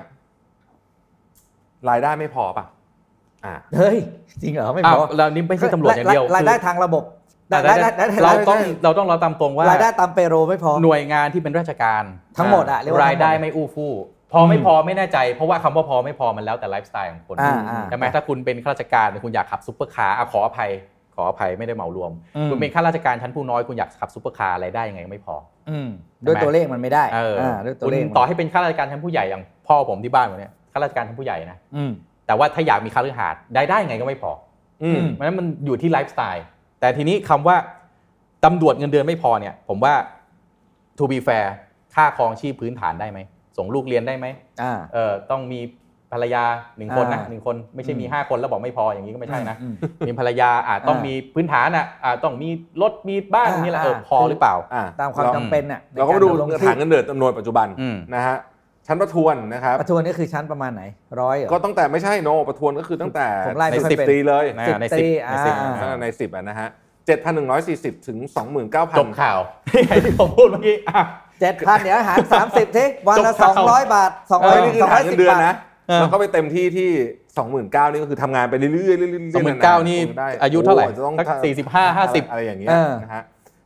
รายได้ไม่พอป่ะอ่า
เฮ้ย จริงเหรอไม่
อ้า
พ
ว
อ
เรานี่ไม่ใช่ตำรวจอย่างเดียว
รายได้
คือ
ทางระบบ
แต่รายได้
รายได้
เรา
รยได้
ต้องเราต้องเราตามตรงว่าร
ายได้ตามเปโรไม่พอ
หน่วยงานที่เป็นราชการ
ทั้งหมดอะเรียกว่าร
ายได้
ทั้งหมด
ไม่อู้ฟู่พอไม่พอไม่แน่ใจ เพราะว่าคำว่าพอไม่พอมันแล้วแต่ไลฟ์สไตล์ของคน
อ่าอ่า
ใช่ไหมถ้าคุณเป็นข้าราชการคุณอยากขับซุปเปอร์คาร์อ่ะขออภัยข ออภัยไม่ได้เหมารวม
อืม
คุณเป็นข้าราชการชั้นผู้น้อยคุณอยากขับซูเปอร์คาร์อะไรได้ยังไงก็ไม่พอ
อืมด้วยตัวเลขมันไม่ได้
เอออา
ด้วยตัว
คุณ
เลข
ต่อให้เป็นข้าราชการชั้นผู้ใหญ่อย่างพ่อผมที่บ้านผมเนี่ยข้าราชการชั้นผู้ใหญ่นะ
อืม
แต่ว่าถ้าอยากมีคาลือหาดได้ได้ไงก็ไม่พอ
อืม
เพราะฉะนั้นมันอยู่ที่ไลฟ์สไตล์แต่ทีนี้คำว่าตำรวจเงินเดือนไม่พอเนี่ย ผมว่า to be fair ค่าครองชีพพื้นฐานได้ไหมส่งลูกเรียนได้ไหม
อ่า
เออต้องมีภรรยาหนึ่งคนนะ
อ่า
หนึ่งคนไม่ใช่มี
อืม
ห้าคนแล้วบอกไม่พออย่างนี้ก็ไม่ใช่นะ
อืม
มีภรรยาอาจต้อง
อ่ามี
มีพื้นฐานอ่ะอาจต้องมีรถมีบ้าน
อ่า
มีอะไรเออ
อ่า
พอหรือเปล่า
อ่ะ
ตามความ
เรา
จำเป็นน่ะ
เราก็มาดู
ในรดำรง
ฐานเงินเดือนจำนวนปัจจุบัน
อืม
นะฮะชั้นประทวนนะครับ
ประทวนนี่คือชั้นประมาณไหนร้อยเหรอ
ก็ตั้งแต่ไม่ใช่โนประทวนก็คือตั้งแต่
ผมไล่ไม่
ใน
ค่อย
สิบ
เป็น
ตีเลย
นะ
สิบ
ใน
ต
สิ
รี
บในสิบ
อ่า
อ่า
ในสิบอ่ะนะฮะเจ็ดพันหนึ่งร้อยสี่สิบถึงสองหมื่นเก้าพั
จ
น
บข่าว ที่ผมพูดเมื่อกี้อ่ะ
เจ็ดพันเดี๋ยวหารสามสิบเทควันละ
จบค
ส
รั
อบ งร้อยบาทสอง
เอ
ร้อย
อนี่คือ
สอง
ฐา
ร้อน ย
เงิ
สิ
น
บ
เดือน
บาท
นะ
เออ
แล้วก็ไปเต็มที่ที่สองหมื่นเก้านี่ก็คือทำงานไปเรื่อยๆเรื่อยๆเรื่อยๆ
สองหมื่นเก้านี่
จได้
อายุเท่าไหร่
โจะต้อง
สัก
ทำ
สี่สิบห้าห้าสิบ
อะไรอย่างเงี้ย
เออ
นะฮะ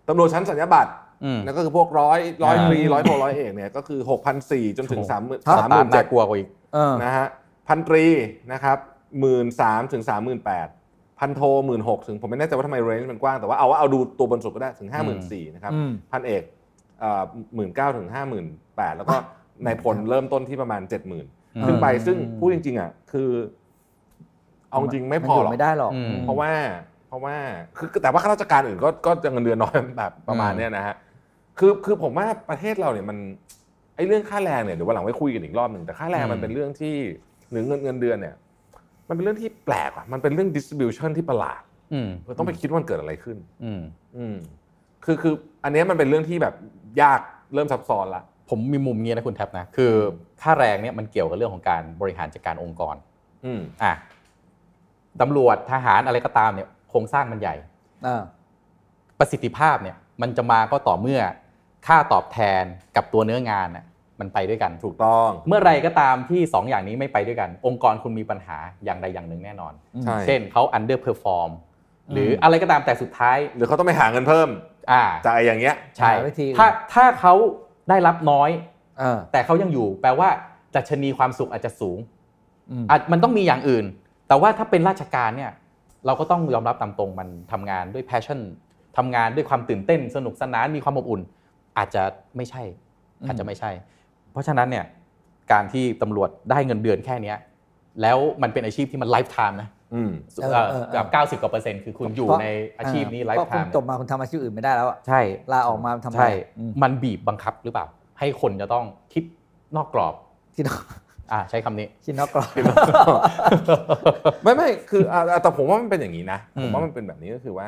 ตำรวจชั้นสัญญาบัตร
อืม
แล้วก็คือพวกร้อยร้อย
อ่า
ตรีร้อยโทร้อยเอกเนี่ยก็คือหกพันสี่จนถึงสามหมื่นสามห
ตาม
มื่น
น่า
เจ็ด
กลัวกว่าอีก
เออ
นะฮะพันตรีนะครับหมื่นสามถึงสามหมื่นแปดพันโทหมื่นหกถึงผมไม่แน่ใจว่าทำไมเรนจ์มันกว้างแต่ว่าเอาว่าเอาดูตัวบนสุดก็ได้ถึงห้าหมื่นสี่นะครับ
อืม
พันเอกหมื่นเก้าถึงห้าหมื่นแปดแล้วก็นายพลเริ่มต้นที่ประมาณเจ็ดหมื่น
อืม
ขึ้นไปซึ่งพูดจริง ๆอ่ะคือ เอาจริงไม่พอหร
น
อยู่ ก
ไม่ได้หรอก
อืม
เพราะว่า เพราะว่าคือแต่ว่าข้าราชการอื่นก็ก็จะเงินเดือนน้อยแบบ ประมาณเนี้ยนะฮะคือคือผมว่าประเทศเราเนี่ยมันไอ้เรื่องค่าแรงเนี่ยเดี๋ยววันหลังไว้คุยกันอีกรอบหนึ่งแต่ค่าแรงมันเป็นเรื่องที่หรือเงินเงินเดือนเนี่ย มันเป็นเรื่องที่แปลกอ่ะมันเป็นเรื่อง distribution ที่ประหลาด
อืม
เราต้องไปคิดว่ามันเกิดอะไรขึ้น
อืม
อืมคือคืออันเนี้ยมันเป็นเรื่องที่แบบยากเริ่มซับซ้อนละ
ผมมีมุมนี้นะคุณแท็บนะ คือค่าแรงเนี่ยมันเกี่ยวกับเรื่องของการบริหารจัดการองค์กร
อืม
อ่ะตำรวจทหารอะไรก็ตามเนี่ยโครงสร้างมันใหญ่
อ่า
ประสิทธิภาพเนี่ยมันจะมาก็ต่อเมื่อค่าตอบแทนกับตัวเนื้องานน่ะมันไปด้วยกันถูก
ถูกต้อง
เมื่อไรก็ตามที่ 2 อย่างนี้ไม่ไปด้วยกัน องค์กรคุณมีปัญหาอย่างใดอย่างหนึ่งแน่นอน
ใช่
เช่นเขา underperform หรืออะไรก็ตามแต่สุดท้าย
หรือเขาต้องไปหาเงินเพิ่ม
อ่า
จ่ายอย่างเงี้ย
ใช่
หาวิธี
ถ้าถ้าเขาได้รับน้อย
เออ
แต่เขายังอยู่ แปลว่าดัชนีความสุขอาจจะสูง
อืม
อาจมันต้องมีอย่างอื่น แต่ว่าถ้าเป็นราชการเนี่ยเราก็ต้องยอมรับตามตรงมันทำงานด้วย passion ทำงานด้วยความตื่นเต้น สนุกสนานมีความอบอุ่น อาจจะไม่ใช่ อาจจะไม่ใช่ เพราะฉะนั้นเนี่ยการที่ตำรวจได้เงินเดือนแค่เนี้ยแล้วมันเป็นอาชีพที่มันไลฟ์ไทม์นะ
อืม
เอ่อแบบ90กว่าเปอร์เซ็นต์คือคุณอยู่ในอาชีพนี้ไล
ก็
ฟ์ไท
คุณ
ม์
จบมาคุณทำอาชีพอื่นไม่ได้แล้วอะ
ใช่
ลาออกมาทำไม
ใช่
อืม
มันบีบบังคับหรือเปล่า ให้คนจะต้องคิดนอกกรอบ
ชินอก
อ่าใช้คำนี้
ชินอกกรอบ
ไม่ไม่คืออ่ะอ่ะแต่ผมว่ามันเป็นอย่างนี้นะ
อืม
ผมว่ามันเป็นแบบนี้ก็คือว่า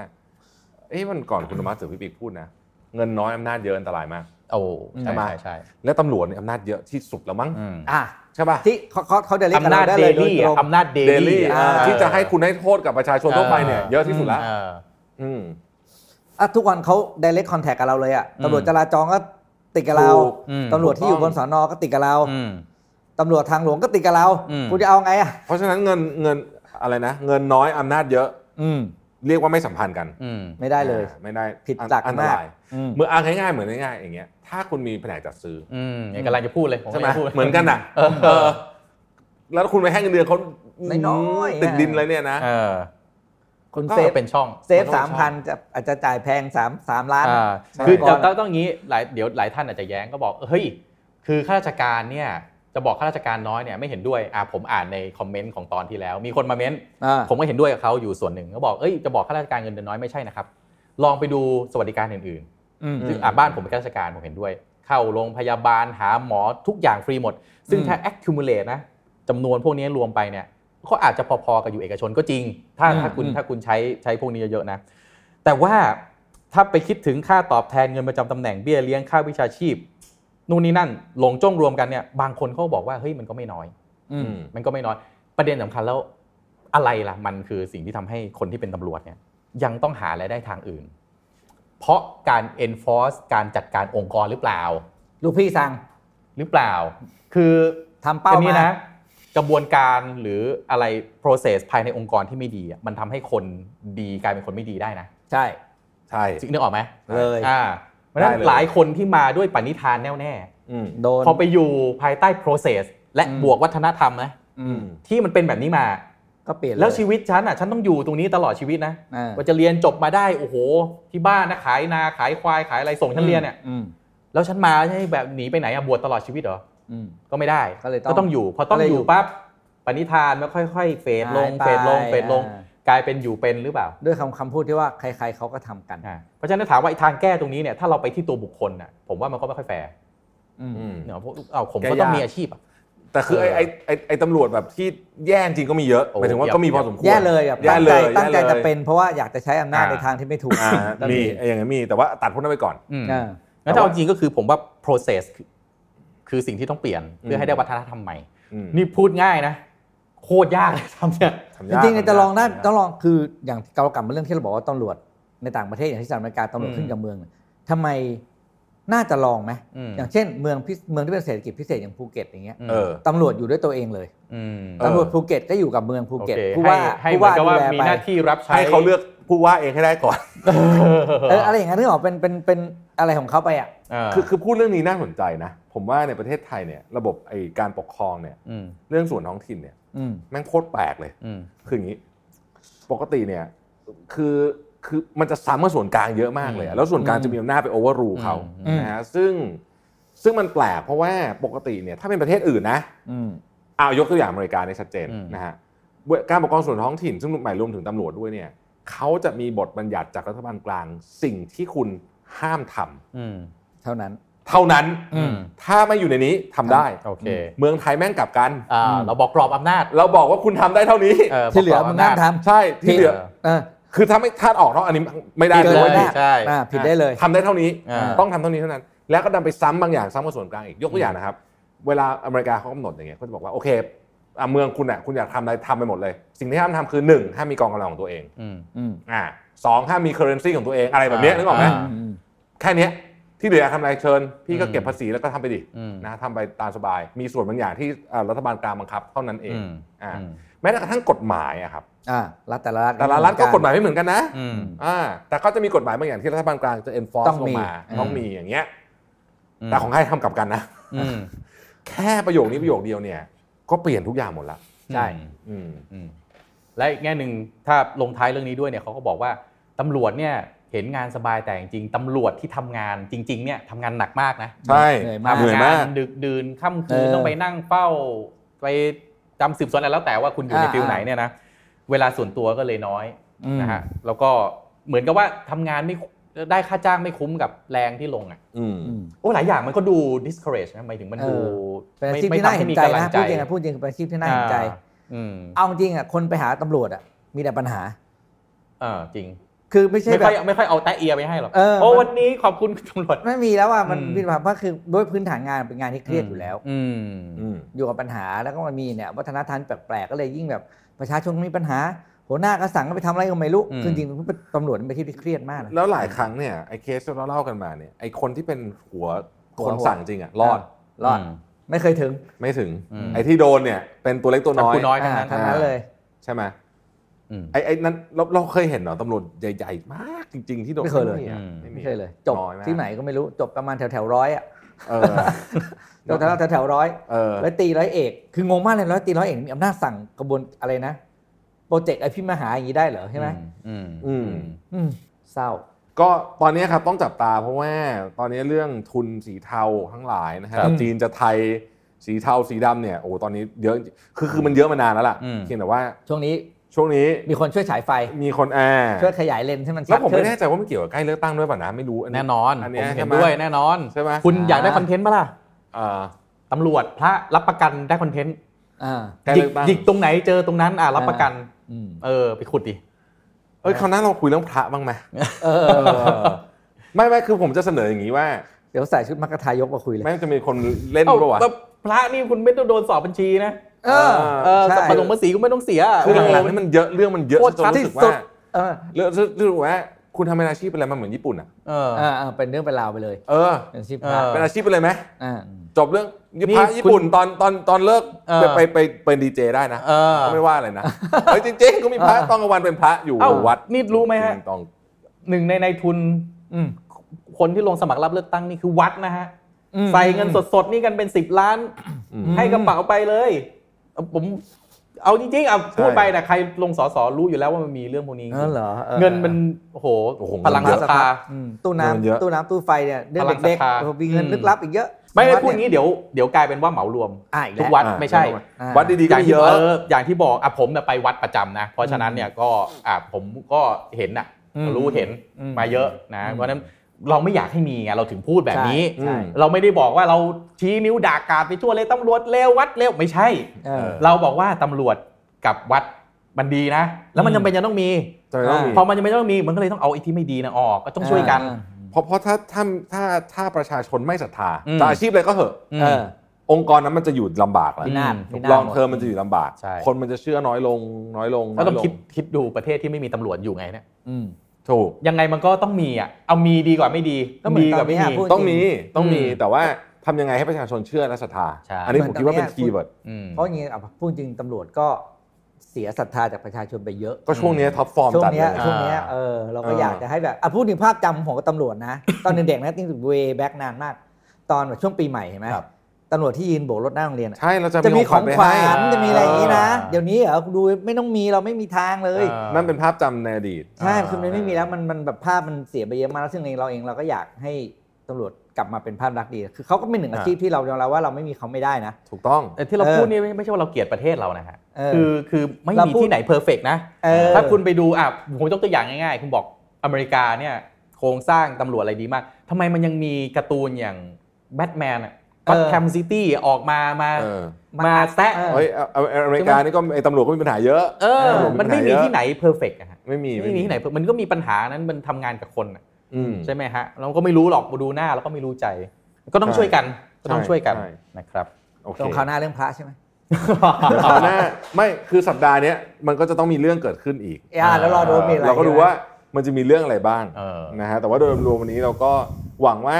เอ้มันก่อนคุณธรรมะสือพี่ปิ๊กพูดนะ เงินน้อยอำนาจเยอะอันตรายมาก
โอ้ใช่
ใช่ไหม
ใช่ใช่
และตำรวจเนี่ยอำนาจเยอะที่สุดแล้วมั้ง
อืม
อ่ะ
ใช่ป่ะ
ที่เขาเขาเขาเดลิเวอ
อำนา
รา
จ
ได้
เด
เลยโดย
ลี่
ตรง
อำนาจเด
เด
ลี่
ลี่
อ่า
ที่จะให้คุณให้โทษกับประชาชนทั่วไปเนี่ยเยอะที่สุดละ
เออ
อืม
อ่ะทุกวันเขา direct contact กับเราเลยอ่ะ
อืม
ตำรวจจราจรก็ติดกับเรา
ถูก
อืม
ตำรวจที่อยู่
ถู
บ
กต้อน ง
สอนอก็ติดกับเรา
อืม
ตำรวจทางหลวงก็ติดกับเรา
อืม
คุณจะเอาไงอ่ะ
เพราะฉะนั้นเงินเงินอะไรนะ เงินน้อยอำนาจเยอะ
อืม
เรียกว่าไม่สัมพันธ์กัน
อืม
ไม่ได้เลย
อ่าไม่ได้
ผิดหลัก
อันต
มาก
ราย เมื่ออ่าง่ายๆเหมือนง่ายๆอย่างเงี้ยถ้าคุณมีแผนกจัดซื้อ
อืมอย่างกำลังจะพูดเลยผ
ใช่ไหม
ยังพูด
เหมือนกันอ่ะ
เออ
เออ แล้วคุณไปให้เงินเดือนเขา
น้อยๆ
ติดดินเลยเนี่ยนะ
เออ
คุณ
ก็
เซฟ
เป็นช่อง
เซฟสามพันจะอาจจะจ่ายแพงสามสามล้าน
อ่า
ใช่
คือ
ก่อน
ต้องต้องงี้หลายเดี๋ยวหลายท่านอาจจะแย้งก็บอกเฮ้ยคือข้าราชการเนี่ยจะบอกข้าราชการน้อยเนี่ยไม่เห็นด้วยอ่าผมอ่านในคอมเมนต์ของตอนที่แล้ว มีคนมาเม้นต์
อ่า
ผมก็เห็นด้วยกับเขาอยู่ส่วนหนึ่งก็บอกเอ้ยจะบอกข้าราชการเงินเดือนน้อยไม่ใช่นะครับ ลองไปดูสวัสดิการอื่น
อืม
ๆซึ่งอ่ะบ้านผมเป็นข้าราชการผมเห็นด้วย เข้าโรงพยาบาลหาหมอทุกอย่างฟรีหมด ซึ่ง
อืม
ถ้า accumulate นะจำนวนพวกนี้รวมไปเนี่ยก็อาจจะพอๆกับอยู่เอกชนก็จริง ถ้าถ้าคุณ
อืม
ถ้าคุณใช้ใช้พวกนี้เยอะๆนะ แต่ว่าถ้าไปคิดถึงค่าตอบแทนเงินประจำตำแหน่งเบี้ยเลี้ยงค่าวิชาชีพ นู่นนี่นั่นหลงจ้องรวมกันเนี่ยบางคนเขาก็บอกว่าเฮ้ยมันก็ไม่น้อย
อืม
มันก็ไม่น้อย ประเด็นสำคัญแล้วอะไรล่ะ มันคือสิ่งที่ทำให้คนที่เป็นตำรวจเนี่ยยังต้องหารายได้ทางอื่น เพราะการ enforce การจัดการองค์กรหรือเปล่า
ลูกพี่สั่ง
หรือเปล่า คือ
ทำเป้า
อันนี้
มา
นะ กระบวนการหรืออะไร process ภายในองค์กรที่ไม่ดีอะมันทำให้คนดีกลายเป็นคนไม่ดีได้นะ
ใช่
ใช่
จริงนึกออกไหม
เลย
อ่าเพราะฉะนั้
ได้
น
เลย
หลายคนที่มาด้วยปณิธานแน่วแน่
อืม
โดน
พอไปอยู่ภายใต้ process และ
อืม
บวกวัฒนธรรมนะ
อืม
ที่มันเป็นแบบนี้มา
ก็เปลี่ยนเย
แล้วชีวิตฉันอ่ะฉันต้องอยู่ตรงนี้ตลอดชีวิตนะ
อ่าก
ว่าจะเรียนจบมาได้โอ้โห ที่บ้านนะขายนาขายควายขายอะไรส่งฉันเรียนเนี่ย
อืม
แล้วฉันมาใช่แบบหนีไปไหนอะบวชตลอดชีวิตเหรอ
อืม
ก็ไม่ได้
ก็เลยต้อง
ต้องอยู่พอต้อง
ก็เลย
อ
อยู่
ยู่ปั๊บปณิธานมันค่อย ๆ เฟดลง
หายไป
เฟดลงเฟดลง
อ่า
กลายเป็นอยู่เป็นหรือเปล่า
ด้วยคำคำพูดที่ว่าใคร ๆเขาก็ทำกัน
อ่าเพราะฉะนั้นถามว่าไอ้ทางแก้ตรงนี้เนี่ยถ้าเราไปที่ตัวบุคคลน่ะผมว่ามันก็ไม่ค่อยแฟร์
อืม
อืม
เนาะเพราะเอาผม
แก้
ก็ต้อง
ยาก
มีอาชีพอะ
แต่คือไอ้ไอ้ไอ้ไอ้ตำรวจแบบที่แย่จริงก็มีเยอะหมายถึงว่าก็มีพอสมควร
แย่เลยแบบ
แย่
ตั้ง
เล
ใจ
ย
ตั้งใจ
แย่ลย
จะเป็นเพราะว่าอยากจะใช้อำนาจ
อ่า
ในทางที่ไม่ถูก
อ่า
ก็
มีไอ้อย่างนี้นมีแต่ว่าตัดพวกนั้นไปก่อน
อืม
อ่า
งั้นถ้าเอาจริงก็คือผมว่า process คือคือสิ่งที่ต้องเปลี่ยน
อืม
เพื่อให้ได้วัฒนธรรมใหม่
อืม
นี่พูดง่ายนะ โคตรยากเลยทำเนี่ย
ทำ
จ
ยาก
ริงๆเนี่ยจะลองได้
ทำยาก
ต้องลองคืออย่างเรากลับมาเรื่องที่เราบอกว่าตำรวจในต่างประเทศอย่างที่สหรัฐอเมริกาตำรวจ
อืม
ขึ้นกับเมืองเนี่ยทำไมน่าจะลองไหม
อืม
อย่างเช่นเมืองพิเมืองที่เป็นเศรษฐกิจพิเศษอย่างภูเก็ตอย่างเงี้ย
เออ
ตำรวจอยู่ด้วยตัวเองเลย
อืม
เออ
ตำรวจภูเก็ตก็อยู่กับเมืองภู
โอ
เก็ต
เค
ผู้
ให้
ว่า
ให้
ผู้
เหมือนกับว่า
ดูแล
มี
ไป
หน้าที่รับใช้
ให้เขาเลือกผู้ว่าเองให้ได้ก่อน
เออ
เอออะไรอย่างเงี้ยนึกออกเป็นเป็นเป็นอะไรของเขาไปอ่ะ
เออ
คือคือพูดเรื่องนี้น่าสนใจนะ ผมว่าในประเทศไทยเนี่ยระบบไอ้การปกครองเนี่ย
อืม
เรื่องส่วนท้องถิ่นเนี่ย
อืม
แม่งโคตรแปลกเลย
อืม
คืออย่างนี้ปกติเนี่ยคือคือมันจะซ้ำกับส่วนกลางเยอะมากเลยอะแล้วส่วนกลางจะมีอำนาจไปโอเวอร์รูเขา
อืม
นะฮะซึ่งซึ่งมันแปลกเพราะว่าปกติเนี่ยถ้าเป็นประเทศอื่นนะ
อืม
เอายกตัวอย่างอเมริกาเนี่ยชัดเจน
อืม
นะฮะเว้ยการปกครองส่วนท้องถิ่น ซึ่งหมายรวมถึงตำรวจด้วยเนี่ยเขาจะมีบทบัญญัติจากรัฐบาลกลาง สิ่งที่คุณห้ามทำ
อืม
เท่านั้น
เท่านั้น
อืม
ถ้าไม่อยู่ในนี้ทำได้
โอเค
เมืองไทยแม่งกลับกัน
อ่า
อืม
เราบอกกรอบอำนาจ
เราบอกว่าคุณทำได้เท่านี้
บ
ที่
ก
เหลือก
รบ
มึงห้ามท
ใช่ที่เหลือ
ำเออ
คือถ้าไม่ถ้าออกนอกอันนี้ไม่ได้
ผิด
ถือ
เล
ว่ายแย่
ใช่
อ่าผิดได้เลย
ทำได้เท่านี้
อ่า
ต้องทำเท่านี้เท่านั้น แล้วก็ดันไปซ้ำบางอย่างซ้ำกับส่วนกลางอีกยกตัวอย่างนะครับ เวลาอเมริกาเขากำหนดอย่างเงี้ยเขาจะบอกว่าโอเคอ่ะเมืองคุณอ่ะคุณอยากทำอะไรทำไปหมดเลย สิ่งที่ห้ามทำคือหนึ่งห้ามมีกองกำลังของตัวเอง
อืม
อืม
อ่าสองห้ามมีเคอร์เรนซีของตัวเองอะไรแบบเนี้ย
อ่า
นึกออกไหม
อ่า
อืม
แค่เนี้ยที่เหลืออยากทำอะไรเชิญ พี่ก็
อืม
เก็บภาษีแล้วก็ทำไปดิ
อืม
นะทำไปตามสบาย มีส่วนบางอย่างที่อ่ารัฐบาลกลางบังคับเท่านั้นเอง
อืม
อ่าแม้แต่กระทั่งกฎหมายอะครับ
อ่ารัฐแต่ละรัฐ
แต่ละรัฐก็กฎหมายไม่เหมือนกันนะ
อืม
อ่าแต่ก็จะมีกฎหมายบางอย่างที่รัฐบาลกลางจะ enforce
ต้อง
ล
มี
งมา
อืม
ต้องมีอย่างเงี้ยแต่ของไทยทำกลับกันนะ
อืม
แค่ประโยคนี้ประโยคเดียวเนี่ย ก็เปลี่ยนทุกอย่างหมดละ
ใช่
อืม
อืมและอีกแง่หนึ่งถ้าลงท้ายเรื่องนี้ด้วยเนี่ยเขาก็บอกว่าตำรวจเนี่ยเห็นงานสบายแต่จริงๆตำรวจที่ทำงานจริง ๆเนี่ยทำงานหนักมากนะ
ใช่
เหนื่อยมาก
ทำ
เหนื่อ
งาม
ยาน ก
ดึกดื่นค่ำคืน
เออ
ต้องไปนั่งเฝ้าไปจำสืบสวนอะไรแล้วแต่ว่าคุณอยู่ใน
อ่า
ฟิลไหน
อ่า
เนี่ยนะเวลาส่วนตัวก็เลยน้อย
อืม
นะฮะแล้วก็เหมือนกับว่าทำงานไม่ได้ค่าจ้างไม่คุ้มกับแรงที่ลงอ่ะ
อืม
โอ้หลายอย่างมันก็ดู discourage นะหมายถึงมันดู
เอ เป็นอา
ไม่
ชีพ
ไม่
ที่น่า
ทำ
เห็น
ให้มี
ใจ
กำลัง
นะ
ใจ
พูดจริงนะพูดจริงเป็นอาชีพที่น่าเห็นใจ
อ่าอืม
เอาจริงอ่ะคนไปหาตำรวจอ่ะมีแต่ปัญหา
อ่าจริง
คือไม่ใช่
ไม่
แบ
ค่
บ
อยไม่ค่อยเอาแตะเอียไปให้หรอก
เออ
โอ้
มัน
วันนี้ขอบคุณคุณตำรวจ
ไม่มีแล้วอ่ะมัน
อืม
มีความว่าคือด้วยพื้นฐานงานเป็นงานที่เครียดอยู่แล้ว
อืม
อืม
อยู่กับปัญหาแล้วก็มันมีเนี่ยวัฒนธรรมแปลกๆก็เลยยิ่งแบบประชาชนมีปัญหา หัวหน้าก็สั่งก็ไปทำอะไรก็ไม่รู้
อืม
คือจริงๆตำรวจเป็นอาชีพที่เครียดมากนะ
แล้วหลายครั้งเนี่ยไอ้เคสที่เราเล่ากันมาเนี่ยไอ้คนที่เป็นหัว
หัว
คนสั่งจริงอะรอด
รอดไม่เคยถึง
ไม่ถึง
อืม
ไอ้ที่โดนเนี่ย เป็นตัวเล็กตัว
น้
น้
อ
อยย
น้อยทั้งนั้น
อ่าทั้งนั้นเลย
ใช่ไหม
อืม
ไอ้ไอ้นั้นเราเราเคยเห็นเหรอตำรวจใหญ่ๆมากจริง ๆ ที่โดน
ไม่เคยเลย
อะ
อืม
ไม่มี
ไม่เคยเลย จบ
น้อยมาก
ที่ไหนก็ไม่รู้จบประมาณแถวแถวๆร้อยอ่ะ
เออ
จบแถวแถวๆแถวๆร้อย
เออ
ร้อยตีร้อยเอก คืองงมากเลยร้อยตีร้อยเอกมีอำนาจสั่งกระบวนอะไรนะ โปรเจกต์ไอพี่มหาอย่างนี้ได้เหรอใช่ไหม
อืม
อืม
อืมเศร้า
ก็ตอนนี้ครับต้องจับตาเพราะว่าตอนนี้เรื่องทุนสีเทาทั้งหลายนะฮะ
ครับ
จีนจะไทยสีเทาสีดำเนี่ยโอ้โหตอนนี้เยอะคือคือมันเยอะมานานแล้วล่ะเพียงแต่ว่า
ช่วงนี้
ช่วงนี้
มีคนช่วยฉายไฟ
มีคนแอร์
ช่วยขยายเลนส์ให้มันชัด
แล้วผม
ขึ้
ไม่แน่ใจว่ามันเกี่ยวกับใกล้เลือกตั้งด้วยป่ะนะไม่รู้อันนี้
แน่นอน
อันเนี้ยใช่
ผมเห็น
ไหม
ด้วยแน่นอน
ใช่ไหม
คุณอยากได้คอนเทนต์ปะล่ะ
เอ่อ
ตำรวจพระรับประกันได้คอนเทนต์
อ่า
ใกล้
หยิ
เลื
ก
อกตั้ง
หยิกตรงไหนเจอตรงนั้นอ่ะรับประกัน
อืม
เออ ไปขุดดิ
เอ้ยคราวหน้าเราคุยเรื่องพระบ้างไหม
เออ
ไม่ไม่คือผมจะเสนออย่างนี้ว่า
เดี๋ยวใส่ชุดมักกะทายกมาคุยเลย
แม่งจะมีคนเล่น
เอ้า
ประวัติ
แต่พระนี่คุณไม่ต้องโดนสอบบัญชีนะ
เออ
เออ
ใช่
สับปะรดภาษีก็ไม่ต้องเสีย
คือหลังๆ
เออ
นี่มันเยอะเรื่องมันเยอะ
โคตร
จนรู้สึก
ชัดที่สุ
ว่า
ด
เออ
เรื่องรู้สึกว่า คุณทำเป็นอาชีพเป็นอะไรมาเหมือนญี่ปุ่นอ่ะ
เออ
อ่าอ่าเป็นเรื่องเป็นราวไปเลย
เออ
เป็นอาชีพ
เอ
พระ
อ
เป็นอาชีพเป็นอะไรไหม
อ่า
จบเรื่อง
นี่
พระญี่ปุ่นตอนตอนตอนเลิก
เออ
ไปไปไปเป็นดีเจได้นะ
เออ
ก็ไม่ว่าอะไรนะเฮ้ยจริงๆก็มีพระ
เออ
ตอนกลางวันเป็นพระอยู่
เอ้า
วัด
นี่รู้ไหมฮะ
ตอน
หนึ่งในในทุน
อืม
คนที่ลงสมัครรับเลือกตั้งนี่คือวัดนะฮะ
อืม
ใส่เงินสดๆ นี่กันเป็น 10 ล้าน
อืม
ให้กระเป๋าไปเลย ผม เอาจริงๆเอาพูดไปแต่ใครลงสอสอรู้อยู่แล้วว่ามันมีเรื่องพวกนี้จ
เอ
ริ
อง เหรอออ
เงินมันโอ้โห
โอ้โห
พลังศรัทธา
อืมตู้
เงินเยอะ
น้ำตู้น้ำตู้ไฟเนี่ยเรื่อง
พลังศรั
เด็
ท
ก
ธา
ๆโอ้โหมีเงิน
อืม
ลึกลับอีกเยอะ
ไม่ได้พูด
วั
งี้เดี๋ยวเดี๋ยวกลายเป็นว่าเหมารวม
อ่ะอีก
ทุ
แล้ว
กวัดไม่ใช่
อ่า
วัดดีๆก็มีเยอะ
ออย่างที่บอกอ่ะผมน่ะไปวัดประจำนะเพราะฉะนั้นเนี่ยก็อ่ะผมก็เห็นน่ะ
อืม
รู้เห็น
อืม
มาเยอะนะ
อืม
เพราะฉะนั้นเราไม่อยากให้มีไงเราถึงพูดแบบนี้
ใช่
เราไม่ได้บอกว่าเราชี้นิ้วด่ากราดไปทั่วเลยตำรวจเลววัดเลวไม่ใช่
เออ
เราบอกว่าตำรวจกับวัดมันดีนะ แล้วมัน
อืม
จำเป็นจะต้องมี
จำเป็นต้องมี
พอมันจำเป็นจะต้องมีมันก็เลยต้องเอาไอ้ที่ไม่ดีนะออกก็ต้องช่วยกัน
เพราะเพราะถ้าถ้าถ้าถ้าประชาชนไม่ศรัทธา
อืม
จะอาชีพอะไรก็เหอะ
อืม
เออ
องค์กรนั้นมันจะอยู่ลำบากแหละ
พินาศ
อืม
พินาศ
ลองเทอมมันจะอยู่ลำบาก
ใช่
คนมันจะเชื่อน้อยลงน้อยลง
ก็ต้อง
น้ยล
คิดคิดดูประเทศที่ไม่มีตำรวจอยู่ไงเนี่ย
อืม
ถูก
ยังไงมันก็ต้องมีอ่ะเอามีดีกว่าไม่ดี
ก็เหมือน
ดีกว่าไม่
ตอนเนี้
มี
ยพูด
ต้องมีต้องมี
อืม
แต่ว่าทำยังไงให้ประชาชนเชื่อและศรัทธา
ใช่
อันนี้ผมคิดว่าเป็น
เหมือนตอนเนี้ย
คีย์เวิร์ด
อืม
เพราะอย่างนี้อ่ะพูดจริงตำรวจก็เสียศรัทธาจากประชาชนไปเยอะ
ก็ช่วงเนี้ท็อปฟอร์ม
ช่วง
จัดเล
เนี้ย
ยนะ
ช่วงเนี้ย
อ่า
เออเราก็
เออ
อ
อ
ยากจะให้แบบอ่ะพูดถึงภาพจำของตำรวจนะ ตอนเด็กๆนะจริงๆเวแบ็กนานมาก ตอนแบบช่วงปีใหม่เห็นไหมตำรวจที่ยืนโบกรถหน้าโรงเรียนอะ
ใช่เราจะ
จะมีของขวัญ
ไปให้
จะมีอะไรอย่างนี้นะ
อ่า
เดี๋ยวนี้เหรอดูไม่ต้องมีเราไม่มีทางเลย
อ่า
นั่นเป็นภาพจำในอดีต
ใช่
อ่า
คือมันไม่มีแล้วมันมันแบบภาพมันเสียไปเยอะมากแล้วซึ่งเองเราเองเราก็อยากให้ตำรวจกลับมาเป็นภาพลักษณ์ดี คือเขาก็เป็นหนึ่งอาชีพที่เรายอมรับว่าเราไม่มีเขาไม่ได้นะ
ถูกต้อง
แต่ที่เรา
เออ
พูดนี่ไม่ไม่ใช่ว่าเราเกลียดประเทศเรานะฮะ
เออ
คือคือไม่
เรา
มี
พูด
ที่ไหนเพอร์เฟกนะ
เออ
ถ้าคุณไปดูอ่ะผมยกตัวอย่างง่ายๆ คุณบอกอเมริกาเนี่ยโครงสร้างตำรวจอะไรดีมากทำไมมันยังมีการ์ตูนอย่างแบทแมนอ่ะก็แคมซิตี้ออกมามา
เออ
มาแซะ
เออ
เฮ้ยเอาเอาเอาอเมริกานี่ก็ไอ้ตำรวจก็มีปัญหาเยอะ
เออ มันไม่มี
เยอะ
ที่ไหนเพอร์เฟกต์อะฮะ
ไม่มี
ไม่มีที่ไหน perfect มันก็มีปัญหานั้นมันทำงานกับคนอะ
อืม
ใช่ไหมฮะ เราก็ไม่รู้หรอกดูหน้าแล้วก็ไม่รู้ใจ ก็ต้องช่วยกันก็ต้องช่วยกัน
ใช่
นะครับ
โอเค
ตรงคราวหน้าเรื่องพระใช่ไหม
เดี๋ยวคราวหน้าไม่คือสัปดาห์เนี้ยมันก็จะต้องมีเรื่องเกิดขึ้นอีก
เอ่าแล้วรอดูว่ามีอะไร
เราก็ดูว่ามันจะมีเรื่องอะไรบ้าง
เออ
นะฮะแต่ว่าโดยรวมๆวันนี้เราก็หวังว่า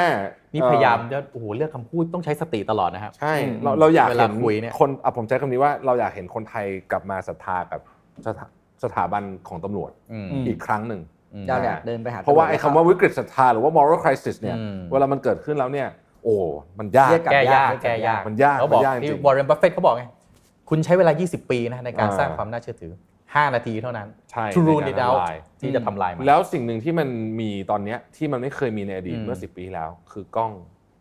นี่
เอ่อ
พยายามจะโอ้โหเลือกคำพูดต้องใช้สติตลอดนะครับ
ใช่เราเราอยาก
เว
เห็
ลาน คุยเนี่ย
คนอ่ะผมใช้คำนี้ว่าเราอยากเห็นคนไทยกลับมาศรัทธากับสถาสถาบันของตำรวจ
อืม
อืม
อีกครั้งหนึ่ง
อืม
เราอยากเดินไปหา
เพราะว่า
ตำจ
ไอ้คำว่าวิกฤตศรัทธาหรือว่า moral crisis เนี่ย
อืม
เวลามันเกิดขึ้นแล้วเนี่ยโอ้มันยาก
เรียกลับ
แก้ยาก
เรีลับ
แก้ยาก
มันยาก
เขาบอ
มั
ก
นยากจริง
ที่วอร์เรนบัฟเฟตเขาบอกไง คุณใช้เวลา 20 ปีนะในการ
อ่า
สร้างความน่าเชื่อถือ 5 นาทีเท่านั้น
ใช่
to rule
ใน
it
การ
out
ทำลาย
ที่จะทำลายมัน
แล้วสิ่งหนึ่งที่มันมีตอนเนี้ยที่มันไม่เคยมีในอดีต
อืม
เมื่อสิบปีที่แล้ว คือกล้อง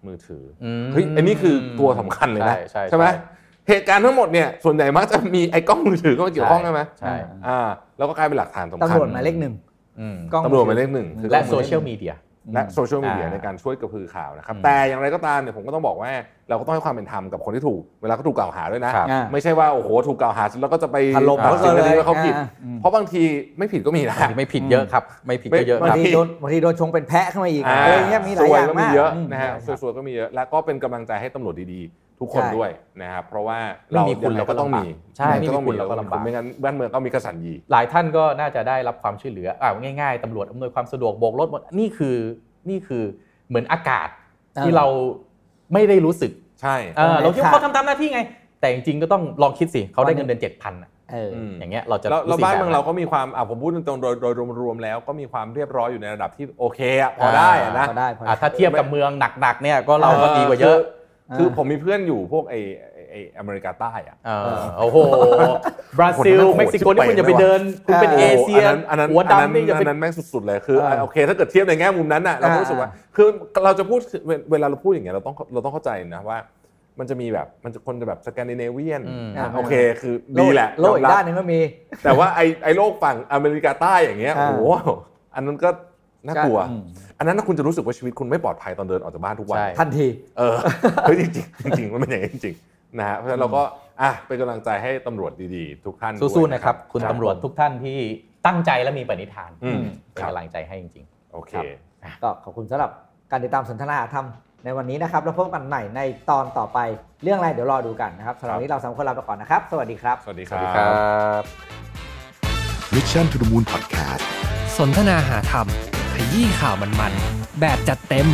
มือถืออ
อืม
เฮ้ยอันนี้คือตัวสำคัญเลยนะ
ใช่ใช่
ไหม
ใช่
เหตุการณ์ทั้งหมดเนี่ยส่วนใหญ่มักจะมีไอ้กล้องมือถือเข้ามาเกี่ยวข้องใช่ไหม
ใช่
อ่าแล้วก็กลายเป็นหลักฐานสำคัญ
ตำรวจหมายเลขหนึ่ง
อืม
กล้อง
ตำรวจหมายเลขหนึ่งคือก
และ
อง
โซ
มือ
เชียลมีเดีย
และโซเชียลมีเดีย
อ่า
ในการช่วยกระพือข่าวนะครับ
อืม
แต่อย่างไรก็ตามเนี่ยผมก็ต้องบอกว่าเราก็ต้องให้ความเป็นธรรมกับคนที่ถูกเวลาเขาถูกกล่าวหาด้วยนะ
ครับ
อ่า
ไม่ใช่ว่าโอ้โหถูกกล่าวหาเสร็จแล้วก็จะไป
ถล่ม
ตัดสินกัน
เขาเลย
ว่าเขาผิด
อ่าอืม
เพราะบางทีไม่ผิดก็มีนะ
ไม่ผิดเยอะครับ ไม่ผิดก็เยอะ
ไม่
ค
บาง
รับ
ทีโดนบางทีโดนชงเป็นแพะขึ้นมาอีก
อ่า
อะไรเงี้ยมีหลายอย่าง
ซวก็มี
มาก
เยอะ
อืม
นะฮะซวยๆก็มีเยอะ แล้วก็เป็นกำลังใจให้ตำรวจดีๆ ทุกคน
ใช่
ด้วยนะครับเพราะว่า
ไม่มีคุณ
ยังไง
เราก็
ก็ต้อง
ลำบาก
มี
ใช่
ยังไงก็ต้อง
ไม่มีคุณเราก็ลำบาก
ไม่งั้นบ้านเมืองก็มีกระสันยี
หลายท่านก็น่าจะได้รับความช่วยเหลืออ่าง่ายๆตำรวจอำนวยความสะดวกโบกรถหมดนี่คือนี่คือเหมือนอากาศที่
อ่า
เราไม่ได้รู้สึก
ใช่
เออเราคิดว่าเขาทำตามหน้าที่ไง แต่จริงๆก็ต้องลองคิดสิเขาได้เงินเดือนเจ็ดพันอะ
เออ
ม
อย่างเงี้ยเราจะ
แล้วแล้ว
สึก
บ้าน
แบบ
เมือง
นั้น
เราก็มีความอ่ะผมพูดตรงๆโดยโดยรวมๆแล้วก็มีความเรียบร้อยอยู่ในระดับที่โอเคอะพอได้อะนะ
พอได้พอได้
อ่ะถ้าเทียบกับเมืองหนักๆเนี่ยก็เราก็ดีกว่าเยอะ
คือคือผมมีเพื่อนอยู่พวกไอไอ้ไออเมริกาใต้อะ
เออโอ้โห บราซิ
คน
ล
นั้นโหด
เม็กซิโก
ชิบ
นี่
ไป
คุณจะไป
เลยว่ะ
เดิน คุณเป็น
เออ
เอเชีย
โโหอันนั้น
หัว
อันนั้น
ดำนี่จะ
อันนั้นอั
เป็น น
นั้นแม่งสุดๆเลยคืออ่ะ
อ่า
โอเค ถ้าเกิดเทียบในแง่มุมนั้นน่ะเราก็
อ่า
รู้สึกว่า คือเราจะพูดเวลเวลาเราพูดอย่างเงี้ยเราต้องเราต้องเข้าใจนะว่า มันจะมีแบบมันจะคนจะแบบสแกนดิเนเวียน
อืม
อ่ะ
อ่า
โอเคคือดีแหละ
โลกอี
ย
ก
อม
ด้า
รั
น
บ
หนึ่งก็มี
แต่ว่าไอไอโลกฝั่งอเมริกาใต้อย่างเงี้ย
อ่า
โอ้โหอันนั้นก็น่ากลัว
อืม
อันนั้นนะคุณจะรู้สึกว่าชีวิตคุณไม่ปลอดภัยตอนเดินออกจากบ้านทุกวัน
ใช่
ทันที
เออ เฮ้ยจริงๆจริงๆมันเป็นอย่างนี้จริงๆนะฮะเพราะฉะนั้นเราก็อ่ะเป็นกำลังใจให้ตำรวจดีๆ ทุกท่านด้วย
สู้ๆนะครับ คุณตำรวจทุกท่านที่ตั้งใจและมีปณิธาน
อืม
เป็
ค
น
รับ
กำลังใจให้จริง
โอเค
ครับ
ก็ขอบคุณสำหรับการติดตามสนทนาธรรมในวันนี้นะครับ แล้วพบกันใหม่ในตอนต่อไปเรื่องอะไรเดี๋ยวรอดูกันนะครับสำหรับวันนี้เราสามคนลาไปก่อนนะครับ สวัสดีครับ
สวัสดี
ๆ
ครับ
บ
Mission to the Moon Podcast
Podcast สนทนาหาธรรม ขยี้ข่าวมันๆ แบบจัดเต็ม